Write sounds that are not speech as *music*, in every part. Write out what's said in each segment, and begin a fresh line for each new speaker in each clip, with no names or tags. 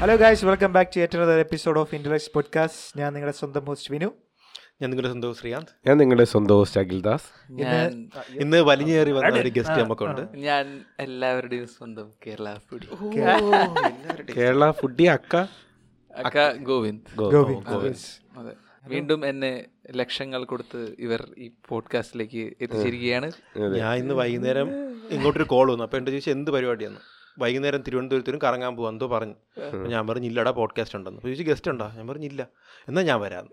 Hello guys welcome back to ഏറ്റവും episode of ഇന്റർലൈസ് podcast ഞാൻ നിങ്ങളുടെ സ്വന്തം ഹോസ്റ്റ് വിനു
ഞാൻ നിങ്ങളുടെ സ്വന്തം ശ്രീകാന്ത്
ഞാൻ നിങ്ങളുടെ സ്വന്തം ഹോസ്റ്റ് അഖിൽ ദാസ്
ഞാൻ
ഇന്ന് വലിഞ്ഞേറി വന്ന ഒരു ഗസ്റ്റ് നമുക്കുണ്ട്
ഞാൻ എല്ലാവരുടെയും സ്വന്തം കേരള ഫുഡി
കേരള ഫുഡി അക്ക
അക്ക ഗോവിന്ദ്
Oh,
ഗോ-
ഗോപി
ഗോ-
അതെ വീണ്ടും എന്നെ ലക്ഷങ്ങൾ കൊടുത്ത് ഇവർ ഈ പോഡ്കാസ്റ്റിലേക്ക് എത്തിച്ചിരിക്കുകയാണ്
ഞാൻ ഇന്ന് വൈകുന്നേരം ഇങ്ങോട്ടൊരു കോൾ വന്നു അപ്പോൾ എൻ്റെ ചോദിച്ചു എന്ത് പരിപാടിയാണ് വൈകുന്നേരം തിരുവനന്തപുരത്തിനും കറങ്ങാൻ പോകാം എന്തോ പറഞ്ഞു അപ്പോൾ ഞാൻ പറഞ്ഞു ഇല്ലടാ പോഡ്കാസ്റ്റ് ഉണ്ടെന്ന് അപ്പോൾ ചോദിച്ചു ഗസ്റ്റ് ഉണ്ടോ ഞാൻ പറഞ്ഞു ഇല്ല എന്നാൽ ഞാൻ വരാം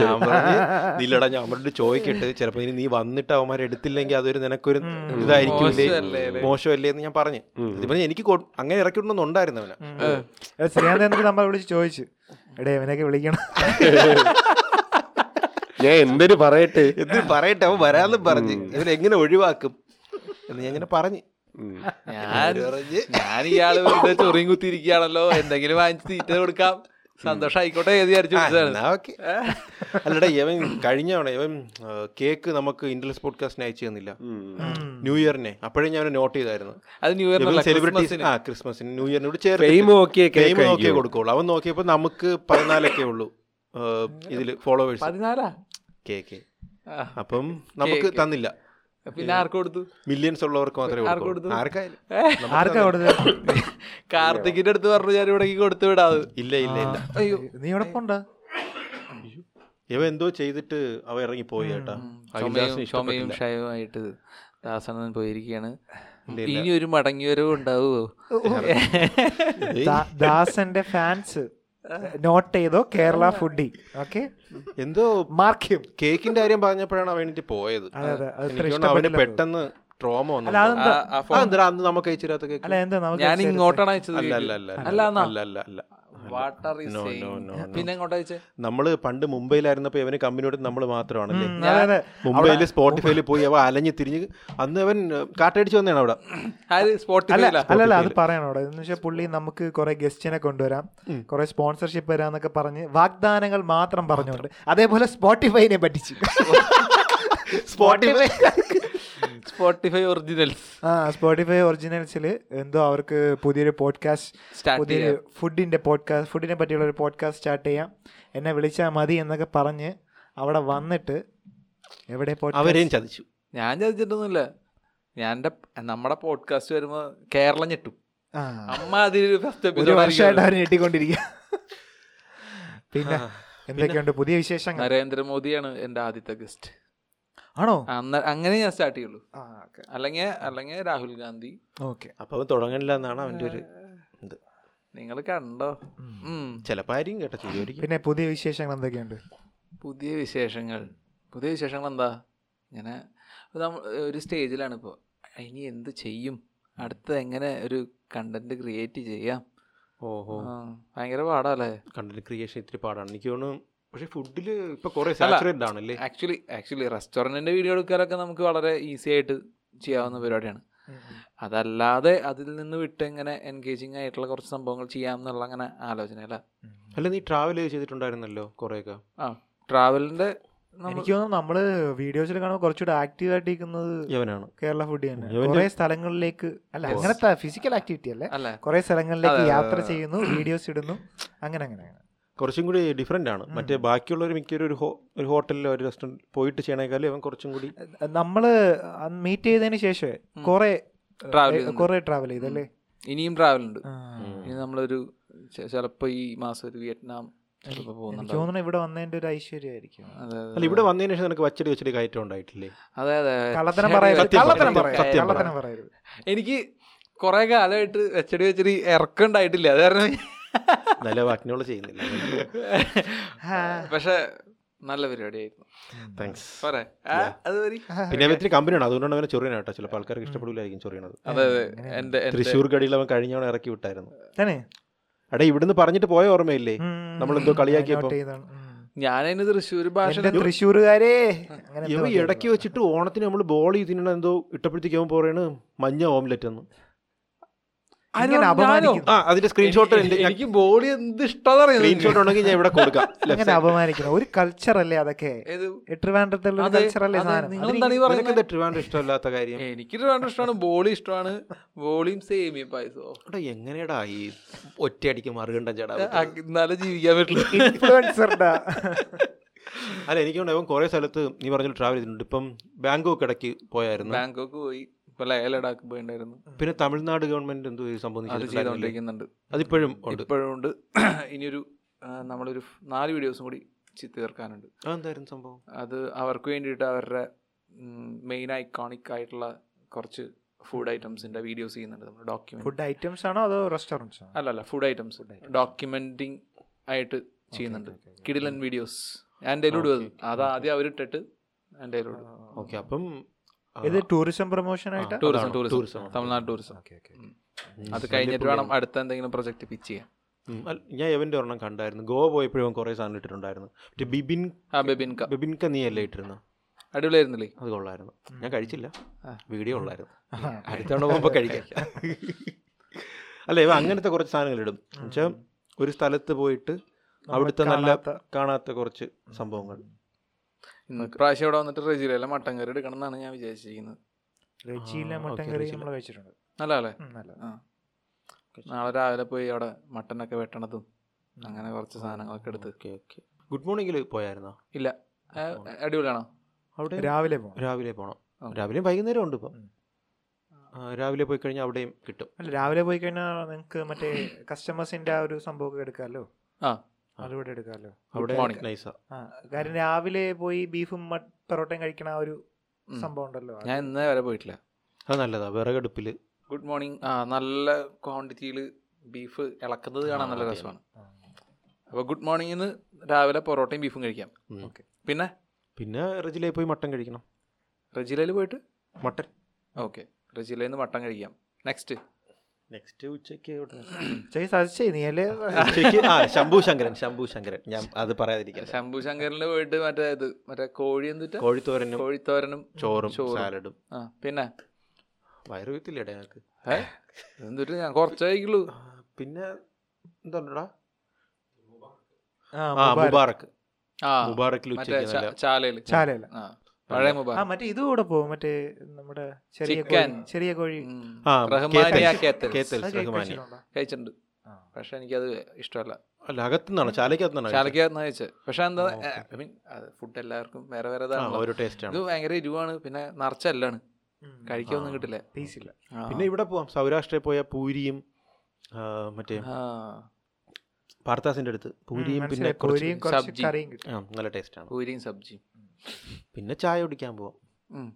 ഞാൻ പറഞ്ഞു ഇല്ലടാ ഞാൻ അവരോട് ചോദിക്കട്ടെ ചിലപ്പോൾ ഇനി നീ വന്നിട്ട് അവന്മാർ എടുത്തില്ലെങ്കിൽ അതൊരു നിനക്കൊരു ഇതായിരിക്കും
മോശമല്ലേ
മോശമല്ലേ എന്ന് ഞാൻ പറഞ്ഞു ഇത് പറഞ്ഞു എനിക്ക് കൊ- അങ്ങനെ ഇറക്കി വിടണമെന്നുണ്ടായിരുന്നു അവനെ oh.
ശ്രീകാന്ത് എന്നിട്ട് നമ്മൾ വിളിച്ച് ചോദിച്ചു എടേ ഇവനൊക്കെ വിളിക്കണം
ഞാൻ എന്തൊരു പറയട്ടെ
എന്ത് പറയട്ടെ അവൻ വരാമെന്ന് പറഞ്ഞ് ഇവനെങ്ങനെ ഒഴിവാക്കും എന്ന് ഞാൻ ഇങ്ങനെ പറഞ്ഞു
ഉം.
ഞാൻ ഞാൻ ഇയാള് വെറുതെ ചൊറിയും കുത്തിയിരിക്കുകയാണല്ലോ എന്തെങ്കിലും വാങ്ങിച്ച് തീറ്റ കൊടുക്കാം സന്തോഷമായിക്കോട്ടെ എന്ന് വിചാരിച്ചു വിളിച്ചതാണ്.
എന്നാ ഓക്കേ. അല്ലടാ ഇവൻ കഴിഞ്ഞ തവണ ഇവൻ ആ, കേക്ക് നമുക്ക് ഇന്റർലെസ് പോഡ്കാസ്റ്റിന് അയച്ചു തന്നില്ല ന്യൂ ഇയറിനെ അപ്പോഴേ ഞാൻ നോട്ട് ചെയ്തായിരുന്നു
അത് ന്യൂ ഇയറിനല്ല
സെലിബ്രിറ്റീസ് ആ ക്രിസ്മസിന് ന്യൂ ഇയറിനോട് ചേർത്ത്
Fame നോക്കിയേ cake
ഫെയിം നോക്കിയേ
കഴിക്കൂ.
കൊടുക്കുള്ളൂ അവൻ നോക്കിയപ്പോൾ നമുക്ക് പതിനാലൊക്കെ ഉള്ളൂ ആ, ഇതില് ഫോളോവേഴ്സ്
പതിനാലാ
കേക്ക്
ആ,
അപ്പം നമുക്ക് തന്നില്ല
പിന്നെ ആർക്ക് കൊടുത്തു
മില്യൺസ് ഉള്ളവർക്ക് മാത്രമേ കൊടുക്കൂ. ആർക്കായാലും നമുക്ക്
ആർക്കാ
തന്നില്ല.
കൊടുത്തത്
കാർത്തിക്കിന്റെ അടുത്ത് പറഞ്ഞു ഞാൻ ഇവിടേക്ക് കൊടുത്തു വിടാതെ
ഇല്ല ഇല്ല ഇല്ല
അയ്യോ
നീ ഇവിടെ പോണ്ട
ഇവ എന്തോ ചെയ്തിട്ട് അവ ഇറങ്ങി പോയി കേട്ടാ
ചുമയും ചുമയും ക്ഷയവുമായിട്ട് ദാസനന്ദൻ പോയിരിക്കുകയാണ് ഇനി ഒരു മടങ്ങിയവരവും ഉണ്ടാവുമോ
ദാ- ദാസന്റെ ഫാൻസ് നോട്ട് ചെയ്തോ കേരള ഫുഡി ഓക്കെ
എന്തോ
മാർക്കും
കേക്കിന്റെ കാര്യം പറഞ്ഞപ്പോഴാണ് അവൻ എനിക്ക് പോയത്
അതെ അതെ അത്
എനിക്ക് തോന്നുന്നു അവന് പെട്ടെന്ന് ട്രോമ വന്നു
അല്ല അതെന്താ
അതെന്താ അന്ന് നമുക്ക് അയച്ചിരാത്ത കേക്ക്
അല്ല എന്താ നമുക്ക്
ഞാൻ
മനസ്സിലായില്ല.
ഇങ്ങോട്ടാണ് അയച്ചത്
അല്ല അല്ല അല്ല അല്ല
അല്ലാന്നാ?
അല്ല അല്ല അല്ല
water
No, no, no, no.
പിന്നെ ഇങ്ങോട്ട് അയച്ചേ
നമ്മള് പണ്ട് മുംബൈയിലായിരുന്നപ്പോ ഇവന് കമ്പനിയോട് നമ്മൾ മാത്രമാണല്ലേ
അതെ, അതെ.
മുംബൈയില് സ്പോട്ടിഫൈയിൽ പോയി അവ അലഞ്ഞ് തിരിഞ്ഞ് അന്ന് അവൻ ഏഹ്, കാറ്റടിച്ച് വന്നതാണ് അവിടെ
ആര് സ്പോട്ടിഫൈ
അല്ലല്ല അത് പറയണം അവിടെ എന്ന് വെച്ചാൽ പുള്ളി നമുക്ക് കുറെ ഗസ്റ്റിനെ കൊണ്ടുവരാം കുറെ സ്പോൺസർഷിപ്പ് വരാന്നൊക്കെ പറഞ്ഞ് വാഗ്ദാനങ്ങൾ മാത്രം പറഞ്ഞുകൊണ്ട് അതേപോലെ സ്പോട്ടിഫൈനെ പറ്റിച്ചു
സ്പോട്ടിഫൈ
സ്പോട്ടിഫൈ ഒറിജിനൽസ്
ആ സ്പോട്ടിഫൈ ഒറിജിനൽസിൽ എന്തോ അവർക്ക് പുതിയൊരു പോഡ്കാസ്റ്റ്
Start
പുതിയൊരു ഫുഡിന്റെ പോഡ്കാസ്റ്റ് ഫുഡിനെ പറ്റിയുള്ള ഒരു പോഡ്കാസ്റ്റ് സ്റ്റാർട്ട് ചെയ്യാം എന്നെ വിളിച്ചാൽ മതി എന്നൊക്കെ പറഞ്ഞ് അവിടെ വന്നിട്ട് എവിടെ podcast?
അവരെയും ചതിച്ചു
ഞാൻ ചതിച്ചിട്ടൊന്നുമില്ല ഞാൻ എൻ്റെ- നമ്മുടെ പോഡ്കാസ്റ്റ് വരുമ്പോ കേരളം ഞെട്ടും
ആ,
അമ്മ അതിൽ ഫസ്റ്റ്
ഒരു വർഷമായിട്ട് അവരെ ഞെട്ടിക്കൊണ്ടിരിക്കുക പിന്നെ എന്തൊക്കെയുണ്ട് പുതിയ വിശേഷങ്ങൾ
നരേന്ദ്രമോദിയാണ് എൻ്റെ ആദ്യത്തെ ഗസ്റ്റ്
ആണോ
അങ്ങനെ ഞാൻ സ്റ്റാർട്ട് ചെയ്യുള്ളൂ
ആ ഓക്കെ
അല്ലെങ്കിൽ അല്ലെങ്കിൽ രാഹുൽ ഗാന്ധി
ഓക്കെ
അപ്പൊ അവൻ തുടങ്ങണില്ല എന്നാണ് അവന്റെ ഒരു ഇത്
നിങ്ങൾ കണ്ടോ ഉം.
ചിലപ്പോ ആയിരിക്കും കേട്ടോ ശരിയായിരിക്കും
പിന്നെ പുതിയ വിശേഷങ്ങൾ എന്തൊക്കെയുണ്ട്
പുതിയ വിശേഷങ്ങൾ പുതിയ വിശേഷങ്ങൾ എന്താ ഇങ്ങനെ നമ്മൾ ഒരു സ്റ്റേജിലാണ് ഇപ്പോൾ ഇനി എന്ത് ചെയ്യും അടുത്ത് എങ്ങനെ ഒരു കണ്ടന്റ് ക്രിയേറ്റ് ചെയ്യാം
ഓഹോ
ആ, ഭയങ്കര പാടാല്ലേ
കണ്ടന്റ് ക്രിയേഷൻ ഇത്തിരി പാടാണ് എനിക്ക് തോന്നുന്നു പക്ഷെ ഫുഡില് ഇപ്പൊ കുറെ സാച്ചുറേറ്റഡ് ആണല്ലേ
ആക്ച്വലി ആക്ച്വലി റെസ്റ്റോറൻറ്റിൻ്റെ വീഡിയോ എടുക്കാനൊക്കെ നമുക്ക് വളരെ ഈസി ആയിട്ട് ചെയ്യാവുന്ന പരിപാടിയാണ് അതല്ലാതെ അതിൽ നിന്ന് വിട്ട് എങ്ങനെ എൻഗേജിങ് ആയിട്ടുള്ള കുറച്ച് സംഭവങ്ങൾ ചെയ്യാം എന്നുള്ള അങ്ങനെ ആലോചന അല്ല
അല്ല നീ ട്രാവൽ ചെയ്തിട്ടുണ്ടായിരുന്നല്ലോ കുറെയൊക്കെ
ആ ട്രാവലിൻ്റെ
എനിക്ക് തോന്നുന്നു നമ്മള് വീഡിയോസിൽ കാണുമ്പോൾ കുറച്ചുകൂടെ ആക്റ്റീവ് ആയിട്ടിരിക്കുന്നത്
യവനാണ്
കേരള ഫുഡ് തന്നെ
ഇവന്റെ-
കുറെ സ്ഥലങ്ങളിലേക്ക് അല്ല അങ്ങനത്തെ ഫിസിക്കൽ ആക്ടിവിറ്റി അല്ലേ
അല്ലേ
കുറെ സ്ഥലങ്ങളിലേക്ക് യാത്ര ചെയ്യുന്നു വീഡിയോസ് ഇടുന്നു അങ്ങനെ അങ്ങനെ അങ്ങനെ
കുറച്ചും കൂടി ഡിഫറെൻ്റ് ആണ് മറ്റേ ബാക്കിയുള്ളവർ മിക്കവരും ഒരു ഹോ ഒരു ഹോട്ടലിലോ ഒരു റെസ്റ്റോറൻറ്റ് പോയിട്ട് ചെയ്യണേക്കാളും അവൻ കുറച്ചും കൂടി
അഹ് നമ്മള് മീറ്റ് ചെയ്തതിന് ശേഷം കുറെ
ട്രാവൽ
കുറെ ട്രാവൽ ചെയ്തല്ലേ
ഇനിയും ട്രാവലുണ്ട്
ആ.
ഇനി നമ്മളൊരു ചിലപ്പോൾ ഈ മാസം ഒരു വിയറ്റ്നാം ചിലപ്പോൾ
എനിക്ക്
പോകുന്നുണ്ടാവും
തോന്നുന്നു ഇവിടെ വന്നതിന്റെ ഒരു ഐശ്വര്യമായിരിക്കും
അതെ അതെ.
അല്ല ഇവിടെ വന്നതിന് ശേഷം നിനക്ക് വച്ചടി വച്ചടി കയറ്റം ഉണ്ടായിട്ടില്ലേ
അതെ അതെ
കള്ളത്തനം
ശരി,
പറയരുത്
സത്യം
കള്ളത്തനം
പറ.
പറയരുത്
സത്യം പറ.
കള്ളത്തനം പറയരുത്
എനിക്ക് കുറെ കാലമായിട്ട് വെച്ചടി വെച്ചടി ഇറക്കം ഉണ്ടായിട്ടില്ല അത്
*laughs*
കാരണം
നല്ല വാക്കിനോട് ചെയ്യുന്നില്ല
പക്ഷെ നല്ല പരിപാടിയായിരുന്നു
താങ്ക്സ്
പോരെ ആ, അത് മതി
പിന്നെ അവൻ ഇത്തിരി കമ്പനിയാണ് അതുകൊണ്ടാണ് അവനെ ചൊറിയണം കേട്ടോ ചിലപ്പോൾ ആൾക്കാർക്ക് ഇഷ്ടപ്പെടില്ലായിരിക്കും ചൊറിയണത്
അതെ അതെ എന്റെ എന്റെ-
തൃശ്ശൂർ കടിയിൽ അവൻ കഴിഞ്ഞവണ ഇറക്കി വിട്ടായിരുന്നു
തന്നെ
എടാ ഇവിടുന്ന് പറഞ്ഞിട്ട് പോയ ഓർമ്മയില്ലേ നമ്മളെന്തോ കളിയാക്കിയപ്പോ
ഞാനതിന് തൃശ്ശൂർ ഭാഷ
തൃശ്ശൂരുകാരെ അങ്ങനെ എന്തോ
ഇവ ഇടയ്ക്ക് വെച്ചിട്ട് ഓണത്തിന് നമ്മൾ ബോൾ ചെയ്തിട്ടുണ്ട് എന്തോ ഇട്ടപ്പോഴത്തേക്ക് അവൻ പറയണ് മഞ്ഞ ഓംലെറ്റ് എന്ന്
ഇങ്ങനെ
ഞാനോ?
അപമാനിക്കുന്നു
ആ അതിന്റെ സ്ക്രീൻഷോട്ട്
എനിക്ക് ബോഡി എന്ത് ഇഷ്ടം
സ്ക്രീൻഷോട്ട് ഉണ്ടെങ്കിൽ ഞാൻ ഇവിടെ കൊടുക്കാം
അങ്ങനെ അപമാനിക്കണം ഒരു കൾച്ചർ അല്ലേ അതൊക്കെ ട്രിവാൻഡ്രത്തുള്ള
അതെ,
കൾച്ചർ അല്ലേ
അതെ,
സാധനം
നിങ്ങൾ
അത്
എന്താണ് ഈ പറയുന്നത്?
നിനക്കെന്താ ട്രിവാൻഡ്രം ഇഷ്ടമല്ലാത്ത കാര്യം
എനിക്ക് ട്രിവാൻഡ്രം ഇഷ്ടമാണ് ബോളി ഇഷ്ടമാണ് ബോളിയും സേമിയ പായസോ
എടാ, എങ്ങനെടാ ഈ ഒറ്റയടിക്ക് മറുകണ്ടം ചേടാ
എന്നാലും ജീവിക്കാൻ
*laughs*
പറ്റില്ല
*laughs* ഇൻഫ്ലുവൻസറുടെ
അല്ല എനിക്ക് തോന്നുന്നു ഇവൻ കുറെ സ്ഥലത്ത് നീ പറഞ്ഞ ട്രാവൽ ചെയ്തിട്ടുണ്ട് ഇപ്പം ബാങ്കോക്ക് ഇടയ്ക്ക് പോയായിരുന്നു
ബാങ്കോക്ക് പോയി ഇപ്പൊ ലേ ലഡാക്ക് പോയിണ്ടായിരുന്നു
പിന്നെ തമിഴ്നാട് ഗവൺമെന്റ് എന്തോ
അത്
സംബന്ധിച്ചു
ചെയ്തോണ്ടിരിക്കുന്നുണ്ട്
അതിപ്പോഴും ഉണ്ട്
ഇപ്പോഴും ഉണ്ട് ഇനിയൊരു ആ, നമ്മളൊരു നാല് വീഡിയോസും കൂടി ചി- തീർക്കാനുണ്ട്
അതെന്തായിരുന്നു സംഭവം
അത് അവർക്ക് വേണ്ടിയിട്ട് അവരുടെ മെയിൻ ഐക്കോണിക് ആയിട്ടുള്ള കുറച്ച് ഫുഡ് ഐറ്റംസിന്റെ വീഡിയോസ് ചെയ്യുന്നുണ്ട് നമ്മൾ ഡോക്യുമെന്റ്
ഫുഡ് ഐറ്റംസ് ആണോ അതോ റെസ്റ്റോറൻറ്റ്സ് ആണോ
അല്ല അല്ല ഫുഡ് ഐറ്റംസ് ഡോക്യുമെന്റിങ് ആയിട്ട് ചെയ്യുന്നുണ്ട് കിടിലൻ വീഡിയോസ് ഞാൻ ഡെയിലൂടെ അത് ആദ്യം അവരിട്ടിട്ട് ഞാൻ ഡെയിലൂടെ
ഓക്കെ അപ്പം ആ,
ഇത് ടൂറിസം പ്രൊമോഷൻ ആയിട്ട്
അതാണ്.
Tourism tourism
tourism.
Tamil Nadu tourism
ഉം,
അത്
വലിയ
കഴിഞ്ഞിട്ട്
പുള്ളിയാണ്.
വേണം അടുത്ത എന്തെങ്കിലും പ്രൊജക്ട് പിച്ച് ചെയ്യാൻ
ഉം, അല്ല, ഞാൻ എവന്റെ ഒരെണ്ണം കണ്ടായിരുന്നു ഗോവ പോയപ്പോഴും കുറെ സാധനം ഇട്ടിട്ടുണ്ടായിരുന്നു മറ്റേ ബിബിൻ
ആ ബെബിൻക
ബിബിൻക നീ അല്ലേ ഇട്ടിരുന്നു
അടിപൊളിയായിരുന്നില്ലേ
അത് കൊള്ളായിരുന്നു
ഉം.
ഞാൻ കഴിച്ചില്ല
ആ.
വീഡിയോ ഉള്ളായിരുന്നു അടുത്തവണ പോകുമ്പോൾ കഴിക്കാം അല്ല ഇവ അങ്ങനത്തെ കുറച്ച് സാധനങ്ങൾ ഇടും എന്നുവെച്ചാൽ ഒരു സ്ഥലത്ത് പോയിട്ട്
നമ്മൾ
അവിടുത്തെ നല്ല
കാണാത്ത-
കാണാത്ത കുറച്ച് സംഭവങ്ങൾ
ഇന്ന് പ്രാവശ്യം ഇവിടെ വന്നിട്ട് റെജിലയിലെ മട്ടൻ കറി എടുക്കണം എന്നാണ് ഞാൻ വിചാരിച്ചിരിക്കുന്നത്
റെജിയിലെ
ആ,
മട്ടൻ
ഓക്കേ,
കറി
റെജിയിലെ.
നമ്മൾ കഴിച്ചിട്ടുണ്ട്
നല്ല അല്ലേ
ഉം, നല്ലത്.
ആ നാളെ രാവിലെ പോയി അവിടെ മട്ടനൊക്കെ വെട്ടണതും അങ്ങനെ കുറച്ച് സാധനങ്ങളൊക്കെ എടുത്ത്
ഓക്കെ ഓക്കെ ഗുഡ് മോർണിംഗിൽ പോയായിരുന്നോ
ഇല്ല ആ, അടിപൊളിയാണോ
അവിടെ
രാവിലെ പോകണം
രാവിലെ പോണം
ആ.
രാവിലെയും വൈകുന്നേരം ഉണ്ട് ഇപ്പം
ഉം.
ആ, രാവിലെ പോയി കഴിഞ്ഞാൽ അവിടെയും കിട്ടും
അല്ല രാവിലെ പോയി കഴിഞ്ഞാൽ നിങ്ങൾക്ക് മറ്റേ കസ്റ്റമേഴ്സിന്റെ ആ ഒരു സംഭവമൊക്കെ എടുക്കാമല്ലോ
ആ.
അതുകൂടെ എടുക്കാമല്ലോ
അവിടെ
morning.
നൈസാ
ആ കാര്യം രാവിലെ പോയി ബീഫും മ- പൊറോട്ടയും കഴിക്കണ ആ ഒരു
ഉം.
സംഭവം ഉണ്ടല്ലോ അത്
ഞാൻ ഇന്നേ വരെ പോയിട്ടില്ല
അത് നല്ലതാ വിറകടുപ്പിൽ
ഗുഡ് മോർണിംഗ് ആ നല്ല ക്വാണ്ടിറ്റിയിൽ ബീഫ് ഇളക്കുന്നത് കാണാൻ നല്ല
ആ, അതെ.
രസമാണ്
ആ.
അപ്പോൾ ഗുഡ് മോർണിംഗിന്ന് രാവിലെ പൊറോട്ടയും ബീഫും കഴിക്കാം
ഉം.
Okay.
പിന്നെ
പിന്നെ റജിലേ പോയി മട്ടൻ കഴിക്കണം
റജിലയിൽ പോയിട്ട്
മട്ടൻ
ഓക്കെ റജിലയിൽ നിന്ന് മട്ടൻ കഴിക്കാം നെക്സ്റ്റ്
നെക്സ്റ്റ് ഉച്ചയ്ക്ക്
ചേച്ചി സജസ്റ്റ് ചെയ്ത് നീ അല്ലേ
ഉച്ചയ്ക്ക് ആ ശംഭു ശങ്കരൻ ശംഭു ശങ്കരൻ ഞാൻ അത് പറയാതിരിക്കാം
ശംഭു ശങ്കറിൽ പോയിട്ട് മറ്റേ ഇത് മറ്റേ കോഴി എന്തിട്ട്
കോഴിത്തോരനും
കോഴിത്തോരനും
ചോറും
ചോറും.
സാലഡും
ആ പിന്നെ
വയറ് വീത്തില്ലേ ഞങ്ങൾക്ക്
ഏ? എന്തിട്ട് ഞാൻ കുറച്ചേ കഴിക്കുള്ളൂ
പിന്നെ എന്തുണ്ടടാ
ആ,
ആ
മുബാരക്ക്.
മുബാറക്ക്
ആ
മുബാറക്കിൽ
മറ്റേ
ഉച്ചയ്ക്ക് നല്ല
ചാലയില്
ചാലയില.
ആ പഴയ മുബാ
ആ മറ്റേ ഇത് കൂടെ പോകും മറ്റേ നമ്മുടെ ചെറിയ
Chicken.
കോഴി- ചെറിയ കോഴി
ആ,
റഹ്മാനിയ
കേത്തൽ.
കേത്തൽ
കേത്തൽ
അത്
റഹ്മാനി
കഴിച്ചിട്ടുണ്ടോ?
കഴിച്ചിട്ടുണ്ട്
ആ.
പക്ഷെ എനിക്കത് ഇഷ്ടമല്ല
അല്ല അകത്തുനിന്നാണ് ചാലയ്ക്കകത്തുനിന്നാണ്
ചാലക്കാന്ന് കഴിച്ചത് പക്ഷെ എന്താ ഐ മീൻ ഫുഡ് എല്ലാവർക്കും വേറെ വേറെ
ആ,
ഇതാണല്ലോ
ഒരു ടേസ്റ്റ്
ഇത്
ആണ്
ഭയങ്കര എരിവാണ് പിന്നെ നിറച്ചല്ലാണ്
ഉം.
കഴിക്കൊന്നും
ആ.
കിട്ടില്ല
പീസില്ല
ആ.
പിന്നെ ഇവിടെ പോവാം സൗരാഷ്ട്രയിൽ പോയ പൂരിയും ആ, മറ്റേ
ആ.
പാർത്താസിന്റെ അടുത്ത് പൂരിയും
ഉം,
പിന്നെ
മനസ്സിലായി.
കുറച്ച്
കോഴിയും കുറച്ച്
സബ്ജി.
കറിയും കിട്ടും
ആ, നല്ല ടേസ്റ്റ് ആണ്
പൂരിയും സബ്ജിയും
പിന്നെ ചായ കുടിക്കാൻ പോവാം
ഉം.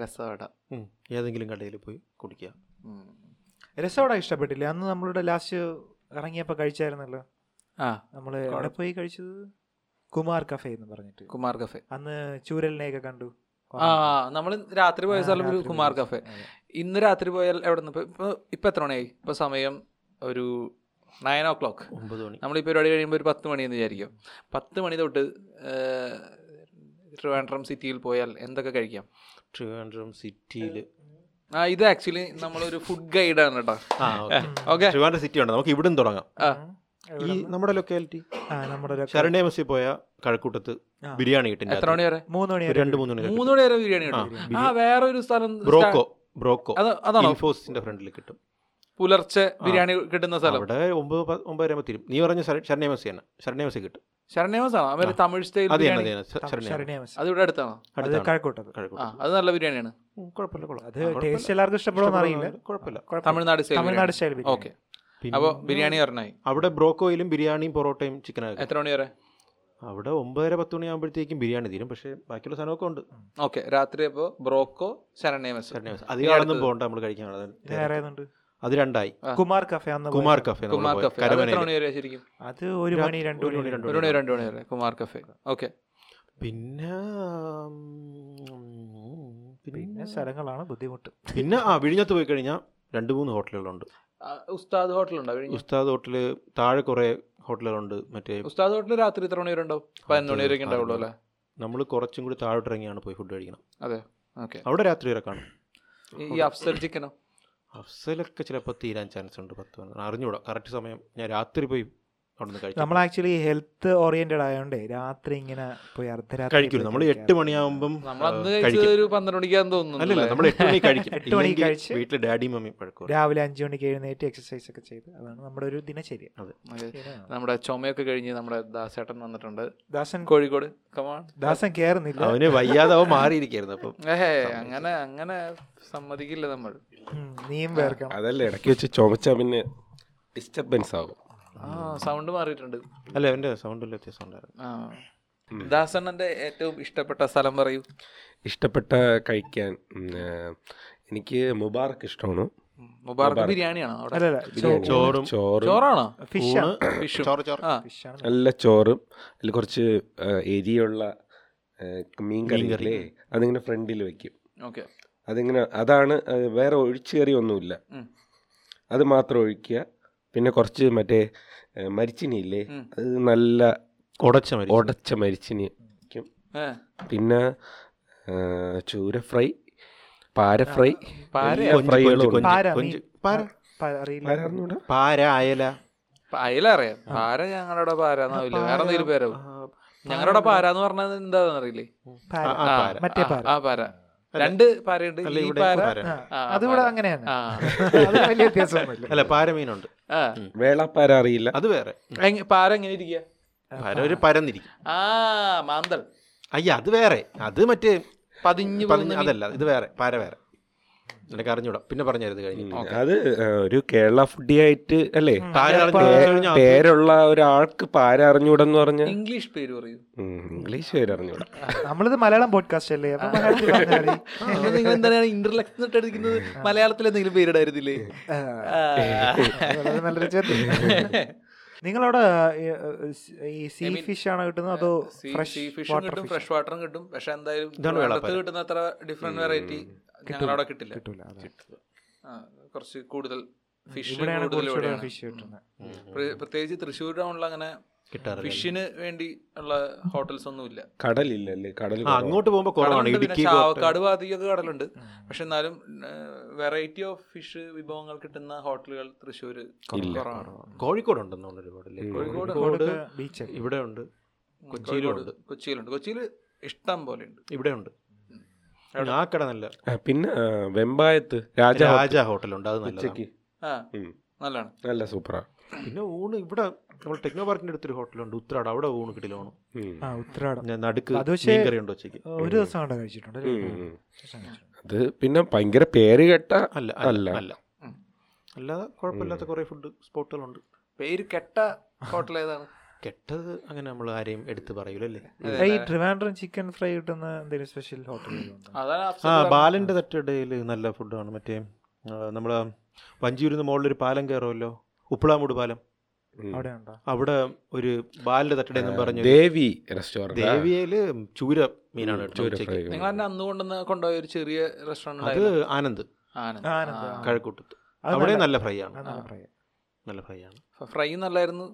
രസവട
ഉം, ഏതെങ്കിലും കടയിൽ പോയി കുടിക്കുക
ഉം.
രസോടെ ഇഷ്ടപ്പെട്ടില്ല അന്ന് നമ്മളുടെ ലാസ്റ്റ് ഇറങ്ങിയപ്പോ കഴിച്ചായിരുന്നല്ലോ
ആ
നമ്മള്
കോട-
എവിടെ പോയി കഴിച്ചത് കുമാർ കഫേ എന്ന് പറഞ്ഞിട്ട്
കുമാർ കഫേ
അന്ന് ചൂരലിനെയൊക്കെ കണ്ടു
ആ നമ്മൾ രാത്രി പോയ
ആ,
സ്ഥലം ഒരു
രാത്രി
കുമാർ
പോയി.
കഫേ
അതെ.
ഇന്ന് രാത്രി പോയാൽ എവിടെ നിന്ന് ഇപ്പോൾ ഇപ്പോൾ എത്ര മണിയായി ഇപ്പോൾ സമയം ഒരു നയൻ ഓ ക്ലോക്ക്
ഒമ്പത് മണി
നമ്മൾ ഈ പരിപാടി കഴിയുമ്പോൾ ഒരു പത്ത് മണിയെന്ന് വിചാരിക്കും പത്ത് മണി തൊട്ട് ആ, ട്രിവാൻഡ്രം സിറ്റിയിൽ പോയാൽ എന്തൊക്കെ കഴിക്കാം
ട്രിവാൻഡ്രം സിറ്റിയിൽ
ആ ഇത് ആക്ച്വലി നമ്മളൊരു ഫുഡ് ഗൈഡാണ് കേട്ടോ
ആ ഓക്കേ.
ഓക്കെ
ട്രിവാൻഡ്രം സിറ്റി ഉണ്ട് നമുക്ക് ഇവിടുന്ന് തുടങ്ങാം
ആ.
ഉം.
ഈ
എവിടുന്ന്?
നമ്മുടെ ലൊക്കാലിറ്റി
ആ, നമ്മുടെ ഒരു-
ശരണേ മെസ്സിൽ പോയ കഴക്കൂട്ടത്ത്
ആ.
ബിരിയാണി കിട്ടും
എത്ര മണി വരെ
മൂന്ന് മണി
ഒരു രണ്ട് മൂന്ന് മണി
മൂന്ന് മണി വരെ ബിരിയാണി കിട്ടും ആ വേറെ ഒരു സ്ഥലം
ബ്രോക്കോ ബ്രോക്കോ
അത് അതാണോ
ഇൻഫോസിന്റെ ഫ്രണ്ടിൽ കിട്ടും
പുലർച്ചെ ബിരിയാണി കിട്ടുന്ന സ്ഥലം
അവിടെ ഒമ്പത് പ- ഒമ്പതര ആകുമ്പോൾ തീരും നീ പറഞ്ഞ ശര- ശരണേ മെസ്സി തന്നെ ശരണേ മെസ്സി കിട്ടും
ശരണ്യവാസാണോ അവർ തമിഴ് സ്റ്റൈൽ
അത് തന്നെ
ബിരിയാണി
അത് തന്നെ ശ- ശരണേ മെസ്സി.
അത് ഇവിടെ അടുത്താണോ
അത്
അടുത്താണ്
കഴക്കൂട്ടത്
ആ
കഴക്കൂട്ടം
അത് നല്ല ബിരിയാണിയാണ്
ഉം, കുഴപ്പമില്ല കൊള്ളാം.
അത്
ആ, കുഴപ്പമില്ല.
ടേസ്റ്റ് എല്ലാവർക്കും ഇഷ്ടപ്പെടുമെന്ന് അറിയില്ല
ഇഷ്ടപ്പെടുന്നതാണ്. കുഴപ്പമില്ല
കുഴപ്പമില്ല.
Tamil Nadu style
Tamil Nadu style biryani.
Okay
പിന്നെ
അപ്പോൾ ബിരിയാണി പറഞ്ഞായി
അവിടെ ബ്രോക്കോയിലും ബിരിയാണിയും പൊറോട്ടയും ചിക്കനാകും
എത്ര മണി വരെ
അവിടെ ഒമ്പതര പത്ത് മണിയാകുമ്പോഴത്തേക്കും ബിരിയാണി തീരും പക്ഷേ ബാക്കിയുള്ള സാധനമൊക്കെ ഉണ്ട്
ഓക്കെ രാത്രി അപ്പോൾ ബ്രോക്കോ ശരണ്യമസ്
ശരണേ മെസ്സി. അധികം ആളൊന്നും പോകണ്ട നമ്മൾ കഴിക്കാൻ ഉള്ളത്.
പിന്നെ വേറെ ഏതുണ്ട്
അത് രണ്ടായി
ആ.
കുമാർ കഫേ അന്ന് പോയി.
കുമാർ കഫേ
കുമാർ കഫേ അത് എത്ര മണി വരെ ശരിക്കും
അത് ഒരു
രാത്രി-
മണി രണ്ട്
ഒരു മണി,
മണി
രണ്ട്
ഒരു മണി രണ്ട് മണി വരെ കുമാർ കഫേ ഓക്കെ
പിന്നെ
പിന്നെ
പിന്നെ
സ്ഥലങ്ങളാണ് ബുദ്ധിമുട്ട്
പിന്നെ ആ വിഴിഞ്ഞത്ത് പോയി കഴിഞ്ഞാൽ രണ്ട് മൂന്ന് ഹോട്ടലുകളുണ്ട്
ഉസ്താദ് ഹോട്ടലുണ്ടോ വിഴിഞ്ഞ
ഉസ്താദ് ഹോട്ടല് താഴെ കുറേ ഹോട്ടലുകളുണ്ട് മറ്റേ
ഉസ്താദ് ഹോട്ടൽ രാത്രി എത്ര മണി വരെ ഉണ്ടാവും പതിനൊന്ന് മണി വരെയൊക്കെ ഉണ്ടാവുള്ളൂ അല്ലേ
നമ്മൾ കുറച്ചും കൂടി താഴോട്ട് ഇറങ്ങിയാണ് പോയി ഫുഡ് കഴിക്കണം
അതെ ഓക്കെ
അവിടെ രാത്രി വരെ കാണും
ഈ അഫ്സൽ ചിക്കനോ
അഫ്സലൊക്കെ ചിലപ്പോൾ തീരാൻ ചാൻസ് ഉണ്ട് പത്ത് മണി അറിഞ്ഞൂടാ കറക്റ്റ് സമയം ഞാൻ രാത്രി പോയി അവിടെ നിന്ന് കഴിച്ചു
*laughs* നമ്മൾ ആക്ച്വലി ഹെൽത്ത് ഓറിയന്റഡ് ആയതുകൊണ്ടേ രാത്രി ഇങ്ങനെ പോയി അർദ്ധരാത്രി
കഴിക്കൂല
പോയി
നമ്മൾ
കഴിക്കാറ്.
എട്ട് മണിയാവുമ്പം
നമ്മൾ അന്ന്
ആ,
കഴിച്ചത്
കഴിക്കും
ഒരു പന്ത്രണ്ട് മണിക്കാന്ന് തോന്നുന്നു
അല്ലല്ല നമ്മൾ എട്ട് മണി കഴിക്കും
എട്ട് മണിക്ക്
ഇല്ലെങ്കിൽ
കഴിച്ച്
വീട്ടില് ഡാഡി മമ്മി പഴക്കം
രാവിലെ അഞ്ചു മണിക്ക് എഴുന്നേറ്റ് എക്സസൈസ് ഒക്കെ ചെയ്ത് അതാണ് നമ്മുടെ ഒരു ദിനചര്യ
അതെ. നമ്മുടെ ചുമയൊക്കെ കഴിഞ്ഞ് നമ്മുടെ ദാസേട്ടൻ വന്നിട്ടുണ്ട്
ദാസൻ
കോഴിക്കോട് കമാൺ
ദാസൻ കേറുന്നില്ല
അവന് വയ്യാതെ അവൻ മാറിയിരിക്കായിരുന്നു അപ്പം
ഏഹേ അങ്ങനെ അങ്ങനെ സമ്മതിക്കില്ല നമ്മൾ
ഉം, നീയും വേർക്കണം
അതല്ല ഇടയ്ക്ക് വെച്ച് ചുമച്ചാ പിന്നെ ഡിസ്റ്റർബൻസ് ആകും
ആ സൗണ്ട് മാറിയിട്ടുണ്ട്
അല്ല അവന്റെ സൗണ്ടിൽ വ്യത്യാസം ഉണ്ടായിരുന്നു
ആ ദാസണ്ണന്റെ ഏറ്റവും ഇഷ്ടപ്പെട്ട സ്ഥലം പറയൂ
ഇഷ്ടപ്പെട്ട കഴിക്കാൻ ഉം, ആ, എനിക്ക് മുബാറക്ക് ഇഷ്ടമാണ്
മുബാർക്ക് ബിരിയാണിയാണോ അവിടെ
അല്ലല്ല
ബിരിയാണി.
ചോറും.
ചോറും
ചോറാണോ
ഫിഷ്
ഊണ്,
ഫിഷും.
ചോറ് ചോറ്
ആ
ഫിഷാണ്
നല്ല ചോറും അതിൽ കുറച്ച് ആ, എരിയുള്ള ആ, മീൻ
മീൻ കറി.
കറിയില്ലേ അതിങ്ങനെ ഫ്രണ്ടിൽ വെക്കും
ഓക്കെ
അതിങ്ങനെ അതാണ് ആ, വേറെ ഒഴിച്ചു കറി ഒന്നുമില്ല
ഉം.
അത് മാത്രം ഒഴിക്കുക പിന്നെ കുറച്ച് മറ്റേ ആ, മരിച്ചിനിയില്ലേ
ഉം.
അത് നല്ല
കുടച്ച മരി
ഉടച്ച മരിച്ചിനി വയ്ക്കും
ഏ
പിന്നെ ആ, ചൂര ഫ്രൈ പാര ഫ്രൈ
പാര
എല്ലാ ഫ്രൈകളും ഉണ്ട്.
കൊഞ്ച്,
പാര മീൻ.
കൊഞ്ച്. പാര
പ- അറിയില്ല
പാര അറിഞ്ഞൂടാ?
പാര അയല
അയലറിയാം പാര ഞങ്ങളുടെ പാര എന്നാവില്ല വേറെ എന്തെങ്കിലും പേരാവും ഞങ്ങളുടെ പാര എന്ന് പറഞ്ഞത് എന്താണെന്ന് അറിയില്ലേ
പാര.
ആ, ആ, പാര.
മറ്റേ
ആ,
പാര
ആ പാര രണ്ട് പാരയുണ്ട്
അല്ല
ഈ
ഇവിടെ
പാര
പാര
ആ,
അതിവിടെ
പാര.
അങ്ങനെയാണ്
ആ
അത് വലിയ വ്യത്യാസമൊന്നുമില്ല
അല്ല പാര മീനുണ്ട്
ആ
വേളാപ്പാര അറിയില്ല
അത് വേറെ
എങ്- പാര എങ്ങനെ ഇരിക്കുക
പാര ഒരു പരന്നിരിക്കും
ആ മാന്തൾ
അയ്യ അത് വേറെ അത് മറ്റേ
പതിഞ്ഞു
പറഞ്ഞ
പോകുന്ന
അതല്ല ഇത് വേറെ പാര വേറെ നിനക്ക് അറിഞ്ഞൂടാ പിന്നെ പറഞ്ഞായിരുന്നു കഴിഞ്ഞു
അത് ആ, ഒരു കേരള ഫുഡി ആയിട്ട് അല്ലേ
പാര അറിഞ്ഞു
പേ-
കഴിച്ചു കഴിഞ്ഞാൽ അത്
പേരുള്ള ഒരാൾക്ക് പാര അറിഞ്ഞൂടെന്ന് പറഞ്ഞ
മീൻ. ഇംഗ്ലീഷ് പേര് പറയൂ
ഇംഗ്ലീഷ് പേര് അറിഞ്ഞൂടാ
നമ്മളിത് മലയാളം പോഡ്കാസ്റ്റ് അല്ലേ അപ്പൊ മലയാളത്തിൽ പറഞ്ഞാൽ മതി.
അപ്പൊ നിങ്ങൾ എന്താണ് ഇന്റർലക്സ് ഇട്ടെടുക്കുന്നത് മലയാളത്തിൽ എന്തെങ്കിലും പേരിടായിരുന്നില്ലേ ആ.
അത് വളരെ നല്ലൊരു ചോദ്യം നിങ്ങളവിടെ ഏ, ഏ, ഈ സീ ഫിഷ് ആണോ കിട്ടുന്നത് അതോ
സീ-
ഫ്രഷ്
സീ ഫിഷും
വാട്ടർ
കിട്ടും
ഫിഷ്
ഫ്രഷ് വാട്ടറും കിട്ടും പക്ഷെ എന്തായാലും
ഇതാണ്
അടുത്ത്
വേളാപ്പാര.
കിട്ടുന്ന അത്ര ഡിഫറെന്റ് വെറൈറ്റി ഞങ്ങളവിടെ കിട്ടില്ല
കിട്ടൂല അതെ.
ആ, കുറച്ച് കൂടുതൽ ഫിഷ്
ഇവിടെയാണ്
കൂടുതൽ
കുറച്ചുകൂടെ
ഇവിടെയാണ്
ഫിഷ് കിട്ടുന്നത്
പ്ര- പ്രത്യേകിച്ച് തൃശ്ശൂർ ടൗണിൽ അങ്ങനെ
കിട്ടാറില്ല
ഫിഷിന് വേണ്ടി ഉള്ള ഹോട്ടൽസ് ഒന്നുമില്ല
കടലില്ലല്ലേ കടൽ
ആ അങ്ങോട്ട് പോകുമ്പോ കുറവാണ്
കടലുണ്ട് പിന്നെ
ഇടുക്കി കോട്ടയം.
ചാവക്കാട് ഭാഗത്തേക്കൊക്കെ കടലുണ്ട് പക്ഷെ എന്നാലും വെറൈറ്റി ഓഫ് ഫിഷ് വിഭവങ്ങൾ കിട്ടുന്ന ഹോട്ടലുകൾ തൃശ്ശൂർ കുറവാണ്
കോഴിക്കോട് ഉണ്ടെന്ന് തോന്നുന്നു ഒരുപാട് അല്ലേ?
കോഴിക്കോട്
കോഴിക്കോട്
ബീച്ച്
ഇവിടെ ഉണ്ട്
ഉം,
കൊച്ചിയിലും
കോഴിക്കോട്. കൊച്ചിയിലുണ്ട് കൊച്ചിയിൽ ഇഷ്ടം പോലെ ഉണ്ട്
ഇവിടെ ഉണ്ട് ആ കട നല്ല
ആ, പിന്നെ ആ, വെമ്പായത്ത് രാജ
രാജ ഹോട്ടലുണ്ട് അത് നല്ലതാണ്
ഉച്ചക്ക്
ആ
ഉം.
നല്ലതാണ്
നല്ല സൂപ്പറാ
പിന്നെ ഊണ് ഇവിടെ നമ്മൾ ടെക്നോ പാർക്കിന്റെ അടുത്തൊരു ഹോട്ടലുണ്ട് ഉത്രാട് അവിടെ ഊണ് കിട്ടില്ല ഊണ്
ഉം.
ആ ഉത്രാടം
ഞാൻ നടുക്ക്
അത് പക്ഷേ-
മീൻകറി ഉണ്ട് ഉച്ചയ്ക്ക്
ഒരു ദിവസം കൊണ്ട് കഴിച്ചിട്ടുണ്ട് ഒരു
ഉം.
ദിവസം കഴിച്ചിട്ടുണ്ട്.
അത് പിന്നെ ഭയങ്കര പേര് കേട്ട
അല്ല അല്ല
അല്ല.
അല്ല
ഉം.
അല്ലാതെ കുഴപ്പമില്ലാത്ത കുറെ ഫുഡ് സ്പോട്ടുകളുണ്ട്
പേര് കെട്ട ഹോട്ടൽ ഏതാണ്
കെട്ടത് അങ്ങനെ നമ്മൾ ആരെയും എടുത്ത് പറയൂലല്ലേ
ഏ, ഈ ട്രിവാൻഡ്രം ചിക്കൻ ഫ്രൈ കിട്ടുന്ന എന്തെങ്കിലും സ്പെഷ്യൽ ഹോട്ടലുകളുണ്ടോ
അതാണ്
ആ
അഫ്സൽ പറഞ്ഞത്.
ബാലന്റെ തട്ടിടയിൽ നല്ല ഫുഡാണ് മറ്റേ നമ്മൾ വഞ്ചിയൂരിന്ന് മുകളിലൊരു പാലം കയറുമല്ലോ ഉപ്പിളാമൂട് പാലം
അവിടെ ഉണ്ടോ
അവിടെ ഒരു ബാലന്റെ തട്ടിട എന്നും പറഞ്ഞു
ദേവി റെസ്റ്റോറന്റ്
ദേവിയയില് ചൂര മീനാണ് കേട്ടോ ഉച്ചയ്ക്ക്.
നിങ്ങൾ തന്നെ അന്ന് കൊണ്ടുവന്ന് കൊണ്ടുപോയ ഒരു ചെറിയ റെസ്റ്റോറന്റ്
അത് ആനന്ദ്
ആനന്ദ്
ആനന്ദ്, ആ.
കഴക്കൂട്ടത്ത്
അത്
അവിടെ
നല്ല-
നല്ല ഫ്രൈ ആണ്
അത് നല്ല ഫ്രൈ
നല്ല ഫ്രൈ ആണ്
ഫ്രൈ നല്ലായിരുന്നു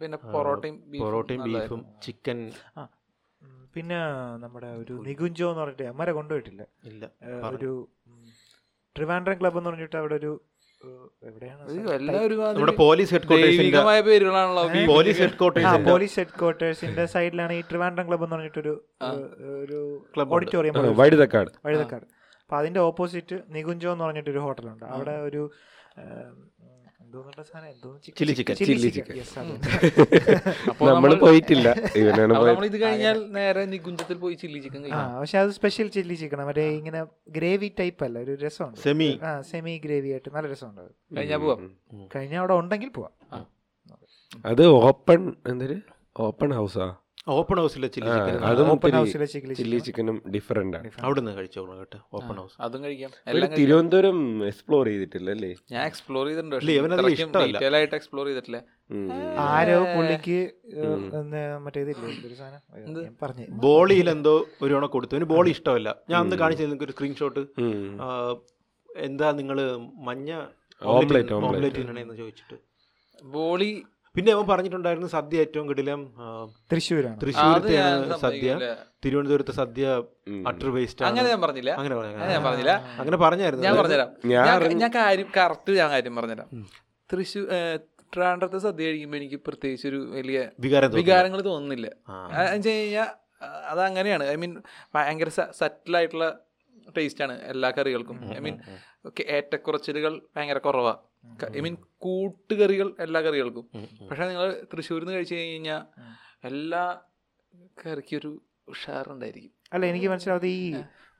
പിന്നെ പൊറോട്ടയും ബീഫും
പൊറോട്ടയും
നല്ലതായിരുന്നു.
ബീഫും ചിക്കൻ
ഉം, പിന്നെ നമ്മുടെ ഒരു നികുഞ്ചോ എന്ന് പറഞ്ഞിട്ട് അമ്മരെ കൊണ്ടുപോയിട്ടില്ല
ഇല്ല
ഏ, ഒരു ഉം, ട്രിവാൻഡ്രം ക്ലബ് എന്ന് പറഞ്ഞിട്ട് അവിടെ ഒരു ഏ, എവിടെയാണ്
അയ്യോ,
സ്ഥലം?
എല്ലാം ഒരുമാതിരി
നമ്മുടെ പോലീസ് ഹെഡ് ക്വാർട്ടേഴ്സിന്റെ
ദൈവികമായ പേരുകളാണല്ലോ ബീഫ്.
പോലീസ് ഹെഡ്
ആ
ക്വാർട്ടേഴ്സിന്റെ
പോലീസ് ഹെഡ് ക്വാർട്ടേഴ്സിന്റെ സൈഡിലാണ് ഈ ട്രിവാൻഡ്രം ക്ലബ് എന്ന് പറഞ്ഞിട്ടൊരു ഏ, ഒരു
Club ഉണ്ട്.
ഓഡിറ്റോറിയം പോലെ
വഴുതക്കാട്
വഴുതക്കാട് അപ്പൊ അതിന്റെ ഓപ്പോസിറ്റ് നികുഞ്ചോ എന്ന് പറഞ്ഞിട്ടൊരു ഹോട്ടലുണ്ട് അവിടെ ഒരു ഏം, എന്തോന്നുണ്ട് സാധനം? എന്തോ chicken-
Chilli chicken.
chilli
Chilli
chicken. Yes, അതെ.
അപ്പോൾ
നമ്മൾ
നമ്മൾ- *laughs*
പോയിട്ടില്ല ഇവനാണ്
അപ്പോൾ
പോയത്
നമ്മൾ ഇത് കഴിഞ്ഞാൽ നേരെ നികുഞ്ചത്തിൽ പോയി ചില്ലി ചിക്കൻ
ആ
കഴിക്കാം
പക്ഷെ അത് സ്പെഷ്യൽ ചില്ലി ചിക്കൻ മറ്റേ ഇങ്ങനെ ഗ്രേവി ടൈപ്പ് അല്ല ഒരു രസമുണ്ട്
സെമി
ആ സെമി ഗ്രേവി ആയിട്ട് നല്ല രസമുണ്ട് അത്
കഴിഞ്ഞാൽ പോവാം
കഴിഞ്ഞ അവിടെ ഉണ്ടെങ്കിൽ പോവാം
അത് ഓപ്പൺ എന്തൊരു ഓപ്പൺ ഹൗസാ
ഓപ്പൺ ഹൗസിലെ ചില്ലി ചിക്കൻ
അതും
ഓപ്പൺ ഹൗസിലെ ചില്ലി
ചില്ലി ചിക്കനും ഡിഫറെന്റ് ആണ്
അവിടെ നിന്ന് കഴിച്ചോളൂ കേട്ടോ ഓപ്പൺ ഹൗസ്
അതും കഴിക്കാം
ഒരു
എല്ലാം കഴിക്കാം.
തിരുവനന്തപുരം എക്സ്പ്ലോർ ചെയ്തിട്ടില്ല അല്ലേ
ഞാൻ എക്സ്പ്ലോർ ചെയ്തിട്ടുണ്ട്
ഇല്ല, ഇവനത് ഇഷ്ടമല്ല.
ഡീറ്റെയിൽ ആയിട്ട് എക്സ്പ്ലോർ ചെയ്തിട്ടില്ല
ഉം.
ആരോ പുള്ളിക്ക് മറ്റേതില്ലേ ഒരു സാധനം ഞാൻ പറഞ്ഞു
ബോളിയിൽ എന്തോ ഒരു തവണ കൊടുത്തു ഇവന് ബോളി ഇഷ്ടമല്ല ഞാൻ അന്ന് കാണിച്ചു നിങ്ങൾക്ക് ഒരു സ്ക്രീൻഷോട്ട്
ഉം.
എന്താ നിങ്ങൾ മഞ്ഞ
Omelette,
ഓംലെറ്റ്
omelette.
ഓംലെറ്റ് എന്ന് ചോദിച്ചിട്ട്
ബോളി
പിന്നെ അവൻ പറഞ്ഞിട്ടുണ്ടായിരുന്നു സദ്യ ഏറ്റവും കിടിലം ആ,
തൃശ്ശൂരാണ്
അത് ഞാൻ
തൃശ്ശൂരത്തെയാണ് സദ്യ
സമ്മതിക്കില്ല.
തിരുവനന്തപുരത്തെ സദ്യ
ഉം.
അട്ടർ വേസ്റ്റ്
അങ്ങനെ ഞാൻ പറഞ്ഞില്ല
അങ്ങനെ
അങ്ങനെ ഞാൻ
പറഞ്ഞു
പറഞ്ഞില്ല
അങ്ങനെ പറഞ്ഞായിരുന്നു
ഞാൻ പറഞ്ഞുതരാം
ഞാൻ
ഞാൻ-
അറിഞ്ഞ-
ഞാൻ കാര്യം കറക്റ്റ് ഞാൻ കാര്യം പറഞ്ഞുതരാം
ഉം.
തൃശ്ശൂർ ട്രാൻഡ്രത്തെ സദ്യ കഴിക്കുമ്പോൾ എനിക്ക് പ്രത്യേകിച്ച് ഒരു വലിയ
വികാരം തോന്നി.
വികാരങ്ങൾ തോന്നുന്നില്ല
ആ.
എന്ന് വെച്ച് കഴിഞ്ഞാൽ അതങ്ങനെയാണ് ഐ മീൻ ഭയങ്കര സറ്റിലായിട്ടുള്ള ടേസ്റ്റാണ് എല്ലാ കറികൾക്കും ഐ മീൻ ഒക്കെ ഏറ്റക്കുറച്ചിലുകൾ ഭയങ്കര കുറവാ ഐ മീൻ കൂട്ടുകറികൾ എല്ലാ കറികൾക്കും
ഉം, ഉം.
പക്ഷെ നിങ്ങൾ തൃശ്ശൂരിൽ നിന്ന് കഴിച്ചു കഴിഞ്ഞാൽ എല്ലാ കറിക്കും ഒരു ഉഷാറുണ്ടായിരിക്കും
അല്ല എനിക്ക് മനസ്സിലാവാതെ ഈ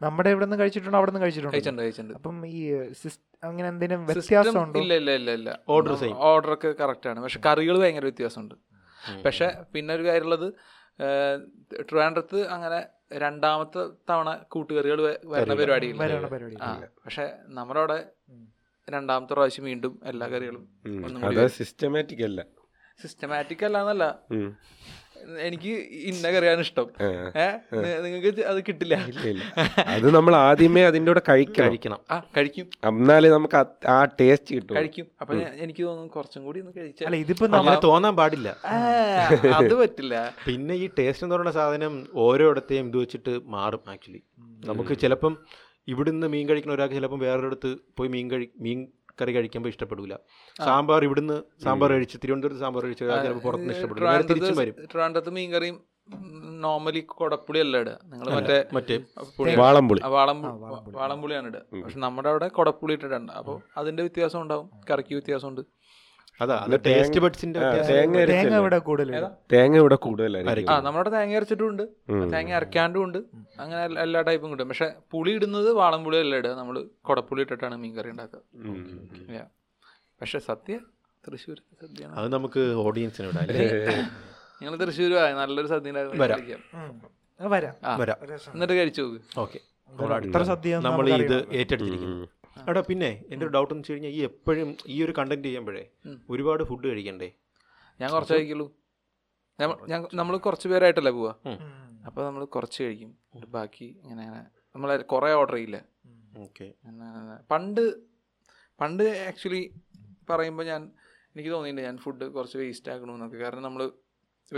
നമ്മുടെ ഇവിടെ നിന്ന് കഴിച്ചിട്ടുണ്ടോ അവിടെ നിന്ന് കഴിച്ചിട്ടുണ്ടോ
കഴിച്ചിട്ടുണ്ട് കഴിച്ചിട്ടുണ്ട്
അപ്പം ഈ സിസ്- അങ്ങനെ എന്തെങ്കിലും
System
വ്യത്യാസമുണ്ടോ
ഇല്ല ഇല്ല ഇല്ല ഇല്ല
Order same.
ഓർഡർ ഒക്കെ കറക്റ്റ് ആണ് പക്ഷെ കറികൾ ഭയങ്കര വ്യത്യാസമുണ്ട് പക്ഷെ പിന്നെ ഒരു കാര്യമുള്ളത് ഏഹ്, ട്രിവാൻഡ്രത്ത് അങ്ങനെ രണ്ടാമത്തെ തവണ കൂട്ടുകറികൾ വ- വരുന്ന
കറികൾ.
പരിപാടിയില്ല
വരെയുള്ള പരിപാടി
ആ പക്ഷെ നമ്മുടെ അവിടെ രണ്ടാമത്തെ പ്രാവശ്യം വീണ്ടും എല്ലാ കറികളും
ഉം.
ഒന്നും കൂടി
അത് സിസ്റ്റമാറ്റിക് അല്ല
സിസ്റ്റമാറ്റിക് അല്ലാന്നല്ല
ഉം.
എനിക്ക് ഇന്ന കറിയാണ് ഇഷ്ടം
ആ.
ഏഹ് നിങ്ങൾക്ക് അത് കിട്ടില്ല
ഇല്ല,
*laughs*
ഇല്ല. അത് നമ്മൾ ആദ്യമേ അതിൻ്റെ കൂടെ കഴിക്കണം
കഴിക്കണം
ആ കഴിക്കും
എന്നാലേ നമുക്ക് അത് ആ ടേസ്റ്റ് കിട്ടും
കഴിക്കും അപ്പൊ ഞാൻ- എനിക്ക് തോന്നുന്നു കുറച്ചും കൂടി ഒന്ന് കഴിച്ചാൽ
അല്ല ഇതിപ്പോ
അങ്ങനെ തോന്നാൻ പാടില്ല
ആ, അത് പറ്റില്ല
പിന്നെ ഈ ടേസ്റ്റ് എന്ന് പറയുന്ന സാധനം ഓരോ ഇടത്തെയും ഇത് വെച്ചിട്ട് മാറും ആക്ച്വലി നമുക്ക് ചിലപ്പം ഇവിടുന്ന് മീൻ കഴിക്കുന്ന ഒരാൾക്ക് ചിലപ്പം വേറൊരിടത്ത് പോയി മീൻ കഴി മീൻ കറി കഴിക്കുമ്പോൾ ഇഷ്ടപ്പെടില്ല സാമ്പാർ ഇവിടുന്ന് സാമ്പാർ കഴിച്ച് തിരുവനന്തപുരത്ത് സാമ്പാർ കഴിച്ച ഒരാൾ ചിലപ്പോൾ പുറത്തുനിന്ന് ഇഷ്ടപ്പെടില്ല നേരെ തിരിച്ചും വരും
ട്രിവാൻഡ്രത്ത് ട്രിവാൻഡ്രത്ത് മീൻകറിയും നോർമലി കൊടപ്പുളി അല്ല ഇടുക നിങ്ങൾ മറ്റേ
മറ്റേ
പുളി-
വാളംപുളി
ആ, വാളംപു- വാളംപുളിയാണ് ഇടുക പക്ഷെ നമ്മുടെ അവിടെ കൊടപ്പുളി ഇട്ടിട്ടുണ്ട് അപ്പോൾ അതിന്റെ വ്യത്യാസം ഉണ്ടാവും കറിക്ക് വ്യത്യാസമുണ്ട്
അതാ
അല്ല,
ടേസ്റ്റ്
തേങ്ങ-
ബഡ്സിന്റെ
ആ, തേങ്ങ
തേങ്ങ
അരച്ചല്ലേ?
ഇവിടെ കൂടുതൽ
തേങ്ങ ഇവിടെ
ആ
കൂടുതലായിരിക്കും
നമ്മുടെ തേങ്ങ അരച്ചിട്ടുണ്ട്
ഉം.
തേങ്ങ അരക്കാണ്ടും ഉണ്ട് അങ്ങനെ എല്ലാ- എല്ലാ ടൈപ്പും കിട്ടും പക്ഷെ പുളി ഇടുന്നത് വാളംപുളി അല്ല ഇടുക നമ്മൾ കൊടപ്പുളി ഇട്ടിട്ടാണ് മീൻകറി ഉണ്ടാക്കുക Yeah. പക്ഷെ സദ്യ തൃശ്ശൂർ സദ്യയാണ്
അത് നമുക്ക് ഓഡിയൻസിന് വിടാം അല്ലേ?
നിങ്ങൾ തൃശ്ശൂർ ആയ നല്ലൊരു സദ്യ ഉണ്ടാക്കി കഴിക്കാം.
വരാം
ആ,
വരാം
എന്നിട്ട് കഴിച്ചു നോക്ക്
ഓക്കെ
എത്ര സദ്യ
നമ്മൾ ഇത് ഏറ്റെടുത്തിരിക്കുന്നു എടാ പിന്നെ എൻ്റെ ഒരു ഡൗട്ട് എന്ന് വെച്ച് കഴിഞ്ഞാൽ ഈ എപ്പോഴും ഈ ഒരു കണ്ടന്റ് ചെയ്യുമ്പോഴേ
ഉം.
ഒരുപാട് ഫുഡ് കഴിക്കണ്ടേ
ഞാൻ കുറച്ച് കഴിക്കുള്ളൂ നമ്മൾ കുറച്ച് പേരായിട്ടല്ലേ പോവാ അപ്പൊ നമ്മൾ കുറച്ച് കഴിക്കും എന്നിട്ട് ബാക്കി ഇങ്ങനെ അങ്ങനെ നമ്മൾ കുറെ ഓർഡർ ചെയ്യില്ല
ഓക്കെ
അങ്ങനെ അങ്ങനെ. പണ്ട് പണ്ട് ആക്ച്വലി പറയുമ്പോൾ ഞാൻ എനിക്ക് തോന്നിയിട്ടുണ്ട് ഞാൻ ഫുഡ് കുറച്ച് വേസ്റ്റ് ആക്കണമെന്നൊക്കെ കാരണം നമ്മൾ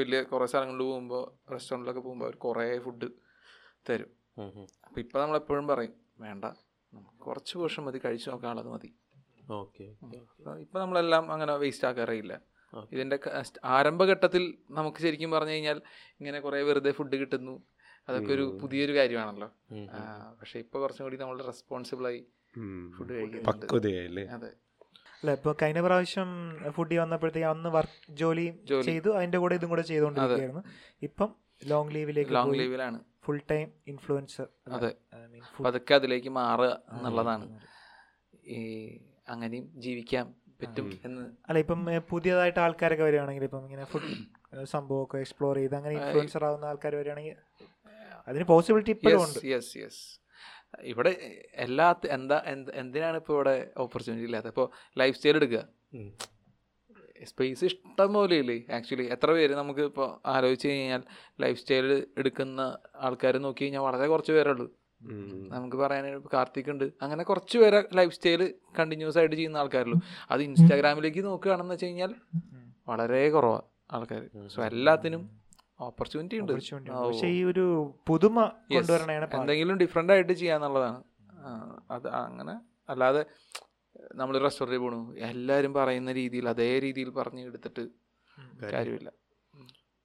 വലിയ കുറേ സ്ഥലങ്ങളിൽ പോകുമ്പോൾ റെസ്റ്റോറൻറ്റിലൊക്കെ പോകുമ്പോൾ അവർ കുറേ ഫുഡ് തരും അപ്പം ഇപ്പം നമ്മളെപ്പോഴും പറയും വേണ്ട നമുക്ക് കുറച്ച് പോർഷൻ മതി കഴിച്ചു നോക്കാനുള്ളത് മതി
ഓക്കെ
ഇപ്പം നമ്മളെല്ലാം അങ്ങനെ വേസ്റ്റ് ആക്കാറില്ല
Okay.
ഇതിൻ്റെ ക- സ്റ്റ് ആരംഭഘട്ടത്തിൽ നമുക്ക് ശരിക്കും പറഞ്ഞു കഴിഞ്ഞാൽ ഇങ്ങനെ കുറേ വെറുതെ ഫുഡ് കിട്ടുന്നു അതൊക്കെ ഒരു പുതിയൊരു കാര്യമാണല്ലോ ആ, പക്ഷേ ഇപ്പോൾ കുറച്ചും കൂടി നമ്മൾ റെസ്പോൺസിബിളായി ഫുഡ് കഴിക്കുന്നുണ്ട്
പക്വതയല്ലേ
അതെ
അല്ല ഇപ്പൊ കഴിഞ്ഞ പ്രാവശ്യം ഫുഡി വന്നപ്പോഴത്തേക്ക് അന്ന് വർക്ക് ജോലി
ജോലി.
ചെയ്തു അതിന്റെ കൂടെ ഇതും കൂടെ ചെയ്തുകൊണ്ടിരിക്കുകയായിരുന്നു ഇപ്പം ലോങ് ലീവിലേക്ക്
ലോങ് ലീവിലാണ്
ഫുൾ ടൈം ഇൻഫ്ലുവൻസർ
അതെ പതുക്കെ അതിലേക്ക് മാറുക എന്നുള്ളതാണ് ഈ അങ്ങനെയും ജീവിക്കാൻ പറ്റും എന്ന്
അല്ല ഇപ്പം ഏ, പുതിയതായിട്ട് ആൾക്കാരൊക്കെ വരികയാണെങ്കിൽ ഇപ്പം ഇങ്ങനെ ഫുഡ് സംഭവമൊക്കെ എക്സ്പ്ലോർ ചെയ്ത് അങ്ങനെ ഇൻഫ്ലുവൻസർ ആവുന്ന ആൾക്കാർ വരികയാണെങ്കിൽ അതിന് പോസിബിലിറ്റി ഇപ്പോഴും ഉണ്ട്
യെസ് യെസ് യെസ് ഇവിടെ എല്ലാ എന്താ എന്ത് എന്തിനാണ് ഇപ്പോൾ ഇവിടെ ഓപ്പർച്യൂണിറ്റി ഇല്ലാത്തത് ഇപ്പോൾ ലൈഫ് സ്റ്റൈൽ എടുക്കുക സ്പേസ് ഇഷ്ടം പോലെ ഇല്ലേ ആക്ച്വലി എത്ര പേര് നമുക്ക് ഇപ്പോൾ ആലോചിച്ച് കഴിഞ്ഞാൽ ലൈഫ് സ്റ്റൈൽ എടുക്കുന്ന ആൾക്കാർ നോക്കി കഴിഞ്ഞാൽ വളരെ കുറച്ച് പേരുള്ളൂ നമുക്ക് പറയാനായിട്ട് കാർത്തിക് ഉണ്ട് അങ്ങനെ കുറച്ച് പേരെ ലൈഫ് സ്റ്റൈൽ കണ്ടിന്യൂസ് ആയിട്ട് ചെയ്യുന്ന ആൾക്കാരുള്ളൂ അത് ഇൻസ്റ്റാഗ്രാമിലേക്ക് നോക്കുകയാണെന്ന് വെച്ച് കഴിഞ്ഞാൽ വളരെ കുറവാണ് ആൾക്കാർ സോ എല്ലാത്തിനും ഓപ്പർച്യൂണിറ്റി ഉണ്ട്
Opportunity ഉണ്ട്.
ആ, ഓ.
പക്ഷേ ഈ ഒരു പുതുമ
Yes.
കൊണ്ടുവരണയാണ് പാട്.
എന്തെങ്കിലും ഡിഫറെൻ്റ് ആയിട്ട് ചെയ്യാന്നുള്ളതാണ് ആ, അത് അങ്ങനെ അല്ലാതെ നമ്മൾ റെസ്റ്റോറൻറ്റിൽ പോണു എല്ലാവരും പറയുന്ന രീതിയിൽ അതേ രീതിയിൽ പറഞ്ഞ് എടുത്തിട്ട് കാര്യമില്ല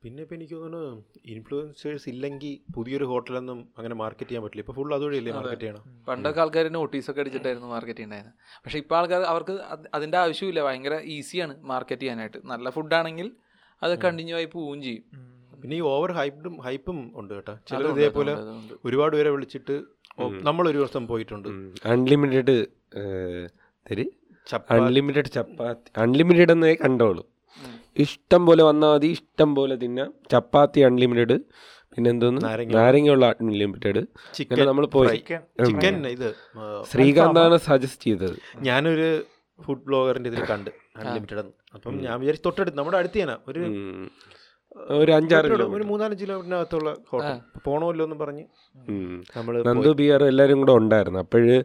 പിന്നെ ഇപ്പം എനിക്ക് തോന്നുന്നു ഇൻഫ്ലുവൻസേഴ്സ് ഇല്ലെങ്കിൽ പുതിയൊരു ഹോട്ടലൊന്നും അങ്ങനെ മാർക്കറ്റ് ചെയ്യാൻ പറ്റില്ല ഇപ്പോൾ ഫുൾ അതുവഴിയല്ലേ മാർക്കറ്റ് ചെയ്യണം
പണ്ടൊക്കെ ആൾക്കാർ നോട്ടീസൊക്കെ അടിച്ചിട്ടായിരുന്നു മാർക്കറ്റ് ഉണ്ടായിരുന്നത് പക്ഷേ ഇപ്പോൾ ആൾക്കാർ അവർക്ക് അത് അതിൻ്റെ ആവശ്യമില്ല ഭയങ്കര ഈസിയാണ് മാർക്കറ്റ് ചെയ്യാനായിട്ട് നല്ല ഫുഡാണെങ്കിൽ അത് കണ്ടിന്യൂ ആയി പോവുകയും ചെയ്യും
പിന്നെ ഈ ഓവർ ഹൈപ്പും ഹൈപ്പും ഉണ്ട് കേട്ടോ ചിലർ
അതുകൊണ്ട്,
ഇതേപോലെ
അതുകൊണ്ട്, അതുകൊണ്ട്.
ഒരുപാട് പേരെ വിളിച്ചിട്ട് ഓ, നമ്മളൊരു ദിവസം പോയിട്ടുണ്ട്
അൺലിമിറ്റഡ് തരി അൺലിമിറ്റഡ് ചപ്പാത്തി അൺലിമിറ്റഡ് എന്നേ കണ്ടോളൂ ഇഷ്ടം പോലെ വന്നാൽ മതി ഇഷ്ടം പോലെ തിന്നാം ചപ്പാത്തി അൺലിമിറ്റഡ് പിന്നെ എന്തോന്ന് നാരങ്ങയുള്ള അൺലിമിറ്റഡ്
ചിക്കൻ
നമ്മൾ പോയി
Chicken.
ചിക്കൻ ഇത് ആ,
ശ്രീകാന്താണ് സജസ്റ്റ് ചെയ്തത്
ഞാനൊരു ഫുഡ് ബ്ലോഗറിന്റെ ഇതിൽ കണ്ട് അൺലിമിറ്റഡ് അപ്പം ഞാൻ വിചാരിച്ചു തൊട്ടടുത്ത് നമ്മുടെ അടുത്ത് തന്നെ ഒരു
ഉം. ഒരു അഞ്ചാറ്
ഒരു-
കിലോ
ഒരു മൂന്നാല് കിലോമീറ്ററിനകത്തുള്ള ഹോട്ടൽ അപ്പൊ പോണമല്ലോ എന്ന് പറഞ്ഞ്
ഉം.
നമ്മള്
നന്ദു ബിയർ എല്ലാവരും കൂടെ ഉണ്ടായിരുന്നു അപ്പോഴ്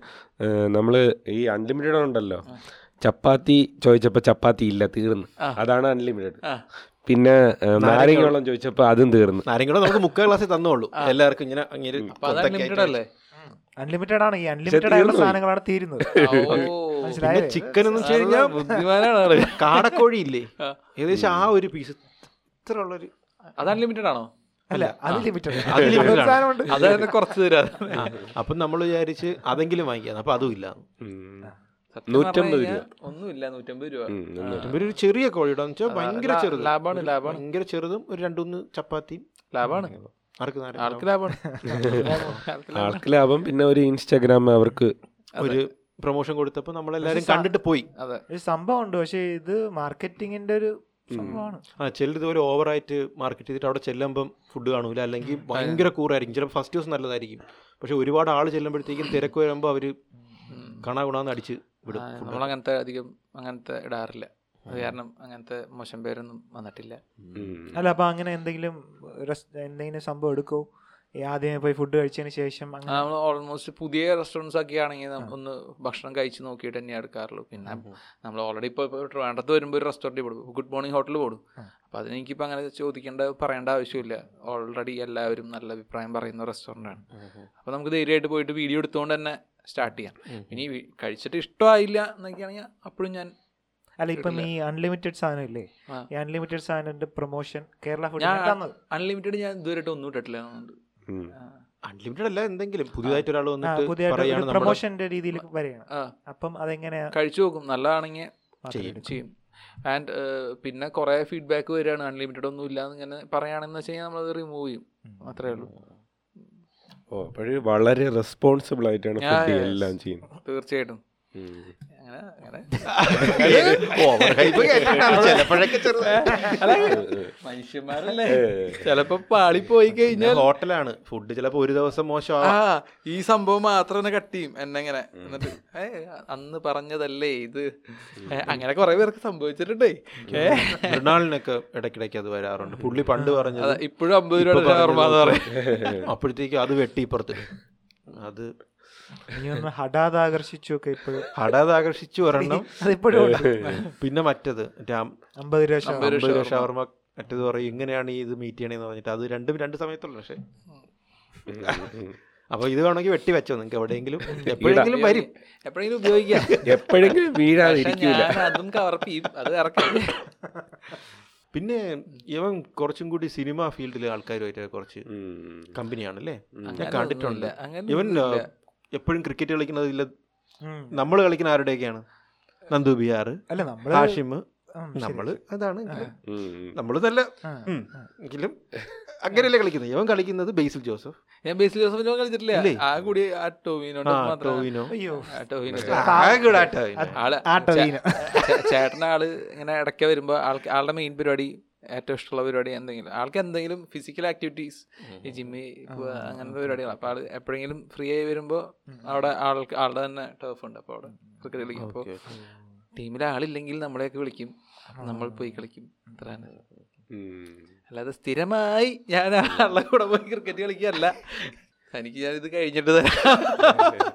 നമ്മൾ ഈ അൺലിമിറ്റഡ് ഉണ്ടല്ലോ ചപ്പാത്തി ചോദിച്ചപ്പോൾ ചപ്പാത്തി ഇല്ല തീർന്നു
ആ.
അതാണ് അൺലിമിറ്റഡ്
ആ.
പിന്നെ ഏ, നാരങ്ങവെള്ളം ചോദിച്ചപ്പോൾ അതും തീർന്നു
നാരങ്ങളും നമുക്ക് മുക്കാൽ ക്ലാസ്സിൽ തന്നോളൂ എല്ലാവർക്കും ഇങ്ങനെ അങ്ങനെ
അപ്പൊ അത് അൺലിമിറ്റഡ് അല്ലേ
അൺലിമിറ്റഡ് ആണ് ഈ അൺലിമിറ്റഡ് ആയുള്ള സാധനങ്ങളാണ്
*laughs*
തീരുന്നത്
ഓ.
മനസ്സിലായോ
ചിക്കൻ എന്ന് വെച്ച്
നല്ല
കഴിഞ്ഞാൽ
ബുദ്ധിമാനാണ് ആള്.
കാടക്കോഴി ഇല്ലേ
ആ.
ഏകദേശം ആ ഒരു പീസ് ഇത്ര ഉള്ളൊരു
അത് അൺലിമിറ്റഡ് ആണോ
അല്ല അൺലിമിറ്റഡ്
unlimited ആണ്.
സാധനമുണ്ട്
അതായത് കുറച്ച് തരാ
അപ്പം നമ്മൾ വിചാരിച്ച് അതെങ്കിലും വാങ്ങിക്കാന്ന് അപ്പം അതും ഇല്ല
നൂറ്റമ്പത് രൂപ.
ഒന്നുമില്ല നൂറ്റമ്പത് രൂപ
ഉം, നൂറ്റമ്പത്.
ഒരു ചെറിയ കോഴിയുടെ വെച്ചാൽ ഭയങ്കര
ലാ-
ചെറുത്
ലാഭാണ്,
ഒരു
ലാഭാണ്.
ഭയങ്കര ചെറുതും ഒരു രണ്ടുമൂന്ന് ചപ്പാത്തിയും
ലാഭാണ്
ആർക്ക് നാരങ്ങ
ആൾക്ക് ലാഭാണ് ആൾക്ക് ലാഭാണ്.
ആൾക്ക് ലാഭം പിന്നെ ഒരു ഇൻസ്റ്റാഗ്രാം അവർക്ക്
ഒരു പ്രൊമോഷൻ കൊടുത്തപ്പോൾ നമ്മളെല്ലാരും കണ്ടിട്ട് പോയി
അതെ
ഒരു സംഭവം ഉണ്ട് പക്ഷെ ഇത് മാർക്കറ്റിങ്ങിന്റെ ഒരു സംഭവമാണ്
ആ ചിലതുപോലെ ഓവറായിട്ട് മാർക്കറ്റ് ചെയ്തിട്ട് അവിടെ ചെല്ലുമ്പം ഫുഡ് കാണൂല അല്ലെങ്കിൽ ഭയങ്കര കൂറായിരിക്കും ചിലപ്പോൾ ഫസ്റ്റ് ദിവസം നല്ലതായിരിക്കും പക്ഷെ ഒരുപാട് ആൾ ചെല്ലുമ്പോഴത്തേക്കും തിരക്ക് വരുമ്പോൾ അവർ കണാ ഗുണാന്ന് അടിച്ച് വിടും
ആ, നമ്മളങ്ങനത്തെ അധികം അങ്ങനത്തെ ഇടാറില്ല അത് കാരണം അങ്ങനത്തെ മോശം പേരൊന്നും വന്നിട്ടില്ല
ഉം.
അല്ല അപ്പൊ അങ്ങനെ എന്തെങ്കിലും രസ്- എന്തെങ്കിലും സംഭവം എടുക്കോ ഈ ആദ്യമേ പോയി ഫുഡ് കഴിച്ചതിന് ശേഷം
ആ,
അങ്ങനെ
നമ്മൾ ഓൾമോസ്റ്റ് പുതിയ റെസ്റ്റോറൻറ്റ്സ് ഒക്കെ ആണെങ്കിൽ ഒന്ന് ഭക്ഷണം കഴിച്ച് നോക്കിയിട്ട് തന്നെ എടുക്കാറുള്ളൂ പിന്നെ നമ്മൾ ഓൾറെഡി ഇപ്പോൾ ട്രിവാൻഡ്രത്ത് വരുമ്പോൾ ഒരു റെസ്റ്റോറൻറ്റിൽ പോകും ഗുഡ് മോർണിംഗ് ഹോട്ടലിൽ പോകും അപ്പോൾ അതിനെനിക്കിപ്പോൾ അങ്ങനെ ചോദിക്കേണ്ട പറയേണ്ട ആവശ്യമില്ല ഓൾറെഡി എല്ലാവരും നല്ല അഭിപ്രായം പറയുന്ന റെസ്റ്റോറൻ്റാണ് അപ്പോൾ നമുക്ക് ധൈര്യമായിട്ട് പോയിട്ട് വീഡിയോ എടുത്തുകൊണ്ട് തന്നെ സ്റ്റാർട്ട് ചെയ്യാം ഇനി വി- കഴിച്ചിട്ട് ഇഷ്ടമായില്ല എന്നൊക്കെയാണെങ്കിൽ അപ്പോഴും ഞാൻ
അല്ല ഇപ്പം ഈ അൺലിമിറ്റഡ് സാധനം ഇല്ലേ
ആ.
ഈ അൺലിമിറ്റഡ് സാധനത്തിന്റെ പ്രൊമോഷൻ കേരള ഫുഡ്
ഞാൻ അൺലിമിറ്റഡ് ഞാൻ ഇതുവരെയായിട്ട് ഒന്നും ഇട്ടിട്ടില്ല എന്നുണ്ട്
ഉം.
അൺലിമിറ്റഡ് അല്ല എന്തെങ്കിലും പുതിയതായിട്ട് ഒരാൾ വന്നിട്ട് പറയാണ്
പുതിയ
നമ്മുടെ
പ്രൊമോഷന്റെ രീതിയിൽ വരെയാണ്
ആ
അപ്പം അതെങ്ങനെയാ
കഴിച്ചു നോക്കും നല്ലതാണെങ്കിൽ ചെയ്യും ആൻഡ് പിന്നെ കുറേ ഫീഡ്ബാക്ക് വരികയാണ് അൺലിമിറ്റഡ് ഒന്നും ഇല്ല എന്നിങ്ങനെ പറയുകയാണെന്ന് വെച്ച് കഴിഞ്ഞാൽ നമ്മളത് റിമൂവ് ചെയ്യും അത്രേ ഉള്ളൂ
ഓ അപ്പോഴ് വളരെ റെസ്പോൺസിബിൾ ആയിട്ടാണ്
Yeah,
ഫുഡ്
yes.
എല്ലാം ചെയ്യുന്നത്
തീർച്ചയായിട്ടും
ഉം.
അങ്ങനെ അങ്ങനെ
ചിലപ്പോഴൊക്കെ
മനുഷ്യന്മാരല്ലേ
ഏ,
ചിലപ്പോ പാളി പോയി കഴിഞ്ഞാൽ
ഹോട്ടലാണ് ഫുഡ് ചിലപ്പോൾ ഒരു ദിവസം
ആ
മോശമാവാം
ഈ സംഭവം മാത്രം തന്നെ കട്ട് ചെയ്യും എന്നെങ്ങനെ എന്നിട്ട് ഏ അന്ന് പറഞ്ഞതല്ലേ ഇത് ഏ, അങ്ങനെ കുറെ പേർക്ക് സംഭവിച്ചിട്ടുണ്ടേ ഏ
മൃണാളിനൊക്കെ ഇടയ്ക്കിടയ്ക്ക് അത് വരാറുണ്ട് പുള്ളി പണ്ട് പറഞ്ഞത്
അതാ, ഇപ്പോഴും അമ്പത് രൂപയുടെ
ഇപ്പൊ
ഷവർമ്മ എന്ന് പറയും
പറഞ്ഞത് അപ്പോഴത്തേക്കും അത് വെട്ടി ഇപ്പുറത്ത് അത്
നീ ഒന്ന് ഹഠാത് ആകർഷിച്ചു ഒക്കെ ഇപ്പോഴും
ഹടാത് ആകർഷിച്ചു ഒരെണ്ണം
അതിപ്പോഴും ഉണ്ട്.
പിന്നെ മറ്റത് രാം
അമ്പത് രൂപ ശതമാനം.
അമ്പത്
അമ്പത് ഷവർമ മറ്റേത് പറയും ഇങ്ങനെയാണ് ഈ ഇത് മീറ്റ് ചെയ്യണേന്ന് പറഞ്ഞിട്ട് അത് രണ്ടും രണ്ട് സമയത്തുള്ളൂ പക്ഷേ അപ്പൊ ഇത് വേണമെങ്കിൽ വെട്ടി വെച്ചോ നിങ്ങൾക്ക് എവിടെയെങ്കിലും എപ്പോഴെങ്കിലും വരും
എപ്പോഴെങ്കിലും ഉപയോഗിക്കാം
എപ്പോഴെങ്കിലും
പക്ഷെ
വീഴാതിരിക്കൂല
ഞാൻ അതും കവർപ്പ് ചെയ്യും അത് ഇറക്കാം
പിന്നെ ഇവൻ കുറച്ചും കൂടി സിനിമ ഫീൽഡിലെ ആൾക്കാരുമായിട്ട് കുറച്ച്
ഉം.
കമ്പനിയാണ് അല്ലേ *laughs* ഞാൻ
അങ്ങനെ
കണ്ടിട്ടുണ്ട്
ഒന്നുമില്ല. അങ്ങനെ
ഇവൻ
ഒന്നുമില്ല.
എപ്പോഴും ക്രിക്കറ്റ് കളിക്കുന്നത് ഇല്ല
ഉം.
നമ്മൾ കളിക്കുന്ന ആരുടെയൊക്കെയാണ് നന്ദു ബിയാർ
അല്ല നമ്മള്
ഹാഷിം
ഉം, ശരി.
നമ്മള് അതാണ്
ഉം.
നമ്മൾ നല്ല
ആ.
ഉം. എങ്കിലും അങ്ങനെയല്ലേ കളിക്കുന്നത് ഇവൻ കളിക്കുന്നത് ബേസിൽ ജോസഫ്
ഞാൻ ബേസിൽ ജോസഫിനോ കളിച്ചിട്ടില്ല
ഇല്ലേ?
ആ കൂടി ആ ടോവിനോട്
ആ,
മാത്രമാണ്.
ടോവിനോ
അയ്യോ
ആ ടോവിനോ
ആകെ ഒരു ആട്ടാ
ആള്
ആ ടവീന.
ചേ- ചേട്ടന് ആള് ഇങ്ങനെ ഇടയ്ക്ക് വരുമ്പോ ആൾക്ക് ആളുടെ മെയിൻ പരിപാടി ഏറ്റവും ഇഷ്ടമുള്ള പരിപാടി എന്തെങ്കിലും ആൾക്ക് എന്തെങ്കിലും ഫിസിക്കൽ ആക്ടിവിറ്റീസ് ഈ ജിമ്മിൽ അങ്ങനത്തെ പരിപാടികൾ അപ്പൊ ആള് എപ്പോഴെങ്കിലും ഫ്രീ ആയി വരുമ്പോ അവിടെ ആൾക്ക് ആളുടെ തന്നെ ടർഫ് ഉണ്ട് അപ്പൊ അവിടെ ക്രിക്കറ്റ് കളിക്കും അപ്പോൾ ടീമിൽ ആളില്ലെങ്കിൽ നമ്മളെയൊക്കെ വിളിക്കും അപ്പൊ നമ്മൾ പോയി കളിക്കും അത്ര തന്നെ
ഉം.
അല്ലാതെ സ്ഥിരമായി ഞാൻ ആളുടെ കൂടെ പോയി ക്രിക്കറ്റ് കളിക്കുകയല്ല എനിക്ക് ഞാനിത് കഴിഞ്ഞിട്ട് തരാം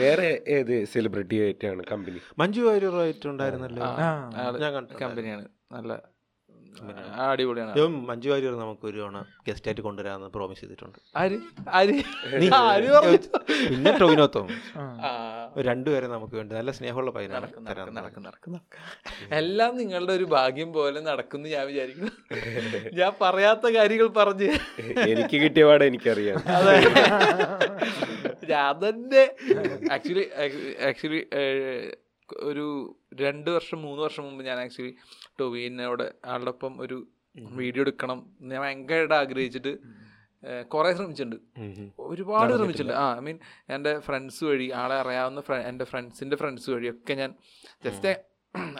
വേറെ ഏത് സെലിബ്രിറ്റി ആയിട്ടാണ് കമ്പനി
മഞ്ജു വാര്യറുമായിട്ടുണ്ടായിരുന്നല്ലോ
ആ, ആള്
ഞാൻ കണ്ടിട്ടുണ്ട്.
കമ്പനിയാണ് നല്ല ആ, അടിപൊളിയാണ്
ഇവൻ മഞ്ജു വാര്യർ നമുക്ക് ഒരു തവണ ഗസ്റ്റ് ആയിട്ട് കൊണ്ടുവരാമെന്ന് പ്രോമിസ് ചെയ്തിട്ടുണ്ട്
ആര് ആര്
നീ-
ആര് പറഞ്ഞു
പിന്നെ ടോവിനോ തോമസ്
ആ.
ആ,
ഒരു രണ്ടുപേരെ നമുക്ക് വേണ്ടി നല്ല സ്നേഹമുള്ള പയ്യനാണ്
നടക്കും,
തരാൻ
നടക്കും,
പോകുന്നത്.
നടക്കും, നടക്കും, നടക്കും. എല്ലാം നിങ്ങളുടെ ഒരു ഭാഗ്യം പോലെ നടക്കുന്നു ഞാൻ വിചാരിക്കുന്നു ഞാൻ പറയാത്ത കാര്യങ്ങൾ പറഞ്ഞ്
എനിക്ക് കിട്ടിയ പാടെ എനിക്കറിയാം
അതെ *laughs* ഞാൻ തന്നെ ആക്ച്വലി ആക്ച്വലി ഒരു രണ്ട് വർഷം മൂന്ന് വർഷം മുമ്പ് ഞാൻ ആക്ച്വലി ടൊവീനോട് ആളുടെ ഒപ്പം ഒരു വീഡിയോ എടുക്കണം എന്ന് ഞാൻ ഭയങ്കരമായിട്ട് ആഗ്രഹിച്ചിട്ട് ഏഹ്, കുറേ ശ്രമിച്ചിട്ടുണ്ട്
ഉം ഉം.
ഒരുപാട് ശ്രമിച്ചിട്ടുണ്ട് ആ ഐ മീൻ എൻ്റെ ഫ്രണ്ട്സ് വഴി ആളെ അറിയാവുന്ന ഫ്ര- എൻ്റെ ഫ്രണ്ട്സിൻ്റെ ഫ്രണ്ട്സ് വഴിയൊക്കെ ഞാൻ ജസ്റ്റ്